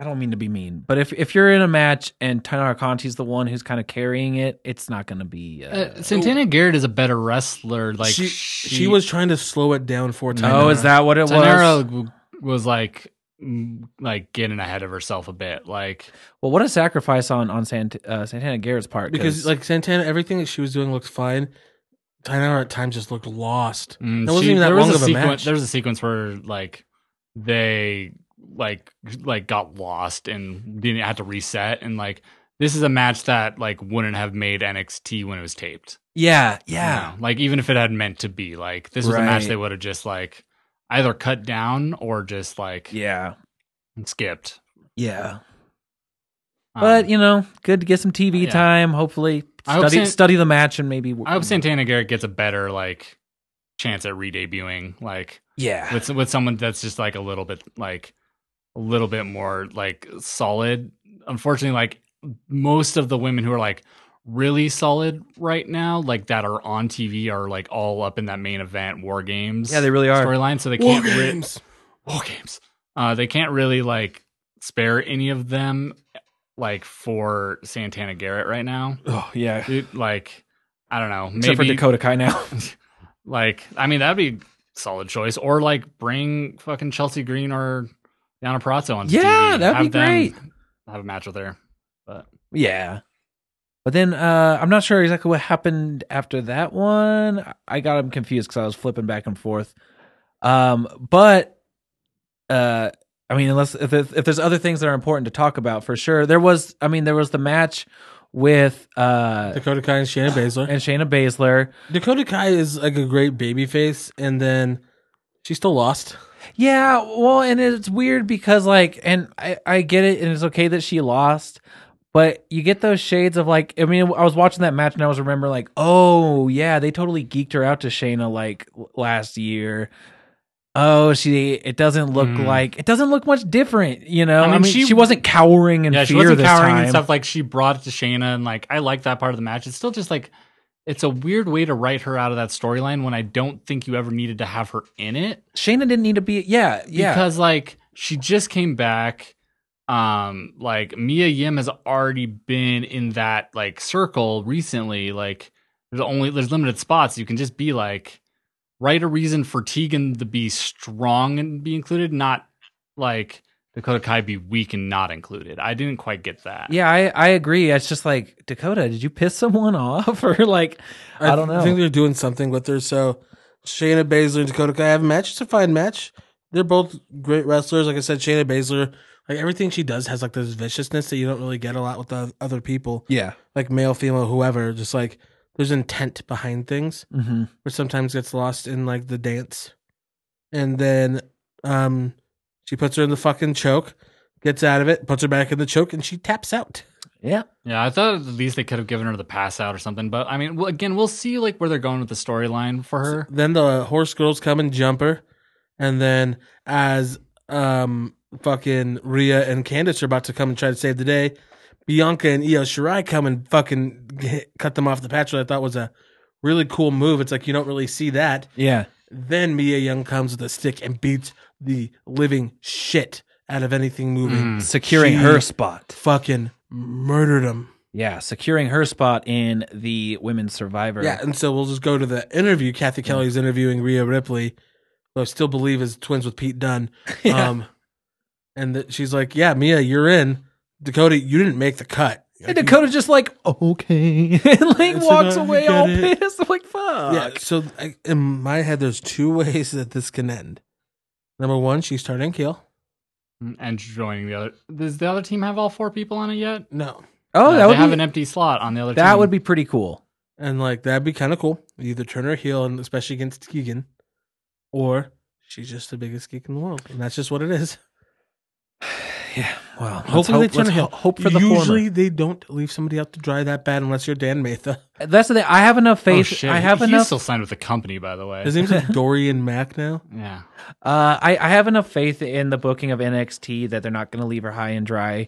[SPEAKER 5] I don't mean to be mean, but if if you're in a match and Tainara Conti's the one who's kind of carrying it, it's not going to be uh,
[SPEAKER 3] Uh, Santana Garrett is a better wrestler. Like
[SPEAKER 4] she, she was trying to slow it down for time.
[SPEAKER 5] Oh, is that what it
[SPEAKER 3] Tainara
[SPEAKER 5] was?
[SPEAKER 3] w- was like mm, like getting ahead of herself a bit. Like
[SPEAKER 5] Well, what a sacrifice on on Sant- uh, Santana Garrett's part
[SPEAKER 4] because like Santana, everything that she was doing looked fine. Tainara at times just looked lost.
[SPEAKER 3] mm,
[SPEAKER 4] That wasn't
[SPEAKER 3] she-
[SPEAKER 4] even that
[SPEAKER 3] there
[SPEAKER 4] long
[SPEAKER 3] was a
[SPEAKER 4] of a
[SPEAKER 3] sequen-
[SPEAKER 4] match.
[SPEAKER 3] There was a sequence where like they like like got lost and didn't have to reset and like. This is a match that like wouldn't have made NXT when it was taped.
[SPEAKER 5] yeah,
[SPEAKER 3] Yeah.
[SPEAKER 5] yeah.
[SPEAKER 3] Like even if it had meant to be, like this was a match
[SPEAKER 5] Right.
[SPEAKER 3] they would have just like either cut down or just like
[SPEAKER 5] Yeah.
[SPEAKER 3] skipped.
[SPEAKER 5] Yeah.
[SPEAKER 3] Um,
[SPEAKER 5] but, you know, good to get some TV
[SPEAKER 3] yeah.
[SPEAKER 5] time, hopefully.
[SPEAKER 3] I hope
[SPEAKER 5] Study
[SPEAKER 3] Sant-
[SPEAKER 5] study the match and maybe
[SPEAKER 3] I hope Santana Garrett gets a better like chance at redebuting, like
[SPEAKER 5] Yeah.
[SPEAKER 3] with with someone that's just like a little bit like a little bit more like solid. Unfortunately, like most of the women who are like really solid right now, like that are on TV, are like all up in that main event War Games.
[SPEAKER 5] Yeah, they really are.
[SPEAKER 3] storyline, so they
[SPEAKER 4] War
[SPEAKER 3] can't. Re-
[SPEAKER 4] games.
[SPEAKER 3] war games. Uh, they can't really like spare any of them like for Santana Garrett right now.
[SPEAKER 5] Oh, yeah.
[SPEAKER 3] Dude, like I don't know,
[SPEAKER 5] Except for
[SPEAKER 3] maybe
[SPEAKER 5] Dakota Kai now. [laughs]
[SPEAKER 3] [laughs] like I mean that'd be solid choice, or like bring fucking Chelsea Green or Diana Prato on.
[SPEAKER 5] Yeah,
[SPEAKER 3] TV.
[SPEAKER 5] that'd be
[SPEAKER 3] them
[SPEAKER 5] great.
[SPEAKER 3] Have a match with her.
[SPEAKER 5] Yeah. But then uh, I'm not sure exactly what happened after that one. I- I got him confused because I was flipping back and forth. Um, but uh, I mean, unless if, if, if there's other things that are important to talk about, for sure there was. I mean, there was the match with uh,
[SPEAKER 4] Dakota Kai and Shayna Baszler.
[SPEAKER 5] and Shayna Baszler.
[SPEAKER 4] Dakota Kai is like a great baby face, and then she still lost.
[SPEAKER 5] Yeah, well, and it's weird because like, and I I get it, and it's okay that she lost, but you get those shades of like, I mean, I was watching that match and I was remembering like, oh yeah, they totally geeked her out to Shayna like w- last year. Oh, she it doesn't look
[SPEAKER 3] Mm.
[SPEAKER 5] like it doesn't look much different, you know. I mean, she,
[SPEAKER 3] she-
[SPEAKER 5] wasn't cowering in
[SPEAKER 3] yeah,
[SPEAKER 5] fear
[SPEAKER 3] she wasn't
[SPEAKER 5] this
[SPEAKER 3] cowering
[SPEAKER 5] time.
[SPEAKER 3] and stuff. Like she brought it to Shayna, and like I like that part of the match. It's still just like it's a weird way to write her out of that storyline when I don't think you ever needed to have her in it.
[SPEAKER 5] Shayna didn't need to be. Yeah, yeah.
[SPEAKER 3] because like she just came back um like mia yim has already been in that like circle recently like there's only there's limited spots you can just be like write a reason for tegan to be strong and be included not like dakota kai be weak and not included i didn't quite get that
[SPEAKER 5] yeah, I, I agree. It's just like Dakota. Did you piss someone [laughs] off or like I don't know?
[SPEAKER 4] think they're doing something with her. So Shayna Baszler and Dakota Kai have a match. It's a fine match. They're both great wrestlers. Like I said, Shayna Baszler, like everything she does has like this viciousness that you don't really get a lot with the other people,
[SPEAKER 5] yeah.
[SPEAKER 4] like male, female, whoever. Just like there's intent behind things,
[SPEAKER 5] Mm-hmm.
[SPEAKER 4] which sometimes gets lost in like the dance. And then um she puts her in the fucking choke, gets out of it, puts her back in the choke, and she taps out.
[SPEAKER 5] Yeah.
[SPEAKER 3] Yeah, I thought at least they could have given her the pass out or something but i mean well, again we'll see like where they're going with the storyline for her
[SPEAKER 4] Then the horse girls come and jump her, and then as um fucking Rhea and Candace are about to come and try to save the day, Bianca and Io Shirai come and fucking hit, cut them off the patch. What I thought was a really cool move. It's like you don't really see that.
[SPEAKER 5] Yeah.
[SPEAKER 4] Then Mia Young comes with a stick and beats the living shit out of anything moving.
[SPEAKER 3] Mm.
[SPEAKER 5] securing
[SPEAKER 4] Hmm. She-
[SPEAKER 5] her spot.
[SPEAKER 4] Fucking murdered him.
[SPEAKER 5] Yeah, securing her spot in the women's survivor.
[SPEAKER 4] Yeah, [laughs] and so we'll just go to the interview. Kathy Kelly's interviewing Rhea Ripley, who I still believe is twins with Pete Dunne.
[SPEAKER 5] [laughs] Yeah.
[SPEAKER 4] Um, and th- she's like, "Yeah, Mia, you're in. Dakota, you didn't make the cut.
[SPEAKER 5] And Dakota's just like, okay. [laughs] and like
[SPEAKER 4] It's
[SPEAKER 5] walks
[SPEAKER 4] like, I
[SPEAKER 5] away
[SPEAKER 4] get
[SPEAKER 5] all
[SPEAKER 4] it.
[SPEAKER 5] pissed. I'm like, fuck.
[SPEAKER 4] yeah." So I, in my head, there's two [laughs] ways that this can end. Number one, she's turning heel.
[SPEAKER 3] Mm-hmm. and joining the other does the other team have all four people on it yet
[SPEAKER 4] No,
[SPEAKER 5] Oh,
[SPEAKER 3] Uh,
[SPEAKER 5] that
[SPEAKER 3] they have
[SPEAKER 5] would
[SPEAKER 3] an
[SPEAKER 5] be,
[SPEAKER 3] empty slot on the other.
[SPEAKER 5] that
[SPEAKER 3] team. oh,
[SPEAKER 5] would be pretty cool.
[SPEAKER 4] and like that'd be kind of cool. You either turn her heel, and especially against Keegan, [sighs] or she's just the biggest geek in the world, and that's just what it is.
[SPEAKER 5] [sighs] Yeah. Well, let's
[SPEAKER 4] Hopefully
[SPEAKER 5] hope,
[SPEAKER 4] they turn
[SPEAKER 5] let's
[SPEAKER 4] a hill.
[SPEAKER 5] ho- hope for the
[SPEAKER 4] Usually
[SPEAKER 5] former.
[SPEAKER 4] they don't leave somebody out to dry that bad unless you're Dan Matha.
[SPEAKER 5] That's the thing. I have enough
[SPEAKER 3] Oh,
[SPEAKER 5] faith.
[SPEAKER 3] shit.
[SPEAKER 5] I have
[SPEAKER 3] He's
[SPEAKER 5] enough.
[SPEAKER 3] still signed with the company, by the way.
[SPEAKER 4] His name's
[SPEAKER 5] [laughs]
[SPEAKER 4] like Dorian Mack now.
[SPEAKER 3] yeah.
[SPEAKER 5] Uh, I, I have enough faith in the booking of NXT that they're not going to leave her high and dry.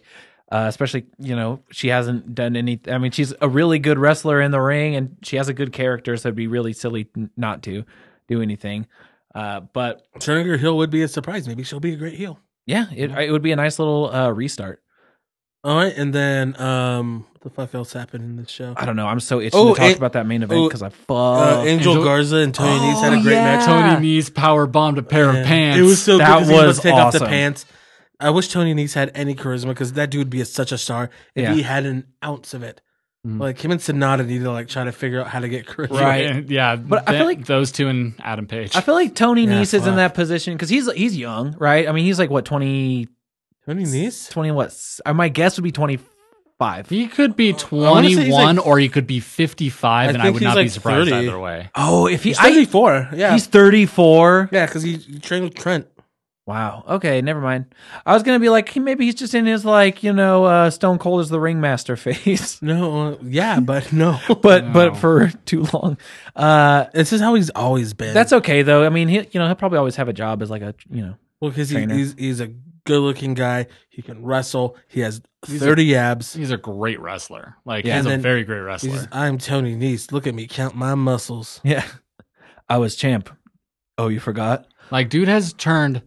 [SPEAKER 5] Uh, especially, you know, she hasn't done any. I mean, she's a really good wrestler in the ring, and she has a good character, so it'd be really silly n- not to do anything. Uh, but
[SPEAKER 4] Turning her heel would be a surprise. Maybe she'll be a great heel.
[SPEAKER 5] yeah, it,
[SPEAKER 4] Mm-hmm.
[SPEAKER 5] it would be a nice little uh, restart.
[SPEAKER 4] All right, and then um, what the fuck else happened in this show?
[SPEAKER 5] I don't know. I'm so itching
[SPEAKER 4] Oh,
[SPEAKER 5] to talk
[SPEAKER 4] and-
[SPEAKER 5] about that main event
[SPEAKER 4] oh,
[SPEAKER 5] because I
[SPEAKER 4] Uh,
[SPEAKER 5] fuck.
[SPEAKER 4] Angel,
[SPEAKER 3] Angel-
[SPEAKER 4] Garza and Tony
[SPEAKER 5] Oh,
[SPEAKER 4] Nese had a great
[SPEAKER 5] yeah.
[SPEAKER 4] match.
[SPEAKER 3] Tony
[SPEAKER 5] Ah.
[SPEAKER 3] Mee's power bombed a pair
[SPEAKER 4] Yeah.
[SPEAKER 3] of pants.
[SPEAKER 4] It
[SPEAKER 3] [laughs]
[SPEAKER 4] was so
[SPEAKER 5] That
[SPEAKER 4] good. 'cause he
[SPEAKER 5] was
[SPEAKER 4] to take off the
[SPEAKER 5] awesome.
[SPEAKER 4] pants. I wish Tony Nese had any charisma because that dude would be a, such a star if
[SPEAKER 5] Yeah. Mm-hmm.
[SPEAKER 4] he had an ounce of it.
[SPEAKER 3] Mm.
[SPEAKER 4] Like him and Sonata need to like try to figure out how to get charisma.
[SPEAKER 5] Right.
[SPEAKER 3] Yeah.
[SPEAKER 5] But I feel like-
[SPEAKER 3] those two and Adam Page.
[SPEAKER 5] I feel like Tony
[SPEAKER 4] Yeah,
[SPEAKER 5] Nese is
[SPEAKER 4] fuck.
[SPEAKER 5] in that position because he's he's young, right? I mean, he's like what 20,
[SPEAKER 4] Tony Nese.
[SPEAKER 5] 20 what? S- uh, My guess would be twenty five.
[SPEAKER 3] he could be
[SPEAKER 4] wanna say he's
[SPEAKER 3] 21
[SPEAKER 4] like-
[SPEAKER 3] or he could be 55,
[SPEAKER 4] I
[SPEAKER 3] and I
[SPEAKER 4] think
[SPEAKER 3] would
[SPEAKER 4] he's
[SPEAKER 3] not be
[SPEAKER 4] like
[SPEAKER 3] surprised
[SPEAKER 4] 30.
[SPEAKER 3] either way.
[SPEAKER 5] Oh, if he,
[SPEAKER 4] He's
[SPEAKER 5] I,
[SPEAKER 4] thirty four. Yeah,
[SPEAKER 5] he's thirty four.
[SPEAKER 4] yeah, because he, he trained with Trent.
[SPEAKER 5] Wow. Okay, never mind. I was gonna be like, he, maybe he's just in his like, you know, uh, Stone Cold is the ringmaster [laughs] phase,
[SPEAKER 4] No, uh, yeah, but
[SPEAKER 5] [laughs]
[SPEAKER 4] no.
[SPEAKER 5] but
[SPEAKER 3] No.
[SPEAKER 5] but for [laughs] too long. Uh,
[SPEAKER 4] this is how he's always been.
[SPEAKER 5] that's okay though. I mean, he, you know, he'll probably always have a job as like a, you know,
[SPEAKER 4] well because he,
[SPEAKER 5] Trainer.
[SPEAKER 4] he's he's a good looking guy. He can wrestle. He has
[SPEAKER 3] He's a-
[SPEAKER 4] thirty abs.
[SPEAKER 3] He's a great wrestler. Like,
[SPEAKER 5] Yeah.
[SPEAKER 3] he's
[SPEAKER 4] And
[SPEAKER 3] a
[SPEAKER 4] then-
[SPEAKER 3] very great
[SPEAKER 4] He's just,
[SPEAKER 3] wrestler.
[SPEAKER 4] I'm Tony Nese. Look at me, count my muscles.
[SPEAKER 5] yeah. [laughs] I was champ. Oh, you forgot.
[SPEAKER 3] Like, dude has turned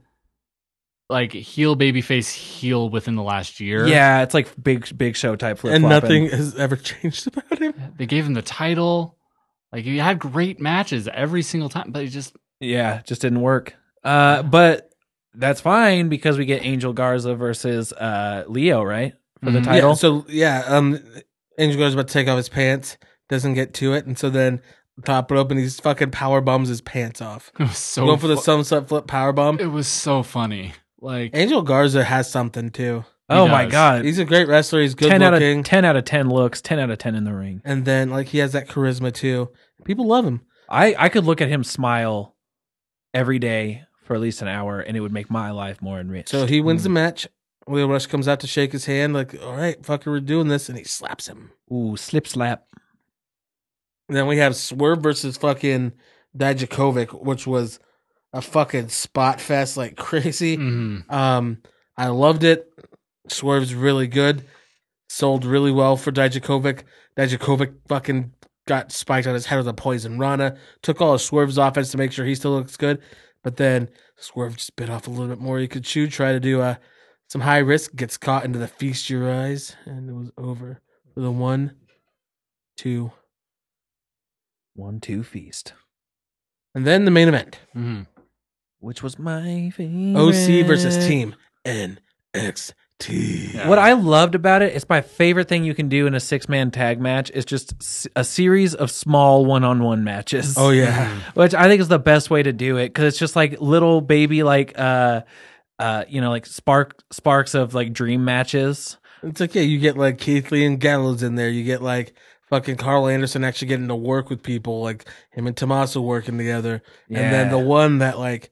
[SPEAKER 3] like heel, babyface, heel within the last year.
[SPEAKER 5] Yeah, it's like big big show type flip
[SPEAKER 4] and nothing has ever [laughs] changed about him.
[SPEAKER 3] They gave him the title. Like, he had great matches every single time, but he just
[SPEAKER 5] Yeah, just didn't work. Uh, but that's fine because we get Angel Garza versus uh Leo, right? For the
[SPEAKER 3] Mhm.
[SPEAKER 5] title.
[SPEAKER 4] Yeah, so yeah, um, Angel goes about to take off his pants, doesn't get to it, and so then top rope and he's fucking power bombs his pants off.
[SPEAKER 3] it was so
[SPEAKER 4] Going for the
[SPEAKER 3] fu-
[SPEAKER 4] sunset flip power bomb.
[SPEAKER 3] It was so funny. Like,
[SPEAKER 4] Angel Garza has something too.
[SPEAKER 5] oh
[SPEAKER 3] He
[SPEAKER 5] my
[SPEAKER 3] does.
[SPEAKER 5] god.
[SPEAKER 4] He's a great wrestler. He's good
[SPEAKER 5] 10
[SPEAKER 4] looking,
[SPEAKER 5] out of 10 out of 10 looks 10 out of 10 in the ring
[SPEAKER 4] and then like he has that charisma too. People love him.
[SPEAKER 5] i i could look at him smile every day for at least an hour and it would make my life more enriched
[SPEAKER 4] So he wins the match. Leo Rush comes out to shake his hand, like, "All right, fucker, we're doing this," and he slaps him.
[SPEAKER 5] ooh slip slap
[SPEAKER 4] And then we have Swerve versus fucking Dijakovic, which was a fucking spot fest like [laughs] crazy.
[SPEAKER 3] mhm.
[SPEAKER 4] Um, I loved it. Swerve's really good. Sold really well for Dijakovic. Dijakovic fucking got spiked on his head with a poison rana. Took all of Swerve's offense to make sure he still looks good. But then Swerve just bit off a little bit more he could chew. Try to do uh, some high risk. Gets caught into the feast your eyes, and it was over for the one, two,
[SPEAKER 5] one two feast
[SPEAKER 4] and then the main event:
[SPEAKER 3] Mhm.
[SPEAKER 5] which was my favorite
[SPEAKER 4] OC versus Team NXT.
[SPEAKER 3] Yeah.
[SPEAKER 5] What I loved about it, it's my favorite thing you can do in a six man tag match, is just s- a series of small one on one matches.
[SPEAKER 4] Oh yeah,
[SPEAKER 5] which I think is the best way to do it because it's just like little baby like uh uh you know like spark sparks of like dream matches.
[SPEAKER 4] it's okay. You get like Keith Lee and Gallows in there. You get like fucking Carl Anderson actually getting to work with people, like him and Tommaso working together. And then the one that like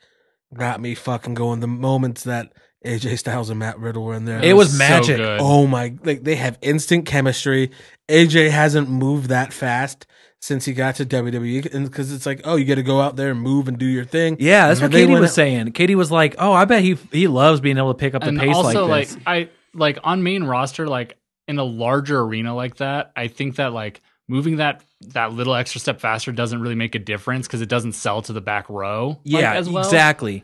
[SPEAKER 4] got me fucking going, the moments that AJ Styles and Matt Riddle were in there.
[SPEAKER 5] It was magic.
[SPEAKER 3] good.
[SPEAKER 4] oh my, like they have instant chemistry. AJ hasn't moved that fast. Since he got to WWE, and because it's like, oh, you got to go out there and move and do your thing.
[SPEAKER 5] Yeah, that's
[SPEAKER 4] And
[SPEAKER 5] what
[SPEAKER 4] they
[SPEAKER 5] Katie
[SPEAKER 4] went
[SPEAKER 5] was
[SPEAKER 4] out-
[SPEAKER 5] saying. Katie was like, "Oh, I bet he he loves being able to pick up the
[SPEAKER 3] and
[SPEAKER 5] pace
[SPEAKER 3] also like,
[SPEAKER 5] like this."
[SPEAKER 3] I like on main roster like in a larger arena like that. I think that like moving that that little extra step faster doesn't really make a difference because it doesn't sell to the back row. like,
[SPEAKER 5] yeah,
[SPEAKER 3] as well.
[SPEAKER 5] exactly.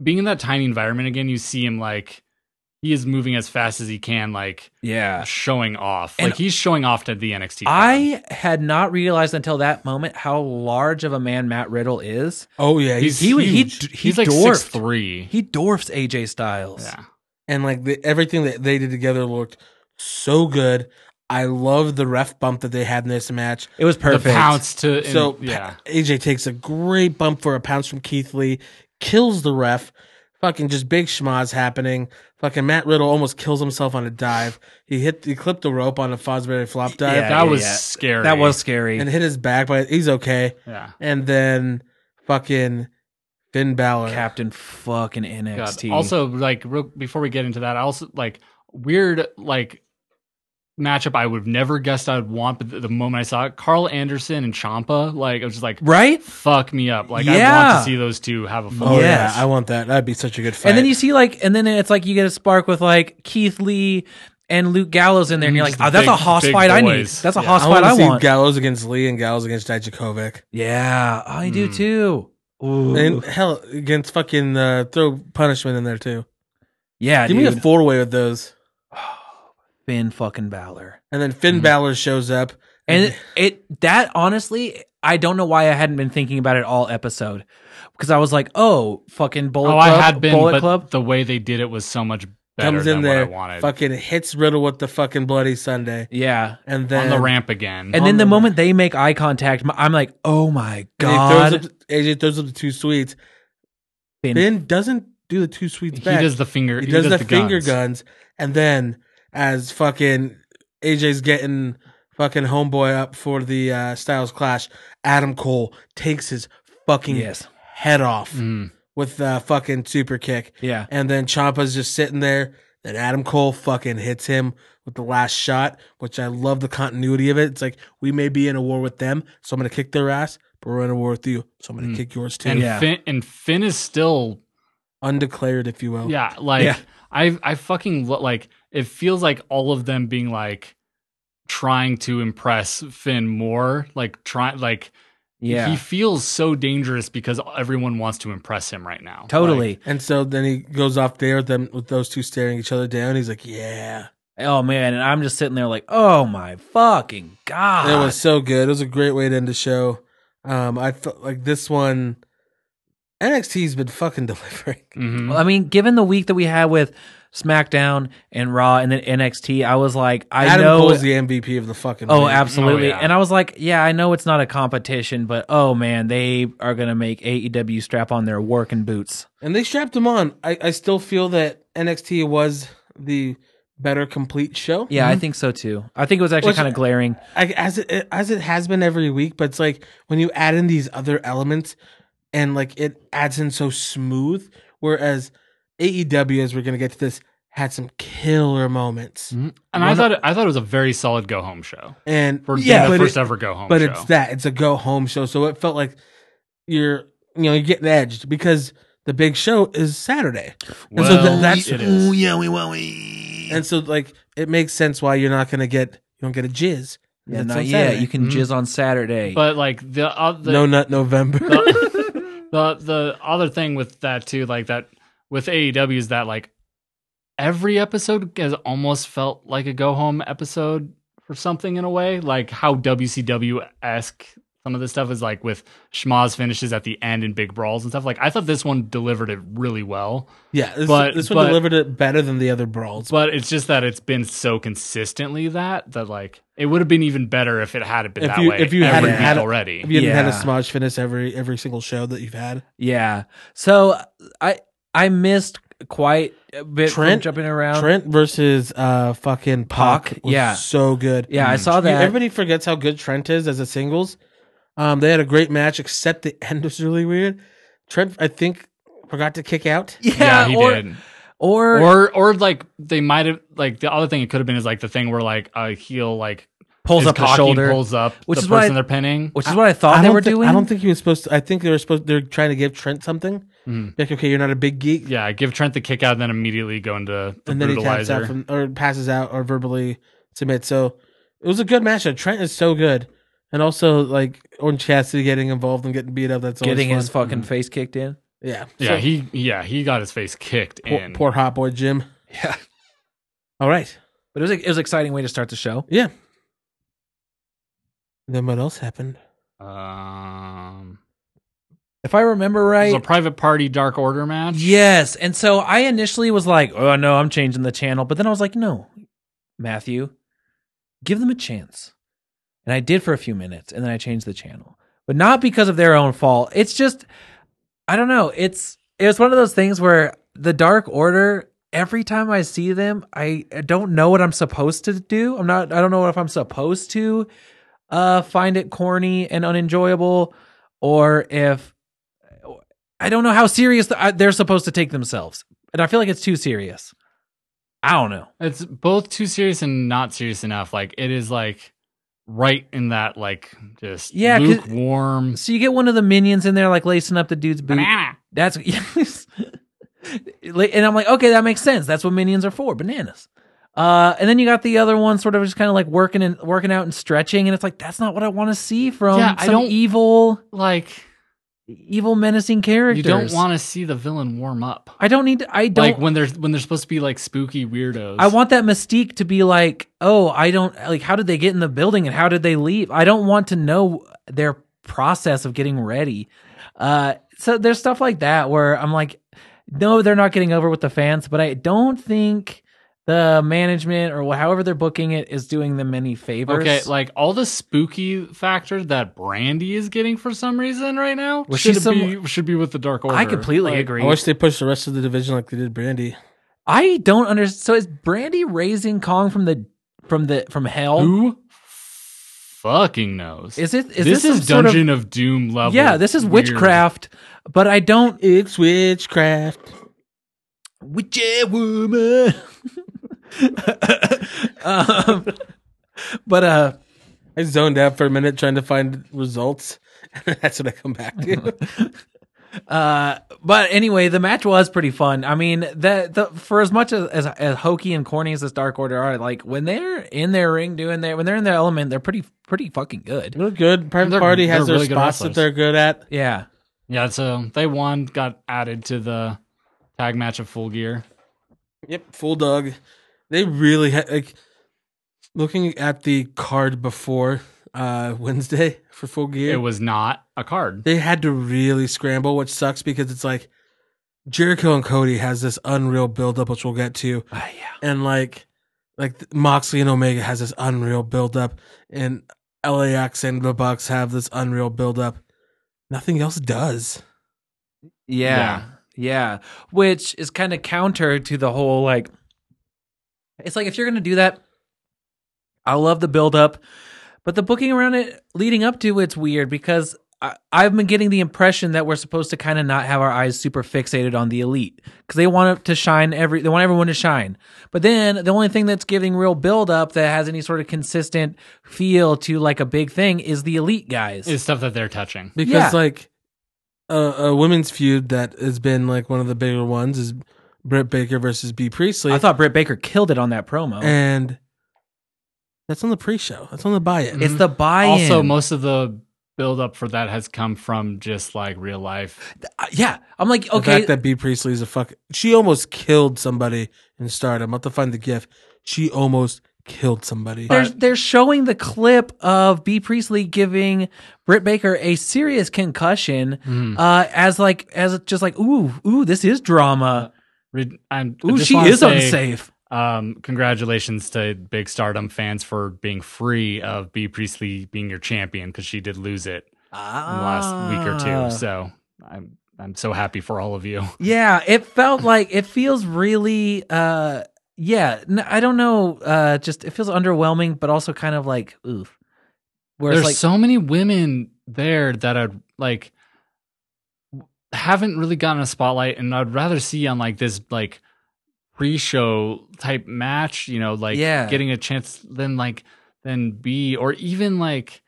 [SPEAKER 3] Being in that tiny environment again, you see him like he is moving as fast as he can, like
[SPEAKER 5] Yeah.
[SPEAKER 3] showing off.
[SPEAKER 5] And-
[SPEAKER 3] like he's showing off to the NXT. crowd.
[SPEAKER 5] I had not realized until that moment how large of a man Matt Riddle is.
[SPEAKER 4] Oh yeah, he's,
[SPEAKER 5] he was- he
[SPEAKER 3] huge.
[SPEAKER 5] d- he
[SPEAKER 3] he's like
[SPEAKER 5] dwarfed.
[SPEAKER 3] six three.
[SPEAKER 5] He dwarfs AJ Styles.
[SPEAKER 3] Yeah,
[SPEAKER 4] and like the, everything that they did together looked so good. I love the ref bump that they had in this match.
[SPEAKER 5] It was perfect.
[SPEAKER 3] the pounce to and-
[SPEAKER 4] so
[SPEAKER 3] yeah.
[SPEAKER 4] Pa- AJ takes a great bump for a pounce from Keith Lee, kills the ref. Fucking just big schmoz happening. Fucking Matt Riddle almost kills himself on a dive. He hit, he clipped the rope on a Fosbury flop dive
[SPEAKER 5] Yeah,
[SPEAKER 3] That was
[SPEAKER 5] yeah.
[SPEAKER 3] scary.
[SPEAKER 5] That was scary.
[SPEAKER 4] and hit his back, but he's okay.
[SPEAKER 3] yeah.
[SPEAKER 4] And then fucking Finn Balor.
[SPEAKER 5] Captain fucking
[SPEAKER 3] God.
[SPEAKER 5] NXT.
[SPEAKER 3] Also, like real, before we get into that, I also like weird like matchup. I would have never guessed I'd want, but the, the moment I saw it, Carl Anderson and Champa, like I was just like,
[SPEAKER 5] right?
[SPEAKER 3] fuck me up. Like I
[SPEAKER 5] Yeah.
[SPEAKER 3] want to see those two have a fun.
[SPEAKER 4] Oh
[SPEAKER 5] Yes.
[SPEAKER 4] yeah, I want that. That'd be such a good fight.
[SPEAKER 5] And then you see like, and then it's like you get a spark with like Keith Lee and Luke Gallows in there, and you're like,
[SPEAKER 3] Mm, Just the
[SPEAKER 5] oh, that's a
[SPEAKER 3] big-
[SPEAKER 5] hoss
[SPEAKER 3] big
[SPEAKER 5] fight I need.
[SPEAKER 3] boys.
[SPEAKER 5] That's a
[SPEAKER 3] Yeah.
[SPEAKER 5] hoss
[SPEAKER 4] I
[SPEAKER 5] fight
[SPEAKER 4] want
[SPEAKER 5] I
[SPEAKER 4] to see
[SPEAKER 5] want.
[SPEAKER 4] Gallows against Lee and Gallows against Dijakovic.
[SPEAKER 5] yeah, I do
[SPEAKER 3] Hmm.
[SPEAKER 5] too. Ooh.
[SPEAKER 4] And hell, against fucking uh, throw punishment in there too.
[SPEAKER 5] yeah,
[SPEAKER 4] Give
[SPEAKER 5] dude.
[SPEAKER 4] me a four way with those.
[SPEAKER 5] [sighs] Finn fucking Balor.
[SPEAKER 4] And then Finn
[SPEAKER 3] Mm-hmm.
[SPEAKER 4] Balor shows up.
[SPEAKER 5] And it, [laughs] it that honestly, I don't know why I hadn't been thinking about it all episode because I was like, oh, fucking Bullet
[SPEAKER 3] Oh,
[SPEAKER 5] Club,
[SPEAKER 3] I had been,
[SPEAKER 5] Bullet
[SPEAKER 3] but
[SPEAKER 5] Club.
[SPEAKER 3] the way they did it was so much better
[SPEAKER 4] comes
[SPEAKER 3] than
[SPEAKER 4] in there,
[SPEAKER 3] what I wanted.
[SPEAKER 4] fucking hits Riddle with the fucking bloody Sunday,
[SPEAKER 5] Yeah,
[SPEAKER 4] and
[SPEAKER 3] on
[SPEAKER 4] then
[SPEAKER 3] the ramp again.
[SPEAKER 5] and
[SPEAKER 4] On
[SPEAKER 5] then the
[SPEAKER 4] the-
[SPEAKER 5] moment they make eye contact, my- I'm like, oh my
[SPEAKER 4] and he throws
[SPEAKER 5] god,
[SPEAKER 4] up, AJ throws up the two sweets.
[SPEAKER 5] Finn.
[SPEAKER 4] Finn doesn't do the two sweets
[SPEAKER 3] he
[SPEAKER 4] back.
[SPEAKER 3] does the finger.
[SPEAKER 4] he does the, finger
[SPEAKER 3] guns.
[SPEAKER 4] guns, and then as fucking AJ's getting fucking homeboy up for the uh, Styles Clash, Adam Cole takes his fucking
[SPEAKER 5] yes,
[SPEAKER 4] head off
[SPEAKER 3] Mm.
[SPEAKER 4] with the fucking super kick,
[SPEAKER 5] yeah,
[SPEAKER 4] and then Champa's just sitting there. Then Adam Cole fucking hits him with the last shot, which I love the continuity of it. It's like we may be in a war with them, so I'm gonna kick their ass, but we're in a war with you, so I'm gonna
[SPEAKER 3] Mm.
[SPEAKER 4] kick yours too.
[SPEAKER 3] And
[SPEAKER 5] Yeah.
[SPEAKER 3] Finn and Finn is still
[SPEAKER 4] Undeclared, if you will.
[SPEAKER 3] yeah, like
[SPEAKER 5] Yeah.
[SPEAKER 3] I I fucking lo- like it feels like all of them being like trying to impress Finn more, like try like
[SPEAKER 5] yeah,
[SPEAKER 3] he feels so dangerous because everyone wants to impress him right now.
[SPEAKER 5] totally.
[SPEAKER 4] And so then he goes off there with them with those two staring each other down. He's like, "Yeah,
[SPEAKER 5] oh man, and I'm just sitting there like, oh my fucking god,
[SPEAKER 4] it was so good. It was a great way to end the show." Um, I felt like this one NXT's been fucking [laughs] delivering.
[SPEAKER 3] Like, mhm.
[SPEAKER 5] Well, I mean, given the week that we had with SmackDown and Raw and then NXT, I was like, I
[SPEAKER 4] Adam
[SPEAKER 5] know.
[SPEAKER 4] Cole's the MVP of the fucking.
[SPEAKER 5] Oh,
[SPEAKER 4] league.
[SPEAKER 5] absolutely.
[SPEAKER 3] Oh, yeah.
[SPEAKER 5] And I was like, yeah, I know it's not a competition, but oh man, they are going to make AEW strap on their working boots.
[SPEAKER 4] And they strapped him on. I, I still feel that NXT was the better complete show.
[SPEAKER 5] Yeah, I think so too. I think it was actually
[SPEAKER 4] Which-
[SPEAKER 5] kind of glaring.
[SPEAKER 4] I, as it as it has been every week, but it's like when you add in these other elements, and like it adds in so smooth. Whereas AEW, as we're gonna get to this, had some killer moments,
[SPEAKER 3] Mhm. And I thought it, I thought it was a very solid go home show
[SPEAKER 4] and
[SPEAKER 3] for
[SPEAKER 4] yeah,
[SPEAKER 3] being the
[SPEAKER 4] but,
[SPEAKER 3] first
[SPEAKER 4] it-
[SPEAKER 3] ever go home.
[SPEAKER 4] but
[SPEAKER 3] show.
[SPEAKER 4] it's that it's a go home show, so it felt like you're you know you're getting edged because the big show is Saturday, and so
[SPEAKER 3] Well,
[SPEAKER 4] th- that's
[SPEAKER 3] it is.
[SPEAKER 1] yeah, we will. We.
[SPEAKER 4] and so like it makes sense why you're not gonna get you don't get a jizz.
[SPEAKER 5] uh, Yeah,
[SPEAKER 4] That's
[SPEAKER 5] not
[SPEAKER 4] on
[SPEAKER 5] yet.
[SPEAKER 4] Saturday.
[SPEAKER 5] You can
[SPEAKER 3] Mhm.
[SPEAKER 5] jizz on Saturday.
[SPEAKER 3] But like the uh, the,
[SPEAKER 4] no nut November.
[SPEAKER 3] the, the the other thing with that too, like that with AEW is that like every episode has almost felt like a go home episode for something in a way, like how WCW esque some of this stuff is like with schmaz finishes at the end and big brawls and stuff. Like I thought this one delivered it really well,
[SPEAKER 4] [laughs] yeah, this,
[SPEAKER 3] But-
[SPEAKER 4] this one
[SPEAKER 3] but-
[SPEAKER 4] delivered it better than the other brawls.
[SPEAKER 3] but it's just that it's been so consistently that that like it would have been even better if it had been
[SPEAKER 4] If
[SPEAKER 3] that
[SPEAKER 4] you-
[SPEAKER 3] way
[SPEAKER 4] if you
[SPEAKER 3] every
[SPEAKER 4] hadn't
[SPEAKER 3] week
[SPEAKER 4] had it-
[SPEAKER 3] already.
[SPEAKER 4] If you hadn't had a
[SPEAKER 5] Yeah.
[SPEAKER 4] smudge finish every every single show that you've had,
[SPEAKER 5] yeah. So I I missed quite a bit from
[SPEAKER 4] Trent-
[SPEAKER 5] jumping around.
[SPEAKER 4] Trent versus uh fucking Pac,
[SPEAKER 5] Pac,
[SPEAKER 4] was
[SPEAKER 5] yeah.
[SPEAKER 4] so good.
[SPEAKER 5] Yeah, I saw
[SPEAKER 4] You-
[SPEAKER 5] that.
[SPEAKER 4] Everybody [laughs] forgets how good Trent is as a singles. Um, they had a great match, except the [laughs] end was really weird. Trent, I think, forgot to kick out.
[SPEAKER 5] yeah,
[SPEAKER 3] yeah, he
[SPEAKER 5] or,
[SPEAKER 3] did.
[SPEAKER 5] Or,
[SPEAKER 3] or or like they might have like the other thing it could have been is like the thing where like a heel like
[SPEAKER 5] pulls
[SPEAKER 3] is
[SPEAKER 5] up the
[SPEAKER 3] cocky,
[SPEAKER 5] shoulder,
[SPEAKER 3] pulls up
[SPEAKER 5] which
[SPEAKER 3] the
[SPEAKER 5] is what
[SPEAKER 3] person
[SPEAKER 5] I-
[SPEAKER 3] they're pinning.
[SPEAKER 5] which is what I thought they
[SPEAKER 4] don't
[SPEAKER 5] were
[SPEAKER 4] thi-
[SPEAKER 5] doing.
[SPEAKER 4] I don't think he was supposed to. I think they were supposed. They're trying to give Trent something.
[SPEAKER 5] Hmm.
[SPEAKER 3] Mhm.
[SPEAKER 4] Like, okay, you're not a big geek,
[SPEAKER 3] yeah, give Trent the kick out and then immediately go into the
[SPEAKER 4] and then he taps out
[SPEAKER 3] brutalizer.
[SPEAKER 4] from or passes out or verbally submits. So it was a good matchup. Trent is so good, and also like Orange Cassidy getting involved and getting beat up. That's always
[SPEAKER 5] getting
[SPEAKER 4] fun. Mm.
[SPEAKER 5] his fucking face kicked in.
[SPEAKER 4] yeah
[SPEAKER 3] yeah,
[SPEAKER 4] So-
[SPEAKER 3] he yeah he got his face kicked
[SPEAKER 4] Poor,
[SPEAKER 3] in.
[SPEAKER 4] poor hot boy Jim.
[SPEAKER 5] Yeah.
[SPEAKER 4] All right.
[SPEAKER 5] But it was, it was an exciting way to start the show.
[SPEAKER 4] Yeah. Then what else happened?
[SPEAKER 3] um,
[SPEAKER 5] If I remember
[SPEAKER 3] it was
[SPEAKER 5] right,
[SPEAKER 3] a private party Dark Order match.
[SPEAKER 5] Yes. And so I initially was like, oh no, I'm changing the channel. But then I was like, no, Matthew, give them a chance. And I did for a few minutes and then I changed the channel. But not because of their own fault. It's just I don't know. It's it was one of those things where the Dark Order, every time I see them, I I don't know what I'm supposed to do. I'm not I don't know if I'm supposed to uh find it corny and unenjoyable or if I don't know how serious the, I, they're supposed to take themselves, and I feel like it's too serious. I don't know.
[SPEAKER 3] It's both too serious and not serious enough. Like it is like right in that like just
[SPEAKER 5] Yeah, 'cause-
[SPEAKER 3] lukewarm.
[SPEAKER 5] So you get one of the minions in there, like lacing up the dude's boot.
[SPEAKER 2] Banana.
[SPEAKER 5] That's [laughs] yes. and I'm like, okay, that makes sense. That's what minions are for, bananas. Uh, and then you got the other one, sort of just kind of like working and working out and stretching, and it's like that's not what I want to see from
[SPEAKER 3] Yeah, I
[SPEAKER 5] some
[SPEAKER 3] don't-
[SPEAKER 5] evil,
[SPEAKER 3] Like
[SPEAKER 5] evil menacing characters.
[SPEAKER 3] you don't want to see the villain warm up.
[SPEAKER 5] I don't need. To, I don't.
[SPEAKER 3] Like when they're when they're supposed to be like spooky weirdos.
[SPEAKER 5] I want that mystique to be like, oh, I don't like. How did they get in the building and how did they leave? I don't want to know their process of getting ready. Uh, so there's stuff like that where I'm like, no, they're not getting over with the fans, but I don't think the management or wh- however they're booking it is doing them any favors.
[SPEAKER 3] Okay, like all the spooky factor that Brandy is getting for some reason right now
[SPEAKER 5] Well,
[SPEAKER 3] should
[SPEAKER 5] she's
[SPEAKER 3] be should be with the Dark Order.
[SPEAKER 5] I completely
[SPEAKER 3] Like,
[SPEAKER 5] agree.
[SPEAKER 4] I wish they pushed the rest of the division like they did Brandy.
[SPEAKER 5] I don't understand. So is Brandy raising Kong from the from the from hell?
[SPEAKER 3] Who fucking knows?
[SPEAKER 5] Is it?
[SPEAKER 3] this,
[SPEAKER 5] Is this, some
[SPEAKER 3] is
[SPEAKER 5] sort of-
[SPEAKER 3] Dungeon of, Doom level.
[SPEAKER 5] yeah, this is
[SPEAKER 3] weird.
[SPEAKER 5] witchcraft, but I don't
[SPEAKER 4] It's witchcraft.
[SPEAKER 5] Witch woman. [laughs] um, but uh,
[SPEAKER 4] I zoned out for a minute trying to find results. [laughs] That's what I come back
[SPEAKER 3] [laughs]
[SPEAKER 4] to.
[SPEAKER 5] uh, but anyway, the match was pretty fun. I mean, that the for as much as, as as hokey and corny as this Dark Order are, like when they're in their ring doing their when they're in their element, they're pretty pretty fucking good.
[SPEAKER 4] They're good. Private
[SPEAKER 3] They're-
[SPEAKER 4] Party has
[SPEAKER 3] they're
[SPEAKER 4] their
[SPEAKER 3] really good
[SPEAKER 4] spots that
[SPEAKER 3] wrestlers.
[SPEAKER 4] they're good at.
[SPEAKER 5] Yeah,
[SPEAKER 3] Yeah, so they won, got added to the tag match of Full Gear.
[SPEAKER 4] Yep, full dog. They really had like looking at the card before uh Wednesday for full gear.
[SPEAKER 3] It was not a card.
[SPEAKER 4] they had to really scramble, which sucks because it's like Jericho and Cody has this unreal buildup, which we'll get to,
[SPEAKER 5] Ah, yeah.
[SPEAKER 4] and like like Moxley and Omega has this unreal buildup, and LAX and the Bucks have this unreal buildup. Nothing else does.
[SPEAKER 5] yeah, yeah,
[SPEAKER 3] Yeah.
[SPEAKER 5] Which is kind of counter to the whole like. It's like if you're gonna do that, I love the build up, but the booking around it leading up to it's weird because I, I've been getting the impression that we're supposed to kind of not have our eyes super fixated on the elite because they want it to shine every they want everyone to shine. But then the only thing that's giving real build up that has any sort of consistent feel to like a big thing is the elite guys.
[SPEAKER 3] It's stuff that they're touching.
[SPEAKER 5] Yeah.
[SPEAKER 4] Because like a, a women's feud that has been like one of the bigger ones is Britt Baker versus B Priestley.
[SPEAKER 5] I thought Britt Baker killed it on that promo.
[SPEAKER 4] and that's on the pre-show. That's on the buy-in.
[SPEAKER 5] It's the buy-in.
[SPEAKER 3] Also, most of the build up for that has come from just like real life.
[SPEAKER 5] Uh, yeah, I'm like,
[SPEAKER 4] The
[SPEAKER 5] okay,
[SPEAKER 4] fact that B Priestley is a fuck. She almost killed somebody in Stardom. I'll have to find the gif. She almost killed somebody.
[SPEAKER 5] they're they're showing the clip of B Priestley giving Britt Baker a serious concussion,
[SPEAKER 3] Hmm.
[SPEAKER 5] uh, as like as just like, ooh, ooh, this is drama.
[SPEAKER 3] Re- I'm, I
[SPEAKER 5] Ooh,
[SPEAKER 3] just
[SPEAKER 5] she
[SPEAKER 3] wanna
[SPEAKER 5] is
[SPEAKER 3] say,
[SPEAKER 5] unsafe.
[SPEAKER 3] Um, congratulations to Big Stardom fans for being free of B Priestley being your champion because she did lose it in the last week or
[SPEAKER 5] Ah.
[SPEAKER 3] two. So I'm I'm so happy for all of you.
[SPEAKER 5] Yeah, it felt like it feels really. uh Yeah, n- I don't know. uh Just it feels underwhelming, but also kind of like oof. Where
[SPEAKER 3] There's
[SPEAKER 5] it's like,
[SPEAKER 3] so many women there that I'd like haven't really gotten a spotlight, and I'd rather see on like this like pre-show type match. You know, like
[SPEAKER 5] Yeah.
[SPEAKER 3] getting a chance than like than B or even like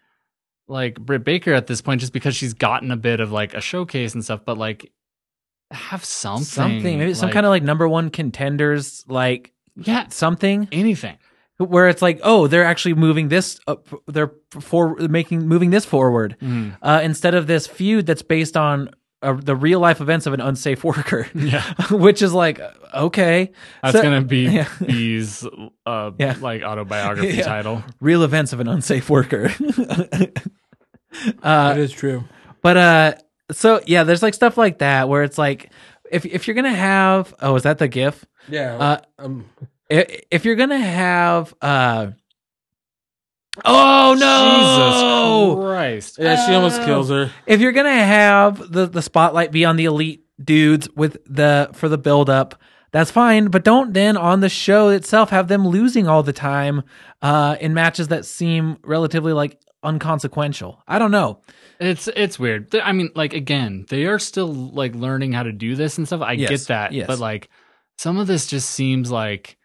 [SPEAKER 3] like Britt Baker at this point, just because she's gotten a bit of like a showcase and stuff. But like have something,
[SPEAKER 5] maybe some kind of like number one contenders, like
[SPEAKER 3] yeah,
[SPEAKER 5] something.
[SPEAKER 3] anything.
[SPEAKER 5] where it's like, oh, they're actually moving this, up, they're for making moving this forward uh, instead of this feud that's based on uh, the real life events of an unsafe worker.
[SPEAKER 3] [laughs]
[SPEAKER 5] [laughs]
[SPEAKER 3] Yeah.
[SPEAKER 5] which is like, okay,
[SPEAKER 3] That's
[SPEAKER 5] So-
[SPEAKER 3] gonna be
[SPEAKER 5] [laughs] Yeah.
[SPEAKER 3] B's uh,
[SPEAKER 5] Yeah. [laughs]
[SPEAKER 3] like autobiography
[SPEAKER 5] Yeah.
[SPEAKER 3] title.
[SPEAKER 5] real events of an unsafe worker. [laughs]
[SPEAKER 4] that is true.
[SPEAKER 5] but uh, so yeah, there's like stuff like that where it's like, if if you're gonna have, oh, is that the GIF?
[SPEAKER 4] Yeah.
[SPEAKER 5] Uh,
[SPEAKER 4] um,
[SPEAKER 5] I- if you're gonna have, uh, oh no,
[SPEAKER 3] Jesus Christ!
[SPEAKER 4] yeah, she almost
[SPEAKER 5] uh,
[SPEAKER 4] kills her.
[SPEAKER 5] if you're gonna have the the spotlight be on the elite dudes with the for the build up that's fine but don't then on the show itself have them losing all the time uh in matches that seem relatively like unconsequential. I don't know.
[SPEAKER 3] It's it's weird. They- I mean, like again, they are still like learning how to do this and stuff. I
[SPEAKER 5] Yes,
[SPEAKER 3] get that,
[SPEAKER 5] yes.
[SPEAKER 3] but like some of this just seems like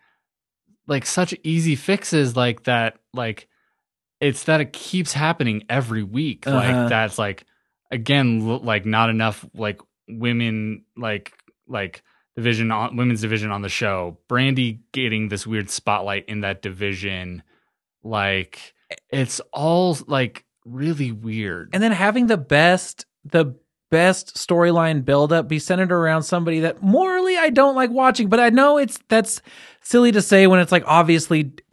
[SPEAKER 3] like such easy fixes like that like it's that it keeps happening every week.
[SPEAKER 5] Uh-huh.
[SPEAKER 3] Like that's like again l- like not enough like women like like division on women's division on the show. Brandy getting this weird spotlight in that division like it's all like really weird.
[SPEAKER 5] And then having the best the best storyline buildup be centered around somebody that morally I don't like watching, but I know it's that's silly to say when it's like obviously d-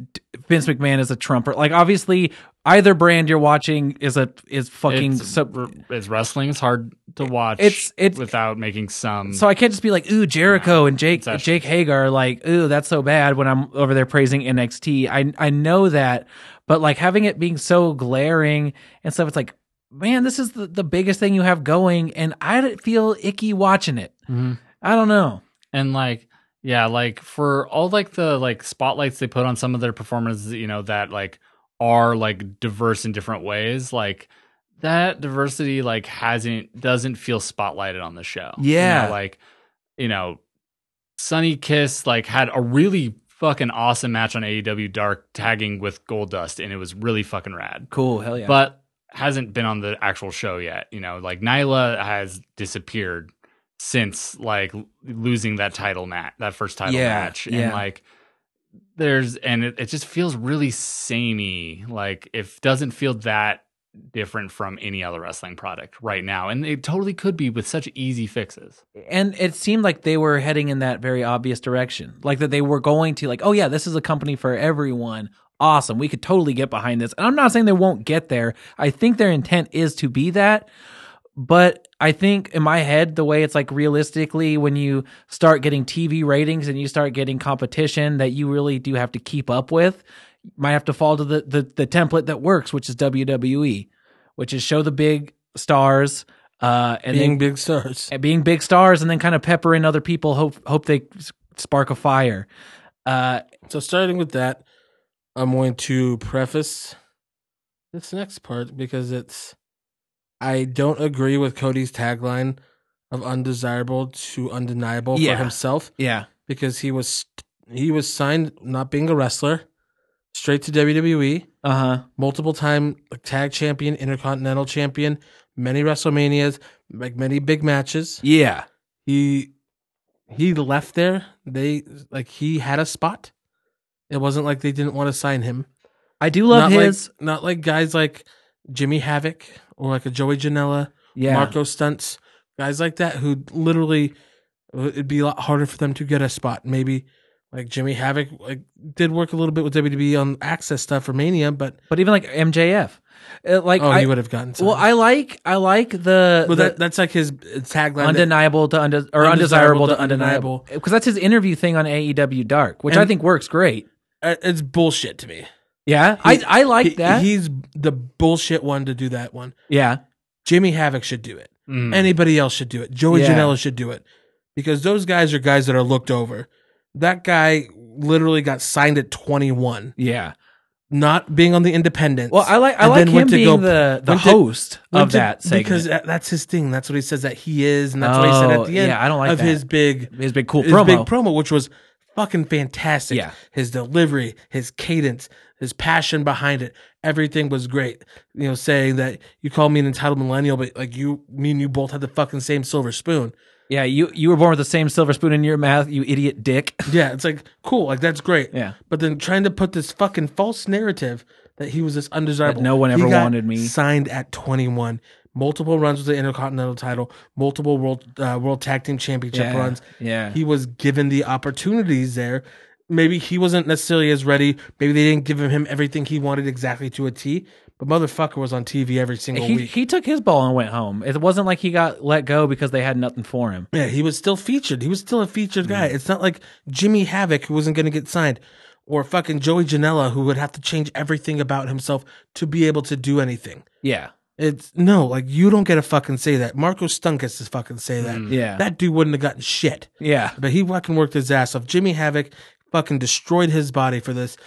[SPEAKER 5] Vince McMahon is a trumper. Like obviously either brand you're watching is a is fucking
[SPEAKER 3] it's,
[SPEAKER 5] sub-
[SPEAKER 3] r- it's wrestling. It's hard to watch.
[SPEAKER 5] It's- it's-
[SPEAKER 3] without making some.
[SPEAKER 5] So I can't just be like, ooh, Jericho and Jake
[SPEAKER 3] Exactly.
[SPEAKER 5] Jake Hagar, like, ooh, that's so bad when I'm over there praising NXT. I I know that, but like having it being so glaring and stuff, it's like, man, this is the, the biggest thing you have going, and I d- feel icky watching it.
[SPEAKER 3] Mhm.
[SPEAKER 5] I don't know.
[SPEAKER 3] and like yeah, like for all like the like spotlights they put on some of their performances, you know that like are like diverse in different ways. Like that diversity like hasn't doesn't feel spotlighted on the show. You know,
[SPEAKER 5] Yeah.
[SPEAKER 3] like you know, Sunny Kiss like had a really fucking awesome match on AEW Dark tagging with Goldust, and it was really fucking rad.
[SPEAKER 5] Cool, hell yeah.
[SPEAKER 3] but hasn't been on the actual show yet. You know, like Nyla has disappeared since like l- losing that title match, that first title
[SPEAKER 5] Yeah,
[SPEAKER 3] match,
[SPEAKER 5] yeah.
[SPEAKER 3] and like there's and it, it just feels really samey. Like it doesn't feel that different from any other wrestling product right now, and it totally could be with such easy fixes.
[SPEAKER 5] and it seemed like they were heading in that very obvious direction, like that they were going to like, oh yeah, this is a company for everyone. Awesome, we could totally get behind this. And I'm not saying they won't get there. I think their intent is to be that, but I think in my head, the way it's like realistically, when you start getting TV ratings and you start getting competition that you really do have to keep up with, you might have to fall to the the, the template that works, which is WWE, which is show the big stars. Uh, and
[SPEAKER 4] being
[SPEAKER 5] then
[SPEAKER 4] big stars.
[SPEAKER 5] at being big stars and then kind of pepper in other people hope hope they s- spark a fire uh
[SPEAKER 4] So starting with that, I'm going to preface this next part because it's I don't agree with Cody's tagline of undesirable to undeniable
[SPEAKER 5] Yeah.
[SPEAKER 4] for himself
[SPEAKER 5] yeah
[SPEAKER 4] because he was he was signed not being a wrestler straight to WWE,
[SPEAKER 5] uh-huh
[SPEAKER 4] multiple time tag champion, intercontinental champion, many WrestleManias, like many big matches
[SPEAKER 5] yeah
[SPEAKER 4] he he left there they like he had a spot it wasn't like they didn't want to sign him
[SPEAKER 5] i do love
[SPEAKER 4] not
[SPEAKER 5] his
[SPEAKER 4] like not like guys like jimmy havoc or like a joey janela
[SPEAKER 5] yeah
[SPEAKER 4] marco stunts guys like that who literally it'd be a lot harder for them to get a spot maybe like jimmy havoc like did work a little bit with wwe on access stuff for mania but
[SPEAKER 5] but even like mjf Uh, like
[SPEAKER 4] oh
[SPEAKER 5] I,
[SPEAKER 4] he would have gotten some
[SPEAKER 5] well i like i like the,
[SPEAKER 4] but
[SPEAKER 5] the
[SPEAKER 4] that, that's like his tagline that-
[SPEAKER 5] undeniable to unde- or
[SPEAKER 4] Undesirable
[SPEAKER 5] undesirable
[SPEAKER 4] to
[SPEAKER 5] to undeniable because that's his interview thing on aew dark which i
[SPEAKER 4] And-
[SPEAKER 5] think works great
[SPEAKER 4] uh, it's bullshit to me
[SPEAKER 5] yeah
[SPEAKER 4] He-
[SPEAKER 5] i i like
[SPEAKER 4] He-
[SPEAKER 5] that
[SPEAKER 4] he's the bullshit one to do that one
[SPEAKER 5] yeah
[SPEAKER 4] Jimmy Havoc should do it.
[SPEAKER 5] Mm-hmm.
[SPEAKER 3] Mm.
[SPEAKER 4] Anybody else should do it. Joey
[SPEAKER 5] Yeah.
[SPEAKER 4] Janela should do it because those guys are guys that are looked over. That guy literally got signed at 21,
[SPEAKER 5] yeah
[SPEAKER 4] not being on the independents.
[SPEAKER 5] well i like i
[SPEAKER 4] And
[SPEAKER 5] like
[SPEAKER 4] then went
[SPEAKER 5] him
[SPEAKER 4] to go-
[SPEAKER 5] being the the
[SPEAKER 4] went to-
[SPEAKER 5] host
[SPEAKER 4] Went
[SPEAKER 5] of
[SPEAKER 4] to-
[SPEAKER 5] that segment.
[SPEAKER 4] because that, that's his thing. That's what he says that he is, and that's what he said
[SPEAKER 5] Oh,
[SPEAKER 4] at the end
[SPEAKER 5] yeah, I don't like
[SPEAKER 4] of
[SPEAKER 5] that.
[SPEAKER 4] his big
[SPEAKER 5] his big cool
[SPEAKER 4] his
[SPEAKER 5] promo
[SPEAKER 4] big promo, which was fucking fantastic.
[SPEAKER 5] Yeah.
[SPEAKER 4] His delivery, his cadence, his passion behind it, everything was great. You know, saying that you call me an entitled millennial, but like you, me and you both had the fucking same silver spoon.
[SPEAKER 5] Yeah, you you were born with the same silver spoon in your mouth, you idiot dick.
[SPEAKER 4] Yeah, it's like cool, like that's great.
[SPEAKER 5] Yeah.
[SPEAKER 4] But then trying to put this fucking false narrative that he was this undesirable.
[SPEAKER 5] That no one
[SPEAKER 4] He
[SPEAKER 5] ever
[SPEAKER 4] got
[SPEAKER 5] wanted me.
[SPEAKER 4] Signed at 21, multiple runs with the Intercontinental title, multiple world uh, world tag team championship
[SPEAKER 5] Yeah,
[SPEAKER 4] runs.
[SPEAKER 5] yeah.
[SPEAKER 4] He was given the opportunities there. Maybe he wasn't necessarily as ready. Maybe they didn't give him everything he wanted exactly to a T. But motherfucker was on TV every single
[SPEAKER 5] He
[SPEAKER 4] week.
[SPEAKER 5] he took his ball and went home. It wasn't like he got let go because they had nothing for him.
[SPEAKER 4] Yeah, he was still featured. He was still a featured guy. It's not like Jimmy Havoc who wasn't going to get signed, or fucking Joey Janela who would have to change everything about himself to be able to do anything.
[SPEAKER 5] Yeah.
[SPEAKER 4] It's no, like you don't get to fucking say that. Marco Stunk has to fucking say that.
[SPEAKER 5] Yeah.
[SPEAKER 4] That dude wouldn't have gotten shit.
[SPEAKER 5] yeah.
[SPEAKER 4] But he fucking worked his ass off. Jimmy Havoc fucking destroyed his body for this.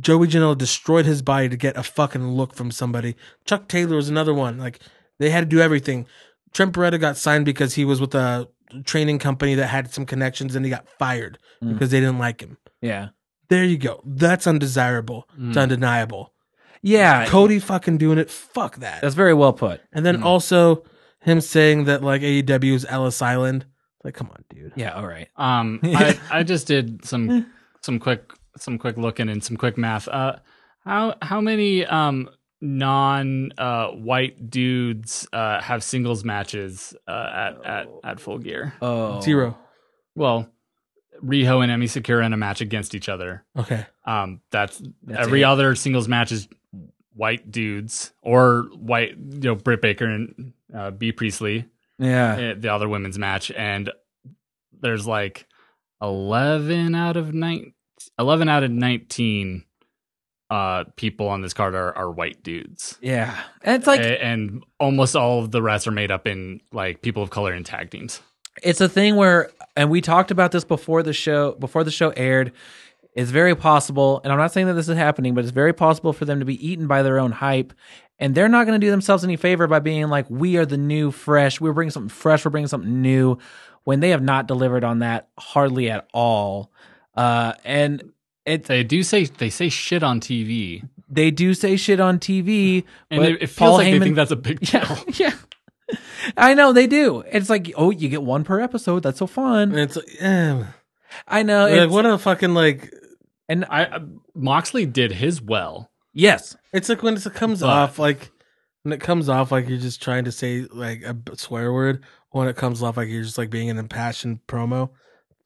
[SPEAKER 4] Joey Janela destroyed his body to get a fucking look from somebody. Chuck Taylor was another one. Like they had to do everything. Trent Beretta got signed because he was with a training company that had some connections, and he got fired
[SPEAKER 5] Mm.
[SPEAKER 4] because they didn't like him.
[SPEAKER 5] Yeah.
[SPEAKER 4] There you go. That's undesirable. It's
[SPEAKER 3] Mm.
[SPEAKER 4] undeniable.
[SPEAKER 5] Yeah.
[SPEAKER 4] Cody fucking doing it. Fuck that.
[SPEAKER 5] That's mm. very well put.
[SPEAKER 4] And then also him saying that like AEW is Ellis Island. Like, come on, dude.
[SPEAKER 5] Yeah. All right. [laughs]
[SPEAKER 3] Um, I, I just did some some quick some quick looking and some quick math. Uh, how how many um non uh white dudes uh have singles matches uh, at at at Full Gear?
[SPEAKER 5] Oh.
[SPEAKER 4] Zero.
[SPEAKER 3] Well, Riho and Emi Sakura in a match against each other.
[SPEAKER 5] Oh.
[SPEAKER 4] Okay.
[SPEAKER 3] Um, that's,
[SPEAKER 5] That's
[SPEAKER 3] every
[SPEAKER 5] it.
[SPEAKER 3] other singles match is white dudes or white you know Britt Baker and uh, B Priestley
[SPEAKER 5] Yeah.
[SPEAKER 3] uh, the other women's match and there's like 11 out of 9 11 out of 19 uh people on this card are, are white dudes
[SPEAKER 5] Yeah. And it's like
[SPEAKER 3] A- and almost all of the rest are made up in like people of color in tag teams
[SPEAKER 5] it's a thing where and we talked about this before the show before the show aired it's very possible and i'm not saying that this is happening but it's very possible for them to be eaten by their own hype and they're not going to do themselves any favor by being like we are the new fresh we're bringing something fresh we're bringing something new when they have not delivered on that hardly at all uh, and it,
[SPEAKER 3] they do say they say shit on tv
[SPEAKER 5] they do say shit on tv
[SPEAKER 3] and
[SPEAKER 5] but
[SPEAKER 3] it, it feels
[SPEAKER 5] Paul
[SPEAKER 3] like they
[SPEAKER 5] Heyman-
[SPEAKER 3] think that's a big
[SPEAKER 5] [laughs]
[SPEAKER 3] deal
[SPEAKER 5] yeah, yeah i know they do it's like oh you get one per episode that's so
[SPEAKER 4] And
[SPEAKER 5] fun
[SPEAKER 4] it's like, eh.
[SPEAKER 5] i know
[SPEAKER 4] like
[SPEAKER 5] Oh, it's,
[SPEAKER 4] what a fucking like.
[SPEAKER 5] and
[SPEAKER 3] I, I moxley did his well
[SPEAKER 5] yes
[SPEAKER 4] It's like when it's- it comes
[SPEAKER 3] But-
[SPEAKER 4] off like when it comes off like you're just trying to say like a b- swear word. or When it comes off like you're just like being an impassioned promo.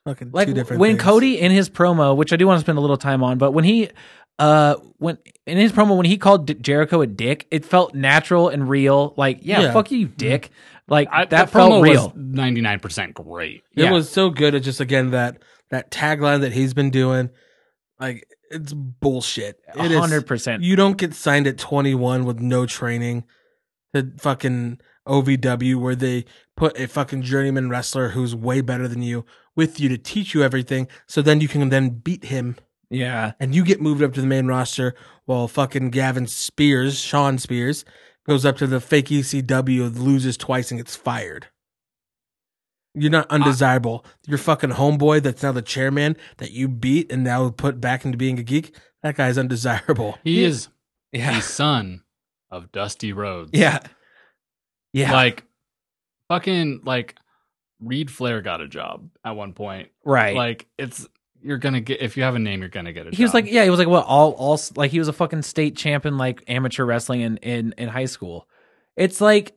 [SPEAKER 4] Fucking
[SPEAKER 5] like
[SPEAKER 4] two different.
[SPEAKER 5] when
[SPEAKER 4] things.
[SPEAKER 5] Cody in his promo, which I do want to spend a little time on, but when he uh when in his promo when he called D- Jericho a dick, it felt natural and real. Like, yeah,
[SPEAKER 4] Yeah. Mm-hmm.
[SPEAKER 5] fuck you, you dick. Like
[SPEAKER 3] I,
[SPEAKER 5] that
[SPEAKER 3] the
[SPEAKER 5] felt
[SPEAKER 3] promo
[SPEAKER 5] real.
[SPEAKER 3] was 99% great
[SPEAKER 4] It
[SPEAKER 5] Yeah.
[SPEAKER 4] was so good at just again that that tagline that he's been doing, like it's bullshit. It is-
[SPEAKER 5] hundred percent.
[SPEAKER 4] You don't get signed at 21 with no training to fucking OVW where they put a fucking journeyman wrestler who's way better than you with you to teach you everything so then you can then beat him
[SPEAKER 5] Yeah.
[SPEAKER 4] and you get moved up to the main roster while fucking Gavin Spears, Sean Spears, goes up to the fake ECW, loses twice and gets fired. You're not undesirable. Your fucking homeboy that's now the chairman that you beat and now put back into being a geek, that guy's undesirable.
[SPEAKER 3] he is
[SPEAKER 5] Yeah.
[SPEAKER 3] the son of dusty rhodes
[SPEAKER 5] Yeah. Yeah.
[SPEAKER 3] Like fucking like Reed Flair got a job at one point.
[SPEAKER 5] right.
[SPEAKER 3] Like it's you're gonna get if you have a name, you're gonna get a job.
[SPEAKER 5] he was like, yeah, he was like, what all all like he was a fucking state champion, like amateur wrestling in in in high school. It's like,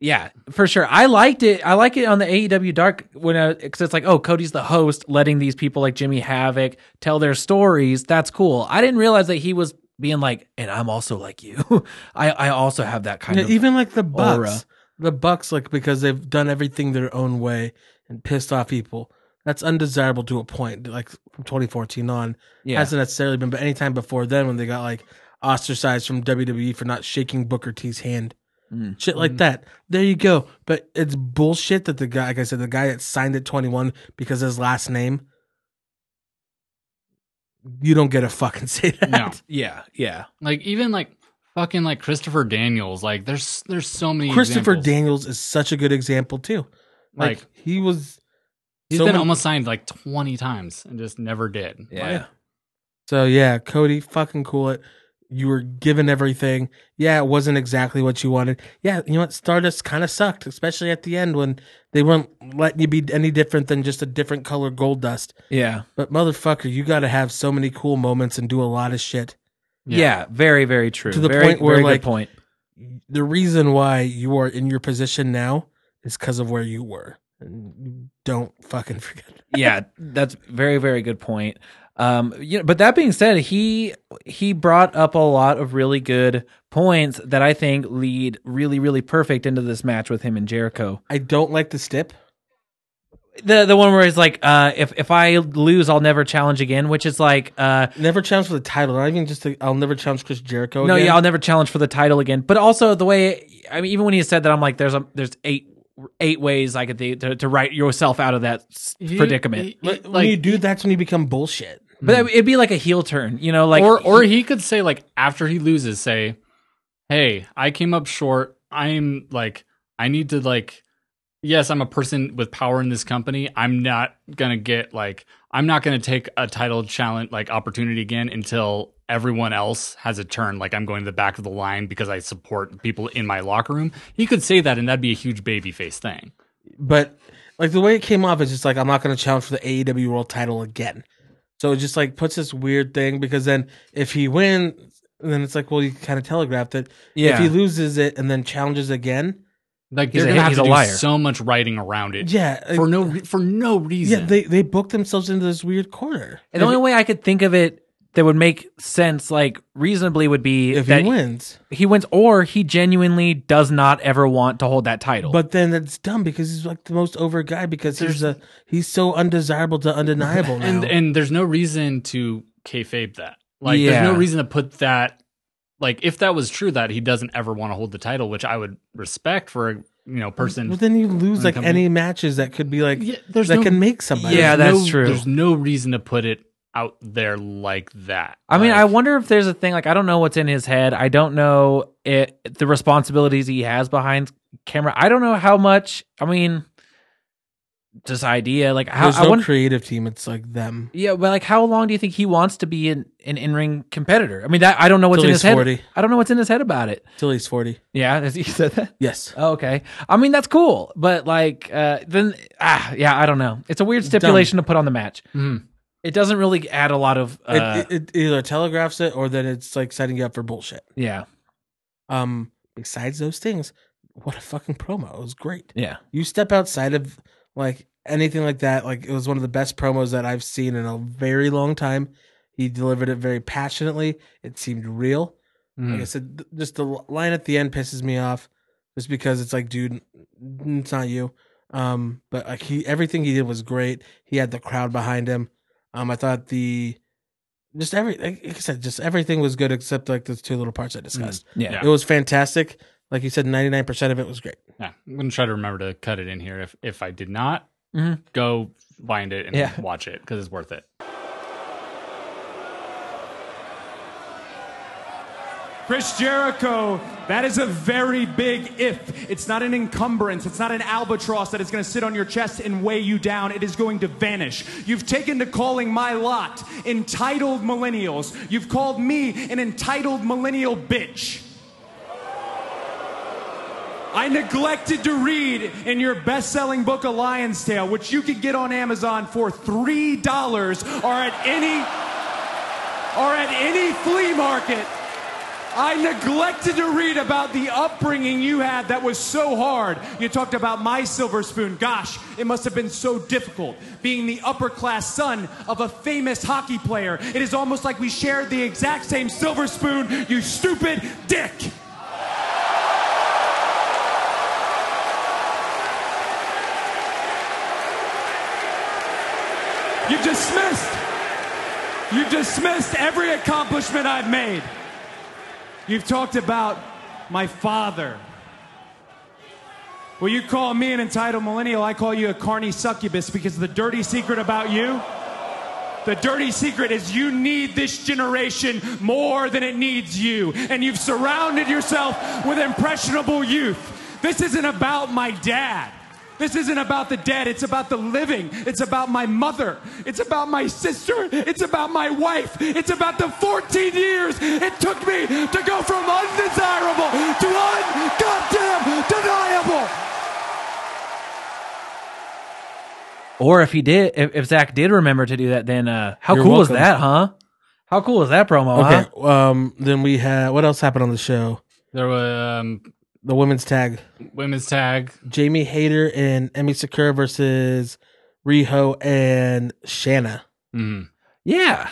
[SPEAKER 5] yeah, for sure. I liked it. I like it on the AEW Dark when I because it's like, oh, Cody's the host, letting these people like Jimmy Havoc tell their stories. That's cool. I didn't realize that he was being like, and I'm also like you. [laughs] I I also have that kind
[SPEAKER 4] Yeah,
[SPEAKER 5] of
[SPEAKER 4] even like the Bucks,
[SPEAKER 5] aura.
[SPEAKER 4] the Bucks, like because they've done everything their own way and pissed off people. That's undesirable to a point. Like from 2014 on,
[SPEAKER 5] yeah.
[SPEAKER 4] hasn't necessarily been. But any time before then, when they got like ostracized from WWE for not shaking Booker T's hand,
[SPEAKER 5] Mm.
[SPEAKER 4] shit like that. There you go. But it's bullshit that the guy, like I said, the guy that signed at 21 because of his last name. You don't get to fucking [laughs] say that.
[SPEAKER 3] No.
[SPEAKER 5] yeah, yeah,
[SPEAKER 3] Like even like fucking like Christopher Daniels. Like there's there's so many
[SPEAKER 4] Christopher
[SPEAKER 3] examples.
[SPEAKER 4] Daniels is such a good example too. Like,
[SPEAKER 3] Like
[SPEAKER 4] he was.
[SPEAKER 3] he's
[SPEAKER 4] so
[SPEAKER 3] been
[SPEAKER 4] many-
[SPEAKER 3] almost signed like twenty times and just never did.
[SPEAKER 5] yeah.
[SPEAKER 4] Oh, So yeah, Cody, fucking cool it. You were given everything. Yeah, it wasn't exactly what you wanted. Yeah, you know what? Stardust kind of sucked, especially at the end when they weren't letting you be any different than just a different color gold dust.
[SPEAKER 5] yeah.
[SPEAKER 4] But motherfucker, you got to have so many cool moments and do a lot of shit.
[SPEAKER 3] Yeah.
[SPEAKER 5] Yeah, very, very true.
[SPEAKER 4] To the
[SPEAKER 5] very,
[SPEAKER 4] point where,
[SPEAKER 5] very
[SPEAKER 4] like,
[SPEAKER 5] good point.
[SPEAKER 4] The reason why you are in your position now is because of where you were. And you don't fucking [laughs] forget.
[SPEAKER 5] yeah, that's very very good point. Um, you know, but that being said, he he brought up a lot of really good points that I think lead really really perfect into this match with him and Jericho.
[SPEAKER 4] I don't like the stip.
[SPEAKER 5] The the one where he's like, uh, if if I lose, I'll never challenge again, which is like, uh,
[SPEAKER 4] Never challenge for the title. Not even just. i I'll never challenge Chris Jericho.
[SPEAKER 5] no,
[SPEAKER 4] again.
[SPEAKER 5] yeah, I'll never challenge for the title again. But also the way I mean, even when he said that, I'm like, there's a there's eight eight ways I could think to, to write yourself out of that s-
[SPEAKER 3] He-
[SPEAKER 5] predicament.
[SPEAKER 3] he- he-
[SPEAKER 4] But when
[SPEAKER 3] like-
[SPEAKER 4] you do, that's when you become bullshit.
[SPEAKER 5] but that- it'd be like a heel turn, you know, like
[SPEAKER 3] or or he could say like after he loses, say, "Hey, I came up short. I'm like I need to like yes, I'm a person with power in this company. I'm not going to get like I'm not going to take a title challenge like opportunity again until everyone else has a turn like I'm going to the back of the line because I support people in my locker room." He could say that and that'd be a huge baby face thing.
[SPEAKER 4] But like the way it came off is just like I'm not going to challenge for the AEW World Title again. So it just like puts this weird thing because then if he wins, then it's like well you kind of telegraphed it. If
[SPEAKER 5] yeah,
[SPEAKER 4] he loses it and then challenges again,
[SPEAKER 3] Like
[SPEAKER 5] He's
[SPEAKER 3] they're
[SPEAKER 5] a-
[SPEAKER 3] going to have
[SPEAKER 5] he's
[SPEAKER 3] to
[SPEAKER 5] a
[SPEAKER 3] do
[SPEAKER 5] liar. uh,
[SPEAKER 3] so much writing around it.
[SPEAKER 4] yeah,
[SPEAKER 3] For
[SPEAKER 4] like,
[SPEAKER 3] no re- for no reason.
[SPEAKER 4] yeah they they booked themselves into this weird corner.
[SPEAKER 5] And the only way I could think of it that would make sense, like reasonably, would be
[SPEAKER 4] If
[SPEAKER 5] that
[SPEAKER 4] he wins,
[SPEAKER 5] he wins or he genuinely does not ever want to hold that title.
[SPEAKER 4] but then it's dumb because he's like the most over guy because he's a he's so undesirable to undeniable now.
[SPEAKER 3] [laughs] and and there's no reason to kayfabe that. Like there's
[SPEAKER 5] Yeah.
[SPEAKER 3] no reason to put that. Like if that was true that he doesn't ever want to hold the title, which I would respect for a you know person.
[SPEAKER 4] well, then you lose like
[SPEAKER 3] Company.
[SPEAKER 4] any matches that could be like
[SPEAKER 3] Yeah, there's
[SPEAKER 4] that
[SPEAKER 3] no,
[SPEAKER 4] can make somebody.
[SPEAKER 5] Yeah,
[SPEAKER 3] there's
[SPEAKER 5] that's
[SPEAKER 3] no-
[SPEAKER 5] true.
[SPEAKER 3] There's no reason to put it out there like that.
[SPEAKER 5] I mean,
[SPEAKER 3] Like,
[SPEAKER 5] I wonder if there's a thing like I don't know what's in his head. I don't know it, the responsibilities he has behind camera. I don't know how much. I mean, this idea like how
[SPEAKER 4] There's
[SPEAKER 5] I
[SPEAKER 4] no
[SPEAKER 5] wonder.
[SPEAKER 4] creative team. It's like them.
[SPEAKER 5] yeah, but like, how long do you think he wants to be an, an in-ring competitor? I mean, that I don't know what's
[SPEAKER 4] Till
[SPEAKER 5] in
[SPEAKER 4] he's
[SPEAKER 5] his head.
[SPEAKER 4] 40.
[SPEAKER 5] I don't know what's in his head about it.
[SPEAKER 4] Till he's forty.
[SPEAKER 5] Yeah, [laughs] he said that.
[SPEAKER 4] Yes.
[SPEAKER 5] Oh, okay. I mean, that's cool, but like, uh, then ah, yeah, I don't know. It's a weird stipulation to put on the match.
[SPEAKER 3] Mhm.
[SPEAKER 5] It doesn't really add a lot of uh,
[SPEAKER 4] it, it, it either telegraphs it or then it's like setting you up for bullshit.
[SPEAKER 5] yeah,
[SPEAKER 4] Um. Besides those things, what a fucking promo! It was great.
[SPEAKER 5] yeah,
[SPEAKER 4] You step outside of like anything like that. Like it was one of the best promos that I've seen in a very long time. He delivered it very passionately. It seemed real. Like I said, th- just the l- line at the end pisses me off, just because it's like, dude, n- it's not you. Um, but like he, everything he did was great. He had the crowd behind him. Um, I thought the, just every, like I said, just everything was good except like those two little parts I discussed.
[SPEAKER 5] Hmm, yeah.
[SPEAKER 3] Yeah.
[SPEAKER 4] It was fantastic. Like you said, ninety nine percent of it was great.
[SPEAKER 3] yeah, I'm gonna try to remember to cut it in here. If if I did not,
[SPEAKER 5] Mhm.
[SPEAKER 3] go find it and
[SPEAKER 5] Yeah.
[SPEAKER 3] watch it because it's worth it.
[SPEAKER 6] Chris Jericho, that is a very big if. It's not an encumbrance. It's not an albatross that is going to sit on your chest and weigh you down. It is going to vanish. You've taken to calling my lot entitled millennials. You've called me an entitled millennial bitch. I neglected to read in your best selling book, A Lion's Tale, which you could get on Amazon for $3 or at any. Or at any flea market I neglected to read about the upbringing you had that was so hard. You talked about my silver spoon. Gosh, it must have been so difficult being the upper class son of a famous hockey player. It is almost like we shared the exact same silver spoon, you stupid dick. You dismissed. You dismissed every accomplishment I've made. You've talked about my father. Well, you call me an entitled millennial. I call you a carny succubus because the dirty secret about you, the dirty secret is you need this generation more than it needs you. And you've surrounded yourself with impressionable youth. This isn't about my dad. This isn't about the dead. It's about the living. It's about my mother. It's about my sister. It's about my wife. It's about the 14 years it took me to go from undesirable to ungoddamn deniable.
[SPEAKER 5] Or if he did, if, if Zach did remember to do that, then uh, how
[SPEAKER 4] You're
[SPEAKER 5] cool was
[SPEAKER 4] welcome.
[SPEAKER 5] that, huh? How cool was that promo?
[SPEAKER 4] Okay.
[SPEAKER 5] huh?
[SPEAKER 4] Um. Then we had what else happened on the show?
[SPEAKER 3] There were um,
[SPEAKER 4] The women's tag:
[SPEAKER 3] women's tag.
[SPEAKER 4] Jamie Hayter and Emmy Sakura versus Riho and Shanna.
[SPEAKER 3] Mm.
[SPEAKER 5] yeah,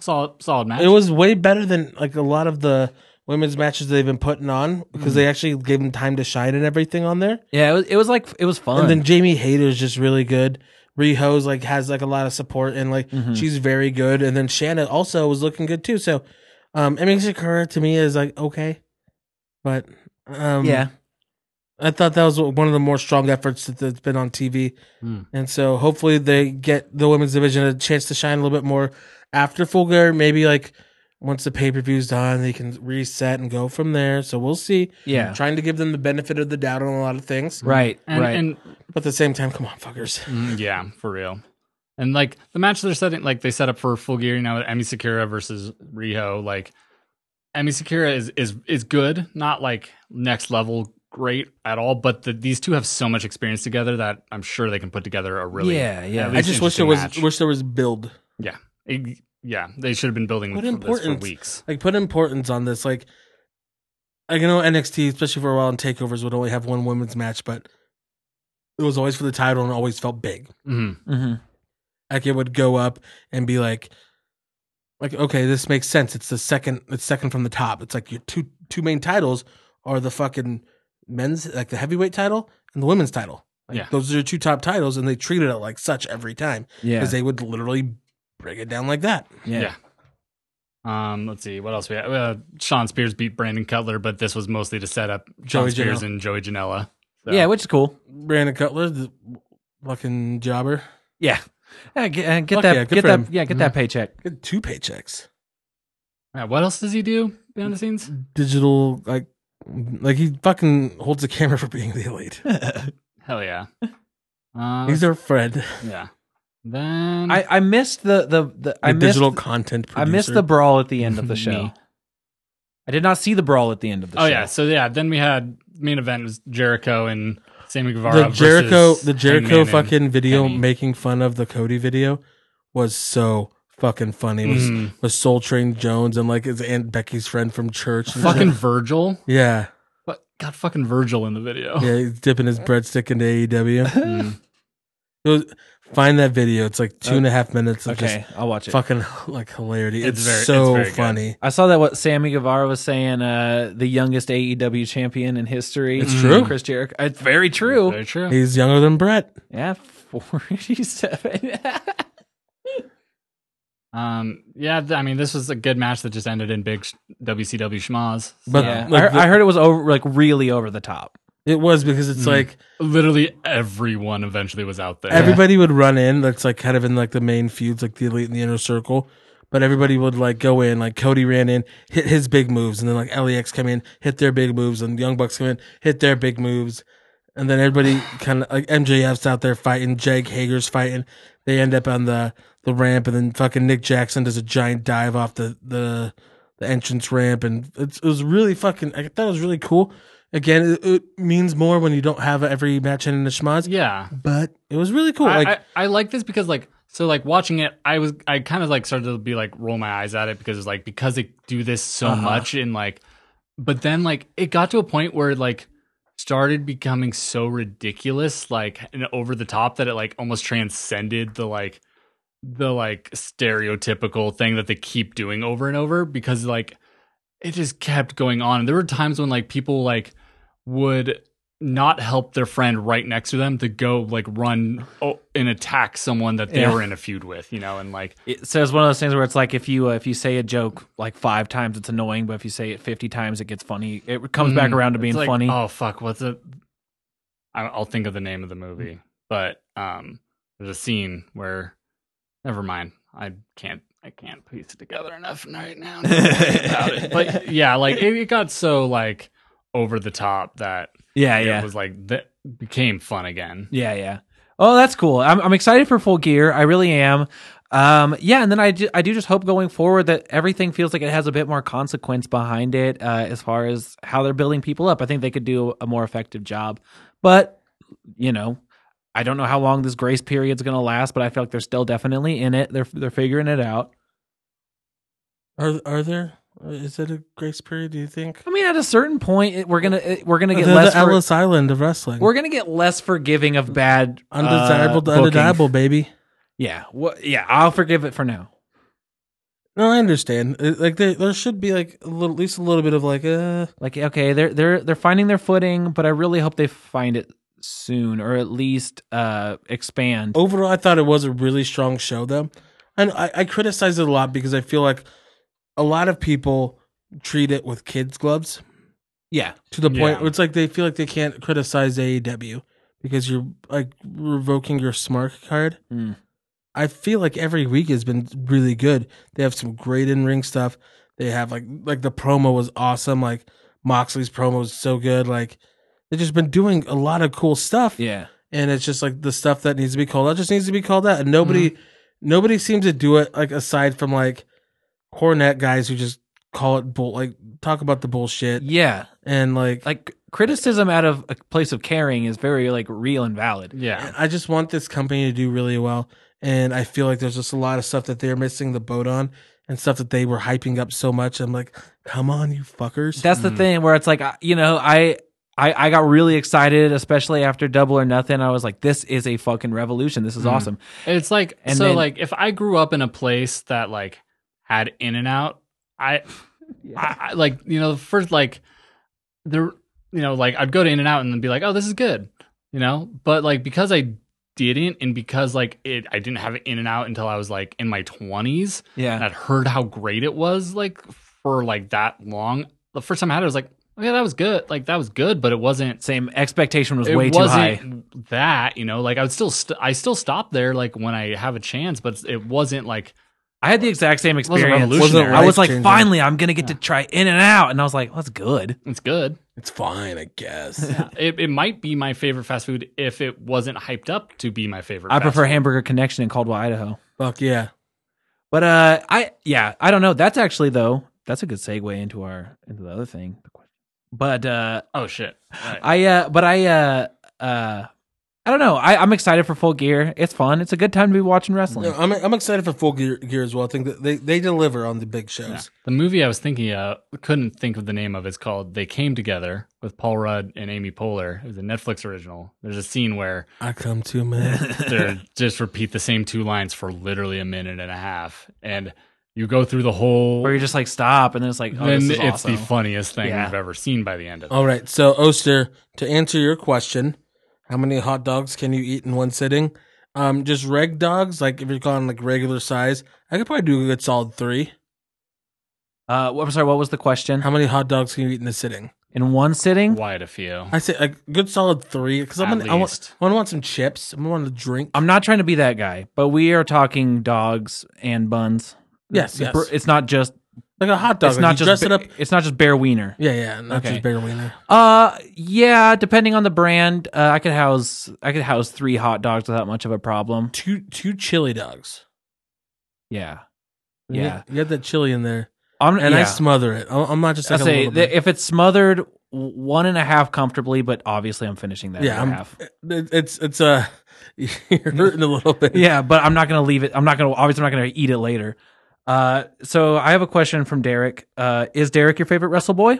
[SPEAKER 3] solid solid match.
[SPEAKER 4] It was way better than like a lot of the women's matches they've been putting on because
[SPEAKER 5] Mm-hmm.
[SPEAKER 4] they actually gave them time to shine and everything on there.
[SPEAKER 5] yeah. It was, it was like it was fun.
[SPEAKER 4] And then Jamie Hayter's just really good. Riho's like has like a lot of support and like
[SPEAKER 5] Mm-hmm.
[SPEAKER 4] she's very good. And then Shanna also was looking good too. So um Emmy Sakura to me is like okay. But um
[SPEAKER 5] yeah,
[SPEAKER 4] I thought that was one of the more strong efforts that- that's been on TV.
[SPEAKER 5] Hmm.
[SPEAKER 4] And so hopefully they get the women's division a chance to shine a little bit more after Full Gear. Maybe like once the pay per view's done, they can reset and go from there. So we'll see.
[SPEAKER 5] Yeah.
[SPEAKER 4] Trying to give them the benefit of the doubt on a lot of things.
[SPEAKER 5] Right,
[SPEAKER 3] And,
[SPEAKER 5] right.
[SPEAKER 3] and
[SPEAKER 4] But at the same time, come on, fuckers.
[SPEAKER 3] Mm, yeah, for real. And like the match they're setting, like they set up for full gear now at Emi Sakura versus Riho. Like Emi Sakura is is is good, not like next level great at all. But the, these two have so much experience together that I'm sure they can put together a really
[SPEAKER 5] Yeah, yeah.
[SPEAKER 3] at
[SPEAKER 4] I
[SPEAKER 3] least
[SPEAKER 4] just wish
[SPEAKER 3] interesting
[SPEAKER 4] there was
[SPEAKER 3] match.
[SPEAKER 4] wish there was build.
[SPEAKER 3] yeah Ig- yeah they should have been building
[SPEAKER 4] What
[SPEAKER 3] for this for
[SPEAKER 4] importance?
[SPEAKER 3] weeks.
[SPEAKER 4] Like put importance on this. Like I know NXT, especially for a while, and takeovers would only have one women's match, but it was always for the title and always felt big.
[SPEAKER 3] Mhm.
[SPEAKER 5] hmm
[SPEAKER 4] Like it would go up and be like, like okay, this makes sense. It's the second. It's second from the top. It's like your two two main titles are the fucking men's like the heavyweight title and the women's title. Like,
[SPEAKER 3] Yeah.
[SPEAKER 4] those are your two top titles, and they treated it like such every time
[SPEAKER 5] Yeah.
[SPEAKER 4] because they would literally break it down like that.
[SPEAKER 5] yeah.
[SPEAKER 3] Yeah. Um, let's see what else we have. Uh, Sean Spears beat Brandon Cutler, but this was mostly to set up Sean
[SPEAKER 4] Joey
[SPEAKER 3] Spears
[SPEAKER 4] Janela.
[SPEAKER 3] and Joey Janela. So-
[SPEAKER 5] Yeah, which is cool.
[SPEAKER 4] Brandon Cutler, the fucking jobber,
[SPEAKER 5] Yeah. Uh, get uh, get
[SPEAKER 4] Fuck
[SPEAKER 5] that
[SPEAKER 4] yeah, good
[SPEAKER 5] get
[SPEAKER 4] for
[SPEAKER 5] that
[SPEAKER 4] him. Mm-hmm.
[SPEAKER 5] yeah, get that paycheck.
[SPEAKER 4] Good two paychecks.
[SPEAKER 3] Yeah, what else does he do behind the scenes?
[SPEAKER 4] Mm-hmm. Digital, like, like he fucking holds the camera for being the
[SPEAKER 5] [laughs]
[SPEAKER 4] elite. [laughs]
[SPEAKER 3] Hell yeah. Uh,
[SPEAKER 4] He's our friend.
[SPEAKER 3] yeah. Then
[SPEAKER 5] I, I missed the the, the I
[SPEAKER 4] Like,
[SPEAKER 5] missed
[SPEAKER 4] digital content.
[SPEAKER 5] I missed the
[SPEAKER 4] producer.
[SPEAKER 5] brawl at the
[SPEAKER 3] [laughs]
[SPEAKER 5] end of the
[SPEAKER 3] Me.
[SPEAKER 5] show. I did not see the brawl at the end of the
[SPEAKER 3] oh
[SPEAKER 5] show.
[SPEAKER 3] yeah, so yeah, then we had main event was Jericho and Sammy Guevara.
[SPEAKER 4] the Jericho,
[SPEAKER 3] uh, versus
[SPEAKER 4] the Jericho
[SPEAKER 3] Hangman and
[SPEAKER 4] fucking video
[SPEAKER 3] Kenny.
[SPEAKER 4] making fun of the Cody video was so fucking funny. It was
[SPEAKER 3] Mm.
[SPEAKER 4] was Soul Train Jones and like his aunt Becky's friend from church. and
[SPEAKER 3] fucking
[SPEAKER 4] [laughs] shit.
[SPEAKER 3] Virgil.
[SPEAKER 4] yeah,
[SPEAKER 3] What got fucking Virgil in the video?
[SPEAKER 4] yeah. He's dipping his breadstick into
[SPEAKER 3] [laughs]
[SPEAKER 4] AEW. It was- find that video. It's like two and a half minutes of just
[SPEAKER 5] Okay, I'll watch it.
[SPEAKER 4] fucking like hilarity. It's,
[SPEAKER 3] It's very- it's
[SPEAKER 4] so
[SPEAKER 3] very good.
[SPEAKER 4] funny.
[SPEAKER 5] I saw that what Sammy Guevara was saying, uh, the youngest AEW champion in history. It's
[SPEAKER 4] true.
[SPEAKER 5] Chris Jericho. It's very true.
[SPEAKER 3] Very true.
[SPEAKER 4] He's younger than Brett.
[SPEAKER 5] Yeah, [laughs] 47.
[SPEAKER 3] Um, yeah, th- I mean, this was a good match that just ended in big sh- WCW schmas.
[SPEAKER 4] But
[SPEAKER 5] yeah.
[SPEAKER 4] like,
[SPEAKER 5] I,
[SPEAKER 4] the-
[SPEAKER 5] I heard it was over, like really over the top.
[SPEAKER 4] it was because
[SPEAKER 3] Mm.
[SPEAKER 4] it's like
[SPEAKER 3] Literally everyone eventually was out there.
[SPEAKER 4] everybody would run in. That's like kind of in like the main feuds, like the elite and the inner circle. But everybody would like go in. Like Cody ran in, hit his big moves, and then like LEX come in, hit their big moves, and Young Bucks come in, hit their big moves, and then everybody kind of like MJF's out there fighting, Jake Hager's fighting. They end up on the the ramp, and then fucking Nick Jackson does a giant dive off the the, the entrance ramp, and it's, it was really fucking. I thought it was really cool. Again, it, it means more when you don't have every match in the schmaz
[SPEAKER 3] yeah.
[SPEAKER 4] but it was really cool.
[SPEAKER 3] I-
[SPEAKER 4] like
[SPEAKER 3] I, I like this because like so like watching it i was i kind of like started to be like roll my eyes at it because it's like because they do this so much and like but then like it got to a point where it like started becoming so ridiculous like and over the top that it like almost transcended the like the like stereotypical thing that they keep doing over and over because like it just kept going on. And there were times when like people like would not help their friend right next to them to go like run oh, and attack someone that they
[SPEAKER 5] Yeah.
[SPEAKER 3] were in a feud with, you know, and like
[SPEAKER 5] It says one of those things where it's like if you uh, if you say a joke like five times, it's annoying, but if you say it fifty times, it gets funny. It comes back
[SPEAKER 3] mm,
[SPEAKER 5] around to
[SPEAKER 3] it's
[SPEAKER 5] being
[SPEAKER 3] like,
[SPEAKER 5] funny.
[SPEAKER 3] Oh fuck, what's it? Mm. I- I'll think of the name of the movie, but um, there's a scene where, never mind, I can't, I can't piece it together enough right now. about
[SPEAKER 5] [laughs]
[SPEAKER 3] it. But yeah, like it, it got so like over the top that
[SPEAKER 5] yeah,
[SPEAKER 3] it
[SPEAKER 5] Uh, yeah,
[SPEAKER 3] was like that became fun again.
[SPEAKER 5] yeah, yeah. Oh, that's cool. I'm I'm excited for Full Gear. I really am. Um, yeah, and then I do, I do just hope going forward that everything feels like it has a bit more consequence behind it uh, as far as how they're building people up. I think they could do a more effective job, but you know. I don't know how long this grace period's going to last, but I feel like they're still definitely in it. They're they're figuring it out.
[SPEAKER 4] are are there is it a grace period? Do you think?
[SPEAKER 5] I mean, at a certain point, it, we're gonna it, we're gonna get
[SPEAKER 4] They're
[SPEAKER 5] less.
[SPEAKER 4] the
[SPEAKER 5] for-
[SPEAKER 4] Ellis Island of wrestling.
[SPEAKER 5] we're gonna get less forgiving of bad uh,
[SPEAKER 4] undesirable to
[SPEAKER 5] booking.
[SPEAKER 4] undeniable, baby.
[SPEAKER 5] Yeah, what? Yeah, I'll forgive it for now.
[SPEAKER 4] No, I understand. It- Like there, there should be like a little, at least a little bit of like uh
[SPEAKER 5] Like, okay, they're they're they're finding their footing, but I really hope they find it soon, or at least uh expand.
[SPEAKER 3] Oh.
[SPEAKER 4] overall. I thought it was a really strong show though, and I, I criticize it a lot because I feel like a lot of people treat it with kids gloves.
[SPEAKER 5] Yeah.
[SPEAKER 4] to the point
[SPEAKER 3] Yeah.
[SPEAKER 4] where it's like they feel like they can't criticize AEW because you're like revoking your smart card.
[SPEAKER 5] Mm.
[SPEAKER 4] I feel like every week has been really good. They have some great in ring stuff. They have like like the promo was awesome. Like Moxley's promo is so good. Like they've just been doing a lot of cool stuff.
[SPEAKER 5] Yeah.
[SPEAKER 4] And it's just like the stuff that needs to be called out just needs to be called out. And nobody nobody seems to do it like aside from like Cornet guys who just call it bull like talk about the bullshit
[SPEAKER 5] Yeah.
[SPEAKER 4] and like
[SPEAKER 5] Like criticism out of a place of caring is very like real and valid.
[SPEAKER 3] Yeah.
[SPEAKER 4] I just want this company to do really well. And I feel like there's just a lot of stuff that they're missing the boat on and stuff that they were hyping up so much. I'm like, come on, you fuckers.
[SPEAKER 5] That's
[SPEAKER 3] Mm-hmm.
[SPEAKER 5] the thing where it's like I- you know I. I, I got really excited, especially after Double or Nothing. I was like, "This is a fucking revolution. This is
[SPEAKER 3] Mm-hmm.
[SPEAKER 5] awesome."
[SPEAKER 3] It's like
[SPEAKER 5] And
[SPEAKER 3] so
[SPEAKER 5] then-
[SPEAKER 3] like if I grew up in a place that like had in and out,
[SPEAKER 5] [laughs]
[SPEAKER 3] I, I I like you know first like the you know like I'd go to in and out and then be like, "Oh, this is good." You know? But like because I didn't and because like it I didn't have in and out until I was like in my 20s and
[SPEAKER 5] Yeah,
[SPEAKER 3] I'd heard how great it was like for like that long. The first time I had it I was like, "Oh yeah, that was good." Like that was good, but it wasn't
[SPEAKER 5] same expectation was
[SPEAKER 3] it
[SPEAKER 5] way too
[SPEAKER 3] wasn't
[SPEAKER 5] high.
[SPEAKER 3] That you know, like I would still, st- I still stop there, like when I have a chance, but it wasn't like
[SPEAKER 5] I had the exact same
[SPEAKER 3] wasn't
[SPEAKER 5] experience.
[SPEAKER 3] revolutionary.
[SPEAKER 5] I was like,
[SPEAKER 4] Life-changing.
[SPEAKER 5] finally, I'm gonna get to try In and Out, and I was like, well, that's good.
[SPEAKER 3] it's good.
[SPEAKER 4] It's fine, I guess.
[SPEAKER 3] It, it might be my favorite fast food if it wasn't hyped up to be my favorite.
[SPEAKER 5] I
[SPEAKER 3] fast
[SPEAKER 5] prefer
[SPEAKER 3] food.
[SPEAKER 5] Hamburger Connection in Caldwell, Idaho.
[SPEAKER 4] [laughs] Fuck yeah.
[SPEAKER 5] But uh, I yeah, I don't know. That's actually though, that's a good segue into our into the other thing. But uh,
[SPEAKER 3] Oh shit! All
[SPEAKER 5] [laughs]
[SPEAKER 3] right.
[SPEAKER 5] I uh, but I uh, uh, I don't know. I, I'm excited for Full Gear. It's fun. It's a good time to be watching wrestling.
[SPEAKER 4] No, I'm, I'm excited for Full Gear, Gear as well. I think that they, they deliver on the big
[SPEAKER 3] Yeah.
[SPEAKER 4] shows.
[SPEAKER 3] The movie I was thinking of, couldn't think of the name of. It's called "They Came Together" with Paul Rudd and Amy Poehler. It was a Netflix original. There's a scene where
[SPEAKER 4] I come to, [laughs] man.
[SPEAKER 5] [laughs]
[SPEAKER 3] they just repeat the same two lines for literally a minute and a half, and you go through the whole
[SPEAKER 5] Where you just like stop, and then it's like, oh,
[SPEAKER 3] then
[SPEAKER 5] this is
[SPEAKER 3] it's
[SPEAKER 5] awesome.
[SPEAKER 3] the funniest thing
[SPEAKER 5] Yeah.
[SPEAKER 3] I've ever seen by the end of it.
[SPEAKER 4] All right. So, Oster, to answer your question, how many hot dogs can you eat in one sitting? Um, just reg dogs, like if you're calling like regular size, I could probably do a good solid three.
[SPEAKER 5] uh, well, I'm sorry. What was the question?
[SPEAKER 4] How many hot dogs can you eat in a sitting?
[SPEAKER 5] In one sitting?
[SPEAKER 3] Quite a few.
[SPEAKER 4] I say a good solid three because I'm
[SPEAKER 3] At
[SPEAKER 4] gonna I want,
[SPEAKER 3] least.
[SPEAKER 4] I want some chips. I'm gonna want to drink.
[SPEAKER 5] I'm not trying to be that guy, but we are talking dogs and buns.
[SPEAKER 4] yes,
[SPEAKER 5] It's
[SPEAKER 4] yes.
[SPEAKER 5] br- It's not just.
[SPEAKER 4] like a hot dog.
[SPEAKER 5] It's
[SPEAKER 4] like
[SPEAKER 5] not
[SPEAKER 4] you dress
[SPEAKER 5] just.
[SPEAKER 4] it
[SPEAKER 5] ba-
[SPEAKER 4] up.
[SPEAKER 5] It's not just bare wiener.
[SPEAKER 4] Yeah, yeah. Not
[SPEAKER 5] Okay.
[SPEAKER 4] just bigger wiener.
[SPEAKER 5] Uh, yeah. Depending on the brand, uh, I could house I could house three hot dogs without much of a problem.
[SPEAKER 4] Two two chili dogs.
[SPEAKER 5] Yeah,
[SPEAKER 4] You
[SPEAKER 5] yeah.
[SPEAKER 4] get- you have that chili in there,
[SPEAKER 5] I'm
[SPEAKER 4] and I
[SPEAKER 5] yeah.
[SPEAKER 4] smother it. I'm I'm not just
[SPEAKER 5] I
[SPEAKER 4] like a
[SPEAKER 5] say
[SPEAKER 4] little
[SPEAKER 5] that
[SPEAKER 4] bit.
[SPEAKER 5] if it's smothered, w- one and a half comfortably, but obviously I'm finishing that.
[SPEAKER 4] yeah,
[SPEAKER 5] other
[SPEAKER 4] I'm,
[SPEAKER 5] half.
[SPEAKER 4] it- it's it's uh, [laughs] you're hurting a little bit.
[SPEAKER 5] [laughs] yeah, but I'm not gonna leave it. I'm not gonna obviously I'm not gonna eat it later. Uh, so I have a question from Derek. Uh, is Derek your favorite wrestle boy?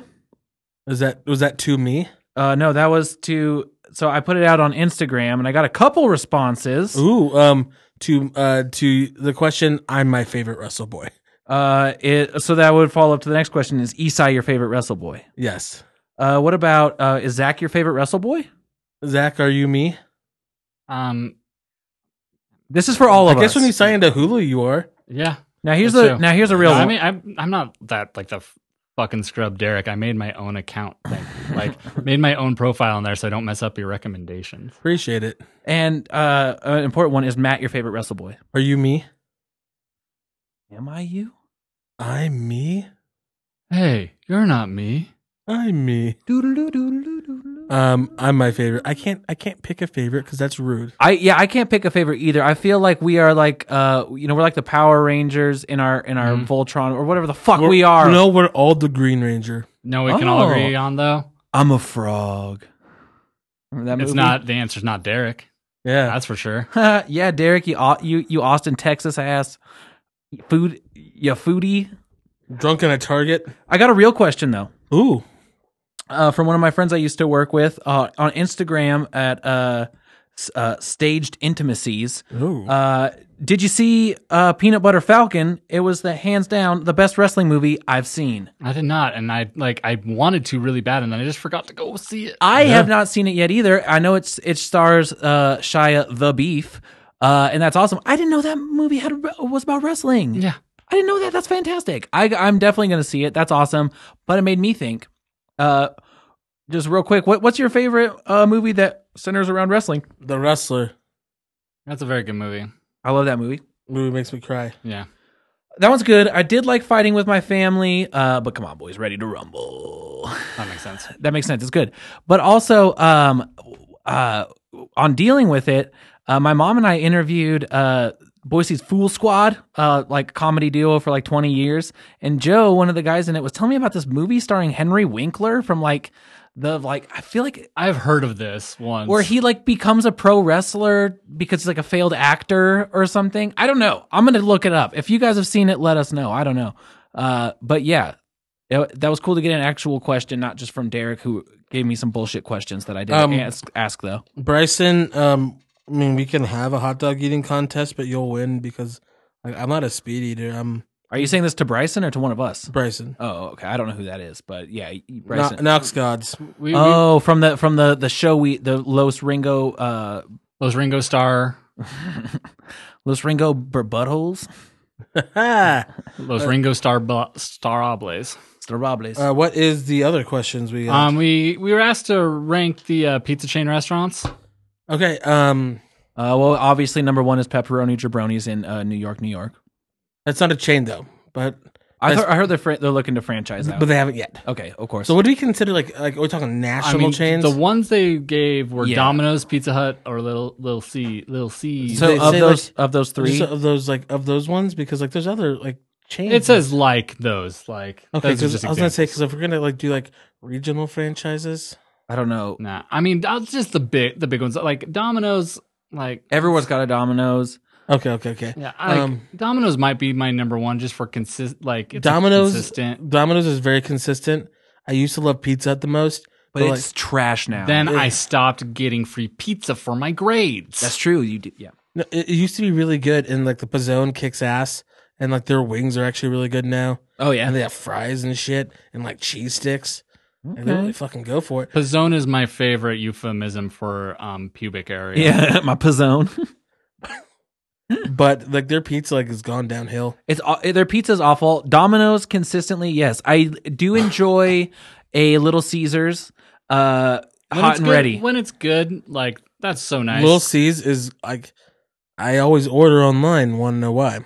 [SPEAKER 4] Is that was that to me?
[SPEAKER 5] Uh, no, that was to. So I put it out on Instagram, and I got a couple responses.
[SPEAKER 4] Ooh, um, to uh, to the question. I'm my favorite Russell boy.
[SPEAKER 5] Uh, it so that would follow up to the next question: Is Esai your favorite wrestle boy?
[SPEAKER 4] Yes,
[SPEAKER 5] Uh, what about uh, is Zach your favorite wrestle boy?
[SPEAKER 4] Zach, are you me?
[SPEAKER 3] Um,
[SPEAKER 5] This is for all
[SPEAKER 4] I
[SPEAKER 5] of
[SPEAKER 4] guess
[SPEAKER 5] us.
[SPEAKER 4] when you sign into Hulu, you are.
[SPEAKER 3] yeah.
[SPEAKER 5] now here's
[SPEAKER 3] That's
[SPEAKER 5] the
[SPEAKER 3] true.
[SPEAKER 5] now here's a real
[SPEAKER 3] No, I
[SPEAKER 5] one.
[SPEAKER 3] mean, I'm I'm not that like the f- fucking scrub, Derek. I made my own account,
[SPEAKER 5] [laughs]
[SPEAKER 3] thank you. like made my own profile on there, so I don't mess up your recommendations.
[SPEAKER 4] Appreciate it.
[SPEAKER 5] and uh, an important one is Matt your favorite wrestle boy?
[SPEAKER 4] Are you me?
[SPEAKER 5] Am I you?
[SPEAKER 4] I'm me.
[SPEAKER 3] Hey, you're not me.
[SPEAKER 4] I'm me. Um, I'm my favorite. I can't. I can't pick a favorite because that's rude.
[SPEAKER 5] I yeah, I can't pick a favorite either. I feel like we are like uh, you know, we're like the Power Rangers in our in our Voltron or whatever the fuck
[SPEAKER 4] Mm-hmm. We're-
[SPEAKER 5] we are.
[SPEAKER 4] No, we're all the Green Ranger.
[SPEAKER 3] No, we can all
[SPEAKER 5] Oh.
[SPEAKER 3] agree on though.
[SPEAKER 5] I'm a frog. Remember that
[SPEAKER 3] It's
[SPEAKER 5] movie?
[SPEAKER 3] not the answer's not Derek.
[SPEAKER 4] Yeah.
[SPEAKER 3] That's for sure.
[SPEAKER 5] [laughs] yeah, Derek, you au- you you Austin, Texas ass food, you foodie.
[SPEAKER 4] Drunken at Target.
[SPEAKER 5] I got a real question though
[SPEAKER 4] Ooh.
[SPEAKER 5] uh, from one of my friends I used to work with uh, on Instagram at uh, s- uh, Staged Intimacies.
[SPEAKER 4] Ooh.
[SPEAKER 5] Uh, did you see uh, Peanut Butter Falcon? It was the hands down the best wrestling movie I've seen.
[SPEAKER 3] I did not, and I like I wanted to really bad, and then I just forgot to go see it.
[SPEAKER 5] I have not seen it yet either. I know it's it stars uh, Shia the Beef, uh, and that's awesome. I didn't know that movie had was about wrestling.
[SPEAKER 3] Yeah.
[SPEAKER 5] I didn't know that. That's fantastic. I, I'm definitely going to see it. That's awesome. But it made me think, uh, just real quick, what, what's your favorite uh, movie that centers around wrestling?
[SPEAKER 4] The Wrestler
[SPEAKER 3] That's a very good movie.
[SPEAKER 5] I love that movie.
[SPEAKER 4] movie makes me cry.
[SPEAKER 3] Yeah.
[SPEAKER 5] That one's good. I did like fighting with my family, uh, but come on, boys, ready to rumble. [laughs]
[SPEAKER 3] That makes sense.
[SPEAKER 5] that makes sense. It's good. But also, um, uh, on dealing with it, uh, my mom and I interviewed uh, Boise's Fool Squad, uh, like comedy duo for like 20 years. And Joe, one of the guys in it, was telling me about this movie starring Henry Winkler from like the like. I feel like
[SPEAKER 3] I've heard of this once.
[SPEAKER 5] where he like becomes a pro wrestler because he's like a failed actor or something. I don't know. I'm gonna look it up. If you guys have seen it, let us know. I don't know. Uh, but yeah, it- that was cool to get an actual question, not just from Derek, who gave me some bullshit questions that I didn't
[SPEAKER 4] Um,
[SPEAKER 5] ask, ask though.
[SPEAKER 4] Bryson, um, I mean, we can have a hot dog eating contest, but you'll win because like, I'm not a speed eater. I'm
[SPEAKER 5] Are you saying this to Bryson or to one of us?
[SPEAKER 4] Bryson.
[SPEAKER 5] Oh, okay. I don't know who that is, but yeah, y- y-
[SPEAKER 4] No,
[SPEAKER 5] Bryson.
[SPEAKER 4] Knox gods.
[SPEAKER 3] we, we,
[SPEAKER 5] Oh, from the from the the show we the Los Ringo uh
[SPEAKER 3] Los Ringo Starr,
[SPEAKER 5] Los Ringo Burbuttholes.
[SPEAKER 4] Ha!
[SPEAKER 3] Los
[SPEAKER 5] Uh,
[SPEAKER 3] Ringo Starr Bla- Star Oblays.
[SPEAKER 5] Strabables.
[SPEAKER 4] Uh, what is the other questions we got?
[SPEAKER 3] Um, we we were asked to rank the uh, pizza chain restaurants.
[SPEAKER 4] okay. Um,
[SPEAKER 5] Uh, well, obviously, number one is pepperoni jabronis in uh, New York, New York.
[SPEAKER 4] that's not a chain though, but
[SPEAKER 5] I,
[SPEAKER 4] That's-
[SPEAKER 5] thought I heard they're, fr- they're looking to franchise out.
[SPEAKER 4] but they haven't yet.
[SPEAKER 5] okay, of course.
[SPEAKER 4] So what do we consider like like are we talking
[SPEAKER 3] I
[SPEAKER 4] national
[SPEAKER 3] mean,
[SPEAKER 4] chains?
[SPEAKER 3] the ones they gave were
[SPEAKER 5] Yeah.
[SPEAKER 3] Domino's, Pizza Hut, or Little Little C, Little C.
[SPEAKER 5] so
[SPEAKER 4] they
[SPEAKER 5] of
[SPEAKER 4] say,
[SPEAKER 5] those
[SPEAKER 4] like,
[SPEAKER 5] of those three,
[SPEAKER 4] Just of those like of those ones because like there's other like chains.
[SPEAKER 3] it says like those, like
[SPEAKER 4] okay.
[SPEAKER 3] those are
[SPEAKER 4] 'cause
[SPEAKER 3] just
[SPEAKER 4] I was gonna say
[SPEAKER 3] examples.
[SPEAKER 4] because if we're gonna like do like regional franchises,
[SPEAKER 5] I don't know.
[SPEAKER 3] Nah, I mean that's just the big the big ones like Domino's. Like
[SPEAKER 5] Everyone's got a Domino's.
[SPEAKER 4] okay, okay, okay.
[SPEAKER 3] yeah, I, like,
[SPEAKER 4] Um,
[SPEAKER 3] Domino's might be my number one just for consist like it's
[SPEAKER 4] Domino's
[SPEAKER 3] consistent.
[SPEAKER 4] Domino's is very consistent. I used to love Pizza Hut the most,
[SPEAKER 5] But it's trash now.
[SPEAKER 3] Then I stopped getting free pizza for my grades.
[SPEAKER 5] that's true. You do, yeah.
[SPEAKER 4] No, it, it used to be really good, and like the Pizzone kicks ass, and like their wings are actually really good now,
[SPEAKER 5] Oh yeah.
[SPEAKER 4] and they have fries and shit, and like cheese sticks, and they really fucking go for it.
[SPEAKER 3] Pizzone is my favorite euphemism for um, pubic area.
[SPEAKER 5] yeah, [laughs] my pizzone.
[SPEAKER 4] But like their pizza like has gone downhill.
[SPEAKER 5] It's aw- their pizza's awful. Domino's consistently, yes. I do enjoy a Little Caesars, uh,
[SPEAKER 3] When
[SPEAKER 5] hot
[SPEAKER 3] it's
[SPEAKER 5] and
[SPEAKER 3] good-
[SPEAKER 5] ready.
[SPEAKER 3] When it's good, like that's so nice.
[SPEAKER 4] Little C's is like I always order online. Want to know why?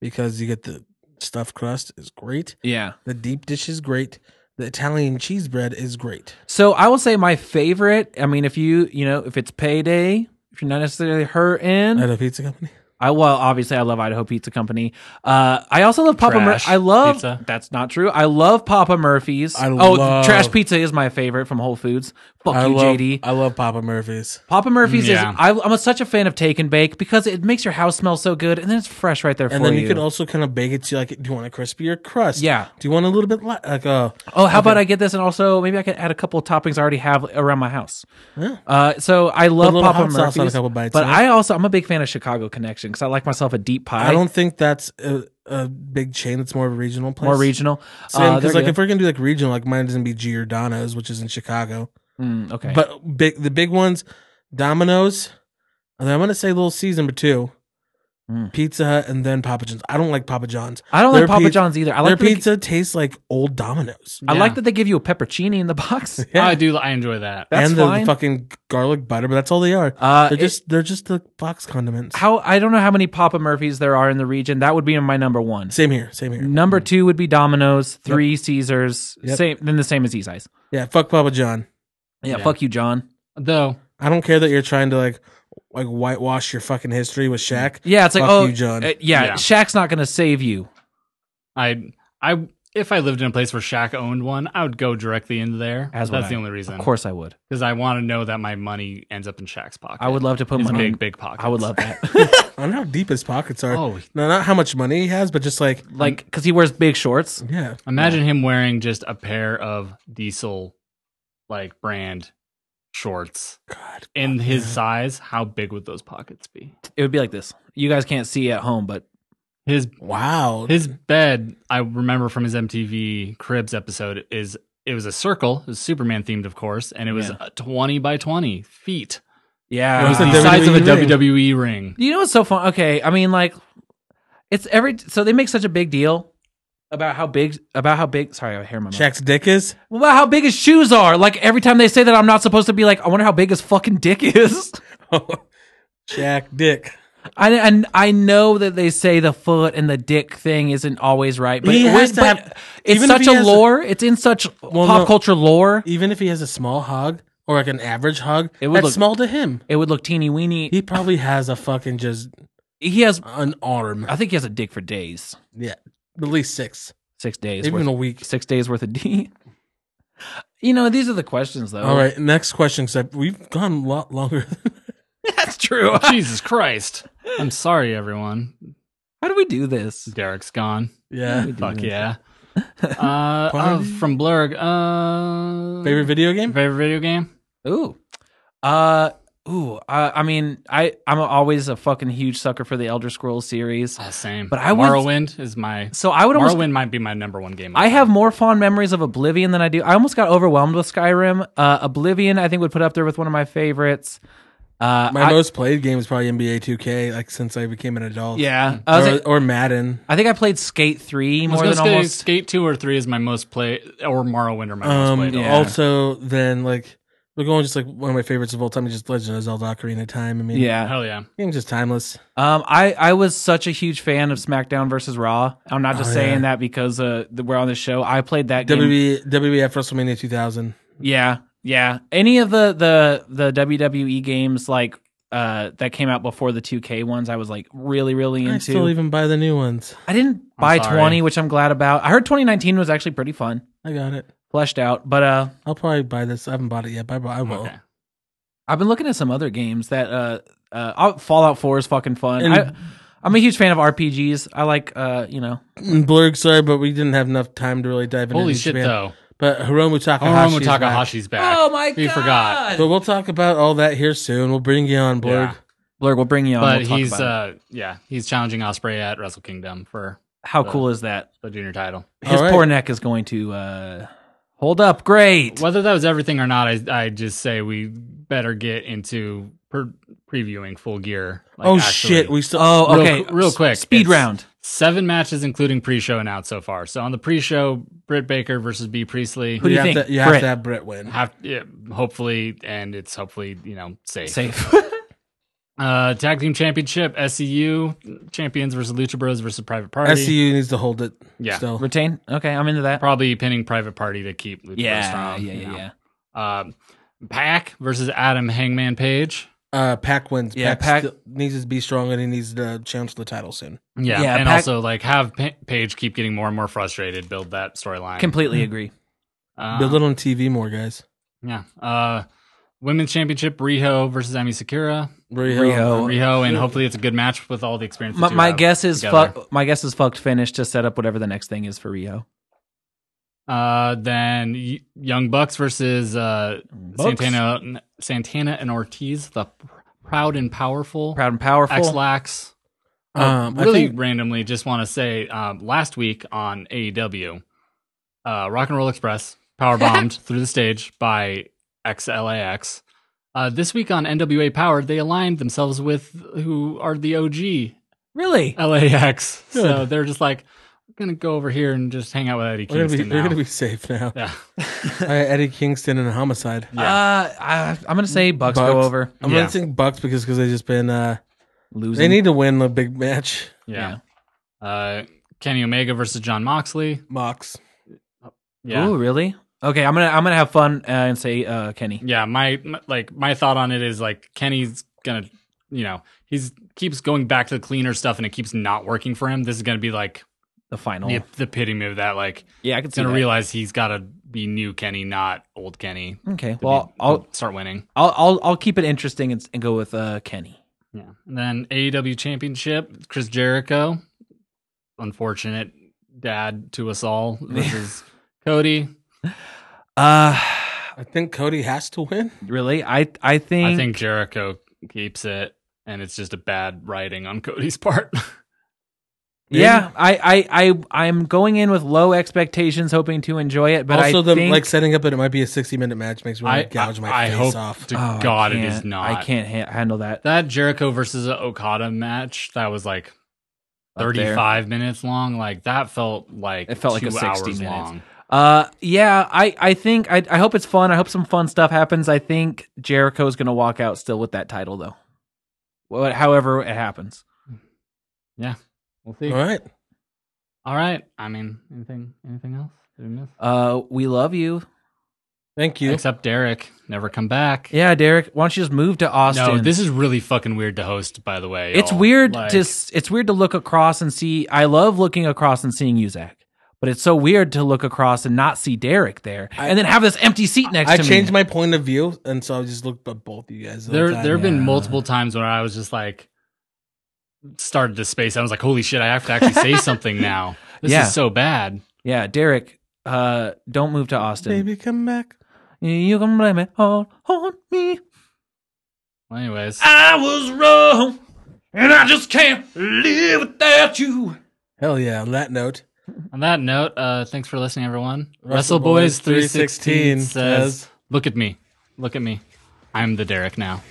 [SPEAKER 4] Because you get the stuffed crust is great,
[SPEAKER 5] yeah.
[SPEAKER 4] the deep dish is great, the Italian cheese bread is great.
[SPEAKER 5] So I will say my favorite. I mean, if you you know if it's payday, if you're not necessarily hurting,
[SPEAKER 4] At a pizza company,
[SPEAKER 5] I well, obviously, I love Idaho Pizza Company. Uh, I also love Papa. Mur-
[SPEAKER 3] Trash
[SPEAKER 5] I love
[SPEAKER 3] pizza.
[SPEAKER 5] that's not true. I love Papa Murphy's.
[SPEAKER 4] I
[SPEAKER 5] oh,
[SPEAKER 4] love-
[SPEAKER 5] trash pizza is my favorite from Whole Foods. Fuck
[SPEAKER 4] I
[SPEAKER 5] you,
[SPEAKER 4] love
[SPEAKER 5] JD.
[SPEAKER 4] I love Papa Murphy's.
[SPEAKER 5] Papa Murphy's
[SPEAKER 3] Yeah.
[SPEAKER 5] is. I, I'm a- such a fan of take and bake because it makes your house smell so good, and then it's fresh right there for
[SPEAKER 4] And then you.
[SPEAKER 5] you.
[SPEAKER 4] can also kind of bake it to like, do you want a crispier crust?
[SPEAKER 5] Yeah.
[SPEAKER 4] Do you want a little bit li- like uh
[SPEAKER 5] oh, how about I get this, and also maybe I can add a couple of toppings I already have around my house. Uh, so I love
[SPEAKER 4] little
[SPEAKER 5] Papa
[SPEAKER 4] hot sauce on a
[SPEAKER 5] Murphy's,
[SPEAKER 4] couple bites,
[SPEAKER 5] but
[SPEAKER 4] huh?
[SPEAKER 5] I also I'm a big fan of Chicago Connection because I like myself a deep pie.
[SPEAKER 4] I, don't think that's a, a big chain. That's more of a regional place.
[SPEAKER 5] more regional. Uh,
[SPEAKER 4] because
[SPEAKER 5] they're
[SPEAKER 4] like if
[SPEAKER 5] good.
[SPEAKER 4] we're gonna do like regional, like mine doesn't be Giordano's, which is in Chicago.
[SPEAKER 5] Mm, okay,
[SPEAKER 4] But big the big ones, Domino's. And then I'm gonna say Little C's number two,
[SPEAKER 5] Mm.
[SPEAKER 4] Pizza Hut, and then Papa John's. I don't like Papa John's.
[SPEAKER 5] I don't
[SPEAKER 4] their
[SPEAKER 5] like Papa
[SPEAKER 4] pizza-
[SPEAKER 5] John's either. I
[SPEAKER 4] Their
[SPEAKER 5] like that they-
[SPEAKER 4] pizza tastes like old Domino's.
[SPEAKER 5] I
[SPEAKER 3] Yeah. Oh,
[SPEAKER 5] like that they give you a peppercini in
[SPEAKER 4] [laughs]
[SPEAKER 5] the box.
[SPEAKER 3] I do. I enjoy that.
[SPEAKER 5] That's
[SPEAKER 4] and the
[SPEAKER 5] fine.
[SPEAKER 4] fucking garlic butter, but that's all they are.
[SPEAKER 5] Uh,
[SPEAKER 4] they're
[SPEAKER 5] it-
[SPEAKER 4] just they're just the box condiments.
[SPEAKER 5] how I don't know how many Papa Murphy's there are in the region. That would be my number one.
[SPEAKER 4] Same here. Same here.
[SPEAKER 5] Number two would be Domino's. Three Caesars.
[SPEAKER 4] Yep.
[SPEAKER 5] Same. Then the same as Easize.
[SPEAKER 4] Yeah, fuck Papa John.
[SPEAKER 5] Yeah, Fuck you, John.
[SPEAKER 3] Though
[SPEAKER 4] I don't care that you're trying to like like whitewash your fucking history with Shaq.
[SPEAKER 5] Yeah, it's like
[SPEAKER 4] Fuck
[SPEAKER 5] oh,
[SPEAKER 4] you, John.
[SPEAKER 5] uh, yeah,
[SPEAKER 3] Yeah.
[SPEAKER 5] Shaq's not gonna save you.
[SPEAKER 3] I I if I lived in a place where Shaq owned one, I would go directly into there.
[SPEAKER 5] As would
[SPEAKER 3] that's the
[SPEAKER 5] I.
[SPEAKER 3] only reason.
[SPEAKER 5] Of course, I would.
[SPEAKER 3] because I want to know that my money ends up in Shaq's pocket.
[SPEAKER 5] I would love to put
[SPEAKER 3] his
[SPEAKER 5] money.
[SPEAKER 3] big big pocket.
[SPEAKER 5] I would love that. [laughs]
[SPEAKER 4] I don't know how deep his pockets are.
[SPEAKER 3] Oh.
[SPEAKER 4] No, not how much money he has, but just like
[SPEAKER 5] like because he wears big shorts.
[SPEAKER 4] yeah.
[SPEAKER 3] Imagine him wearing just a pair of Diesel like brand shorts
[SPEAKER 4] God.
[SPEAKER 3] in his size. How big would those pockets be?
[SPEAKER 5] It would be like this. You guys can't see at home, but
[SPEAKER 3] His
[SPEAKER 4] Wow.
[SPEAKER 3] His bed, I remember from his MTV Cribs episode, is it was a circle, it was Superman themed, of course, and it was
[SPEAKER 5] Yeah.
[SPEAKER 3] uh twenty by twenty feet.
[SPEAKER 5] yeah,
[SPEAKER 4] It was
[SPEAKER 3] the
[SPEAKER 4] a
[SPEAKER 3] size of a
[SPEAKER 5] E
[SPEAKER 4] WWE ring.
[SPEAKER 3] WWE ring.
[SPEAKER 5] You know what's so fun? Okay, I mean, like, it's every so they make such a big deal about how big about how big sorry I have hair in my mouth.
[SPEAKER 4] Shaq's dick
[SPEAKER 5] [laughs]
[SPEAKER 4] is.
[SPEAKER 5] Well, about how big his shoes are. Like every time they say that I'm not supposed to be like I wonder how big his fucking dick is. [laughs]
[SPEAKER 4] Shaq dick.
[SPEAKER 5] I and I know that they say the foot and the dick thing isn't always right, but,
[SPEAKER 4] He
[SPEAKER 5] it
[SPEAKER 4] has
[SPEAKER 5] was-
[SPEAKER 4] to
[SPEAKER 5] but
[SPEAKER 4] have-
[SPEAKER 5] it's
[SPEAKER 4] even if
[SPEAKER 5] such
[SPEAKER 4] he
[SPEAKER 5] a
[SPEAKER 4] has a-
[SPEAKER 5] lore. it's in such pop
[SPEAKER 4] no.
[SPEAKER 5] culture lore.
[SPEAKER 4] Even if he has a small hog or like an average hog,
[SPEAKER 5] It would
[SPEAKER 4] that's
[SPEAKER 5] look-
[SPEAKER 4] small to him.
[SPEAKER 5] It would look teeny weeny.
[SPEAKER 4] He probably has a fucking just
[SPEAKER 5] He has,
[SPEAKER 4] an arm.
[SPEAKER 5] I think, he has a dick for days,
[SPEAKER 4] Yeah, at least six,
[SPEAKER 5] six days,
[SPEAKER 4] even
[SPEAKER 5] worth,
[SPEAKER 4] a week.
[SPEAKER 5] six days worth of [laughs] D. You know, these are the questions though.
[SPEAKER 4] All right, next question. Because we've gone a lot longer.
[SPEAKER 5] [laughs]
[SPEAKER 4] [laughs]
[SPEAKER 5] that's true. [laughs]
[SPEAKER 3] Jesus Christ. I'm sorry, everyone.
[SPEAKER 5] How do we do this?
[SPEAKER 3] Derek's gone.
[SPEAKER 4] yeah.
[SPEAKER 3] Fuck yeah.
[SPEAKER 5] [laughs]
[SPEAKER 3] Uh, oh, from Blurg. Uh,
[SPEAKER 4] Favorite video game?
[SPEAKER 3] favorite video game?
[SPEAKER 5] Ooh. Uh ooh, uh, I mean, I I'm always a fucking huge sucker for the Elder Scrolls series.
[SPEAKER 3] Oh, same.
[SPEAKER 5] But I would-
[SPEAKER 3] Morrowind is my.
[SPEAKER 5] So I would almost
[SPEAKER 3] Morrowind might be my number one game.
[SPEAKER 5] I have more fond memories of Oblivion than I do. I almost got overwhelmed with Skyrim. Uh Oblivion I think would put up there with one of my favorites. Uh
[SPEAKER 4] My
[SPEAKER 5] I-
[SPEAKER 4] most played game is probably NBA 2K. Like since I became an adult.
[SPEAKER 5] yeah. I, was
[SPEAKER 4] Or,
[SPEAKER 5] like-
[SPEAKER 4] or Madden.
[SPEAKER 5] I think I played Skate
[SPEAKER 3] I
[SPEAKER 5] 3
[SPEAKER 3] was
[SPEAKER 5] more
[SPEAKER 3] gonna
[SPEAKER 5] than
[SPEAKER 3] say
[SPEAKER 5] almost
[SPEAKER 3] Skate two or three is my most play, or Morrowind are my
[SPEAKER 4] Um,
[SPEAKER 3] most played. Oh,
[SPEAKER 4] Also, then like we're going just like one of my favorites of all time is just Legend of Zelda: Ocarina of Time. I mean,
[SPEAKER 5] Yeah.
[SPEAKER 3] Hell yeah!
[SPEAKER 4] game's just timeless.
[SPEAKER 5] Um I I was such a huge fan of SmackDown versus Raw. I'm not just
[SPEAKER 4] Oh,
[SPEAKER 5] saying
[SPEAKER 4] yeah. E?
[SPEAKER 5] that because uh th- we're on the show. I played that game
[SPEAKER 3] E,
[SPEAKER 4] WWE WWF WrestleMania 2000.
[SPEAKER 5] Yeah, yeah. Any of the the the WWE games like uh that came out before the 2K ones, I was like really really
[SPEAKER 4] I
[SPEAKER 5] into.
[SPEAKER 4] still even buy the new ones.
[SPEAKER 5] I didn't buy
[SPEAKER 3] sorry.
[SPEAKER 5] 20, which I'm glad about. I heard 2019 was actually pretty fun,
[SPEAKER 4] I got it.
[SPEAKER 5] fleshed out. But uh,
[SPEAKER 4] I'll probably buy this. I haven't bought it yet, but I bu- I
[SPEAKER 5] Oh.
[SPEAKER 4] will.
[SPEAKER 3] Okay.
[SPEAKER 5] I've been looking at some other games that uh, uh oh, Fallout 4 is fucking fun.
[SPEAKER 4] And-
[SPEAKER 5] I, I'm a huge fan of RPGs. I like uh you know
[SPEAKER 4] Mm, Blurg, sorry, but we didn't have enough time to really dive into
[SPEAKER 3] Holy
[SPEAKER 4] New
[SPEAKER 3] shit,
[SPEAKER 4] Japan.
[SPEAKER 3] though.
[SPEAKER 4] But Hiromu Takahashi.
[SPEAKER 3] Oromu Takahashi's back.
[SPEAKER 5] Oh my
[SPEAKER 3] We
[SPEAKER 5] god!
[SPEAKER 3] forgot.
[SPEAKER 4] But we'll talk about all that here soon. We'll bring you on, Blurg.
[SPEAKER 3] Yeah.
[SPEAKER 5] Blurg, we'll bring you on.
[SPEAKER 3] But
[SPEAKER 5] We'll talk
[SPEAKER 3] he's
[SPEAKER 5] about it.
[SPEAKER 3] uh yeah he's challenging Osprey at Wrestle Kingdom for
[SPEAKER 5] how cool is that?
[SPEAKER 3] the junior title.
[SPEAKER 5] His
[SPEAKER 4] All right.
[SPEAKER 5] poor neck is going to uh hold up. Great.
[SPEAKER 3] Whether that was everything or not, I I just say we better get into per- previewing full gear. like,
[SPEAKER 4] oh
[SPEAKER 3] actually.
[SPEAKER 4] shit, we still.
[SPEAKER 5] Oh,
[SPEAKER 3] Real
[SPEAKER 5] okay.
[SPEAKER 3] qu- real
[SPEAKER 5] S-
[SPEAKER 3] quick,
[SPEAKER 5] Speed
[SPEAKER 3] it's-
[SPEAKER 5] round.
[SPEAKER 3] Seven matches, including pre-show, and out so far. So on the pre-show, Britt Baker versus B Priestley.
[SPEAKER 5] Who do you
[SPEAKER 4] have
[SPEAKER 5] think?
[SPEAKER 4] To, you have
[SPEAKER 5] Britt.
[SPEAKER 4] to have Britt win.
[SPEAKER 3] Have yeah, hopefully, and it's hopefully you know safe.
[SPEAKER 5] Safe.
[SPEAKER 3] Uh, tag team championship, SEU champions versus Lucha Bros versus Private Party.
[SPEAKER 4] SCU needs to hold it.
[SPEAKER 3] Yeah.
[SPEAKER 4] Still.
[SPEAKER 5] [laughs] Retain. Okay, I'm into
[SPEAKER 3] [laughs]
[SPEAKER 5] that.
[SPEAKER 3] probably pinning Private Party to keep Lucha Bros
[SPEAKER 5] Yeah, yeah,
[SPEAKER 3] strong.
[SPEAKER 5] yeah,
[SPEAKER 3] you know.
[SPEAKER 5] yeah.
[SPEAKER 3] Um, Pack versus Adam Hangman Page.
[SPEAKER 4] Uh, Pac wins.
[SPEAKER 5] Yeah,
[SPEAKER 4] Yeah,
[SPEAKER 5] Pac-
[SPEAKER 4] Pac, still needs to be strong, and he needs to challenge the title soon.
[SPEAKER 3] Yeah,
[SPEAKER 5] Yeah,
[SPEAKER 3] and
[SPEAKER 5] Pac-
[SPEAKER 3] also like have pa- Page keep getting more and more frustrated, build that storyline.
[SPEAKER 5] Completely agree.
[SPEAKER 3] Uh,
[SPEAKER 4] Build it on TV more, guys.
[SPEAKER 3] yeah. Uh, women's championship, Riho versus Emi Sakura.
[SPEAKER 4] Rio.
[SPEAKER 5] Riho.
[SPEAKER 3] Riho, and hopefully it's a good match with all the experience.
[SPEAKER 5] Oh, My,
[SPEAKER 3] the two
[SPEAKER 5] my
[SPEAKER 3] have
[SPEAKER 5] guess is
[SPEAKER 3] together.
[SPEAKER 5] fuck. My guess is fucked. Finish to set up whatever the next thing is for Rio.
[SPEAKER 3] Uh, then Y- Young Bucks versus uh,
[SPEAKER 5] Bucks.
[SPEAKER 3] Santana, Santana and Ortiz, the pr- proud and powerful,
[SPEAKER 5] Proud and powerful.
[SPEAKER 3] X Lax.
[SPEAKER 4] Um, I
[SPEAKER 3] really
[SPEAKER 4] think
[SPEAKER 3] randomly just want to say um, last week on AEW, uh, Rock and Roll Express
[SPEAKER 4] [laughs]
[SPEAKER 3] power bombed through the stage by XLAX. Uh, this week on NWA Power, they aligned themselves with who are the OG
[SPEAKER 5] Really?
[SPEAKER 3] LAX. So they're just like, we're gonna go over here and just hang out with Eddie
[SPEAKER 4] we're gonna, be,
[SPEAKER 3] Kingston
[SPEAKER 4] we're
[SPEAKER 3] now.
[SPEAKER 4] gonna be safe now.
[SPEAKER 3] yeah,
[SPEAKER 4] [laughs] Uh, Eddie Kingston and Homicide.
[SPEAKER 5] Uh, I, I'm gonna say Bucks, go
[SPEAKER 4] Bucks.
[SPEAKER 5] over.
[SPEAKER 4] I'm
[SPEAKER 3] Yeah.
[SPEAKER 4] not saying Bucks because because they've just been. Uh,
[SPEAKER 5] Losing.
[SPEAKER 4] they need to win a big match.
[SPEAKER 3] yeah. Uh, Kenny Omega versus John Moxley.
[SPEAKER 4] Mox.
[SPEAKER 3] Yeah.
[SPEAKER 5] Ooh, really? Okay, I'm gonna I'm gonna have fun uh, and say uh, Kenny.
[SPEAKER 3] yeah my, my like my thought on it is like kenny's gonna you know he's keeps going back to the cleaner stuff and it keeps not working for him this is gonna be like
[SPEAKER 5] The final.
[SPEAKER 3] the, the epitome of that like
[SPEAKER 5] Yeah, I can
[SPEAKER 3] he's
[SPEAKER 5] see
[SPEAKER 3] gonna
[SPEAKER 5] Oh. that.
[SPEAKER 3] realize he's gotta be new kenny not old kenny
[SPEAKER 5] Okay.
[SPEAKER 3] to
[SPEAKER 5] Well,
[SPEAKER 3] be-
[SPEAKER 5] I'll,
[SPEAKER 3] to start winning
[SPEAKER 5] I'll I'll I'll keep it interesting and, s- and go with uh, Kenny.
[SPEAKER 3] yeah and then aew championship chris jericho unfortunate dad to us
[SPEAKER 5] [laughs]
[SPEAKER 3] all versus cody
[SPEAKER 5] Uh,
[SPEAKER 4] I think Cody has to win.
[SPEAKER 5] really? I I think.
[SPEAKER 3] i think jericho keeps it and it's just a bad writing on cody's part [laughs]
[SPEAKER 5] Yeah, I, I, I, I'm going in with low expectations, hoping to enjoy it. But
[SPEAKER 4] also,
[SPEAKER 5] I
[SPEAKER 4] the
[SPEAKER 5] think,
[SPEAKER 4] like setting up it, it might be a 60 minute match makes me want to gouge my
[SPEAKER 3] I
[SPEAKER 4] face
[SPEAKER 3] hope
[SPEAKER 4] off.
[SPEAKER 3] to
[SPEAKER 5] Oh, I
[SPEAKER 3] God it is
[SPEAKER 5] can't-
[SPEAKER 3] not.
[SPEAKER 5] I can't ha- handle that.
[SPEAKER 3] That Jericho versus Okada match that was like
[SPEAKER 5] up there.
[SPEAKER 3] 35 minutes long. Like that felt like
[SPEAKER 5] It felt like
[SPEAKER 3] two
[SPEAKER 5] a 60
[SPEAKER 3] hours
[SPEAKER 5] minutes.
[SPEAKER 3] long.
[SPEAKER 5] Uh, yeah, I, I think I, I hope it's fun. I hope some fun stuff happens. I think Jericho's gonna walk out still with that title though. Well, however it happens.
[SPEAKER 3] We'll see.
[SPEAKER 4] All right.
[SPEAKER 3] All right. I mean, anything anything else? Did we miss?
[SPEAKER 5] Uh, we love you.
[SPEAKER 4] Thank you.
[SPEAKER 3] Except Derek, never come back.
[SPEAKER 5] Yeah, Derek, why don't you just move to Austin?
[SPEAKER 3] No, this is really fucking weird to host. By the way,
[SPEAKER 5] it's
[SPEAKER 3] y'all.
[SPEAKER 5] weird
[SPEAKER 3] Like,
[SPEAKER 5] to s- it's weird to look across and see. I love looking across and seeing you, Zach. But it's so weird to look across and not see Derek there, and then have this empty seat next
[SPEAKER 4] I
[SPEAKER 5] to me.
[SPEAKER 4] changed my point of view, and so I just looked at both you guys. the whole
[SPEAKER 3] there
[SPEAKER 4] time.
[SPEAKER 3] there have been
[SPEAKER 5] yeah.
[SPEAKER 3] multiple times where I was just like started to space. I was like, holy shit, I have to actually
[SPEAKER 5] [laughs]
[SPEAKER 3] say something now. This
[SPEAKER 5] Yeah.
[SPEAKER 3] is so bad.
[SPEAKER 5] Yeah, Derek, uh, don't move to Austin.
[SPEAKER 4] Baby, come back.
[SPEAKER 5] You can blame it all on me.
[SPEAKER 3] Well, anyways,
[SPEAKER 5] I was wrong, and I just can't live without you.
[SPEAKER 4] Hell yeah! On that note,
[SPEAKER 3] on that note, uh, thanks for listening, everyone.
[SPEAKER 4] Russell
[SPEAKER 3] Russell
[SPEAKER 4] Boys
[SPEAKER 3] Boys three
[SPEAKER 4] 316
[SPEAKER 3] sixteen says,
[SPEAKER 4] says-
[SPEAKER 3] "Look at me, look at me. I'm the Derek now."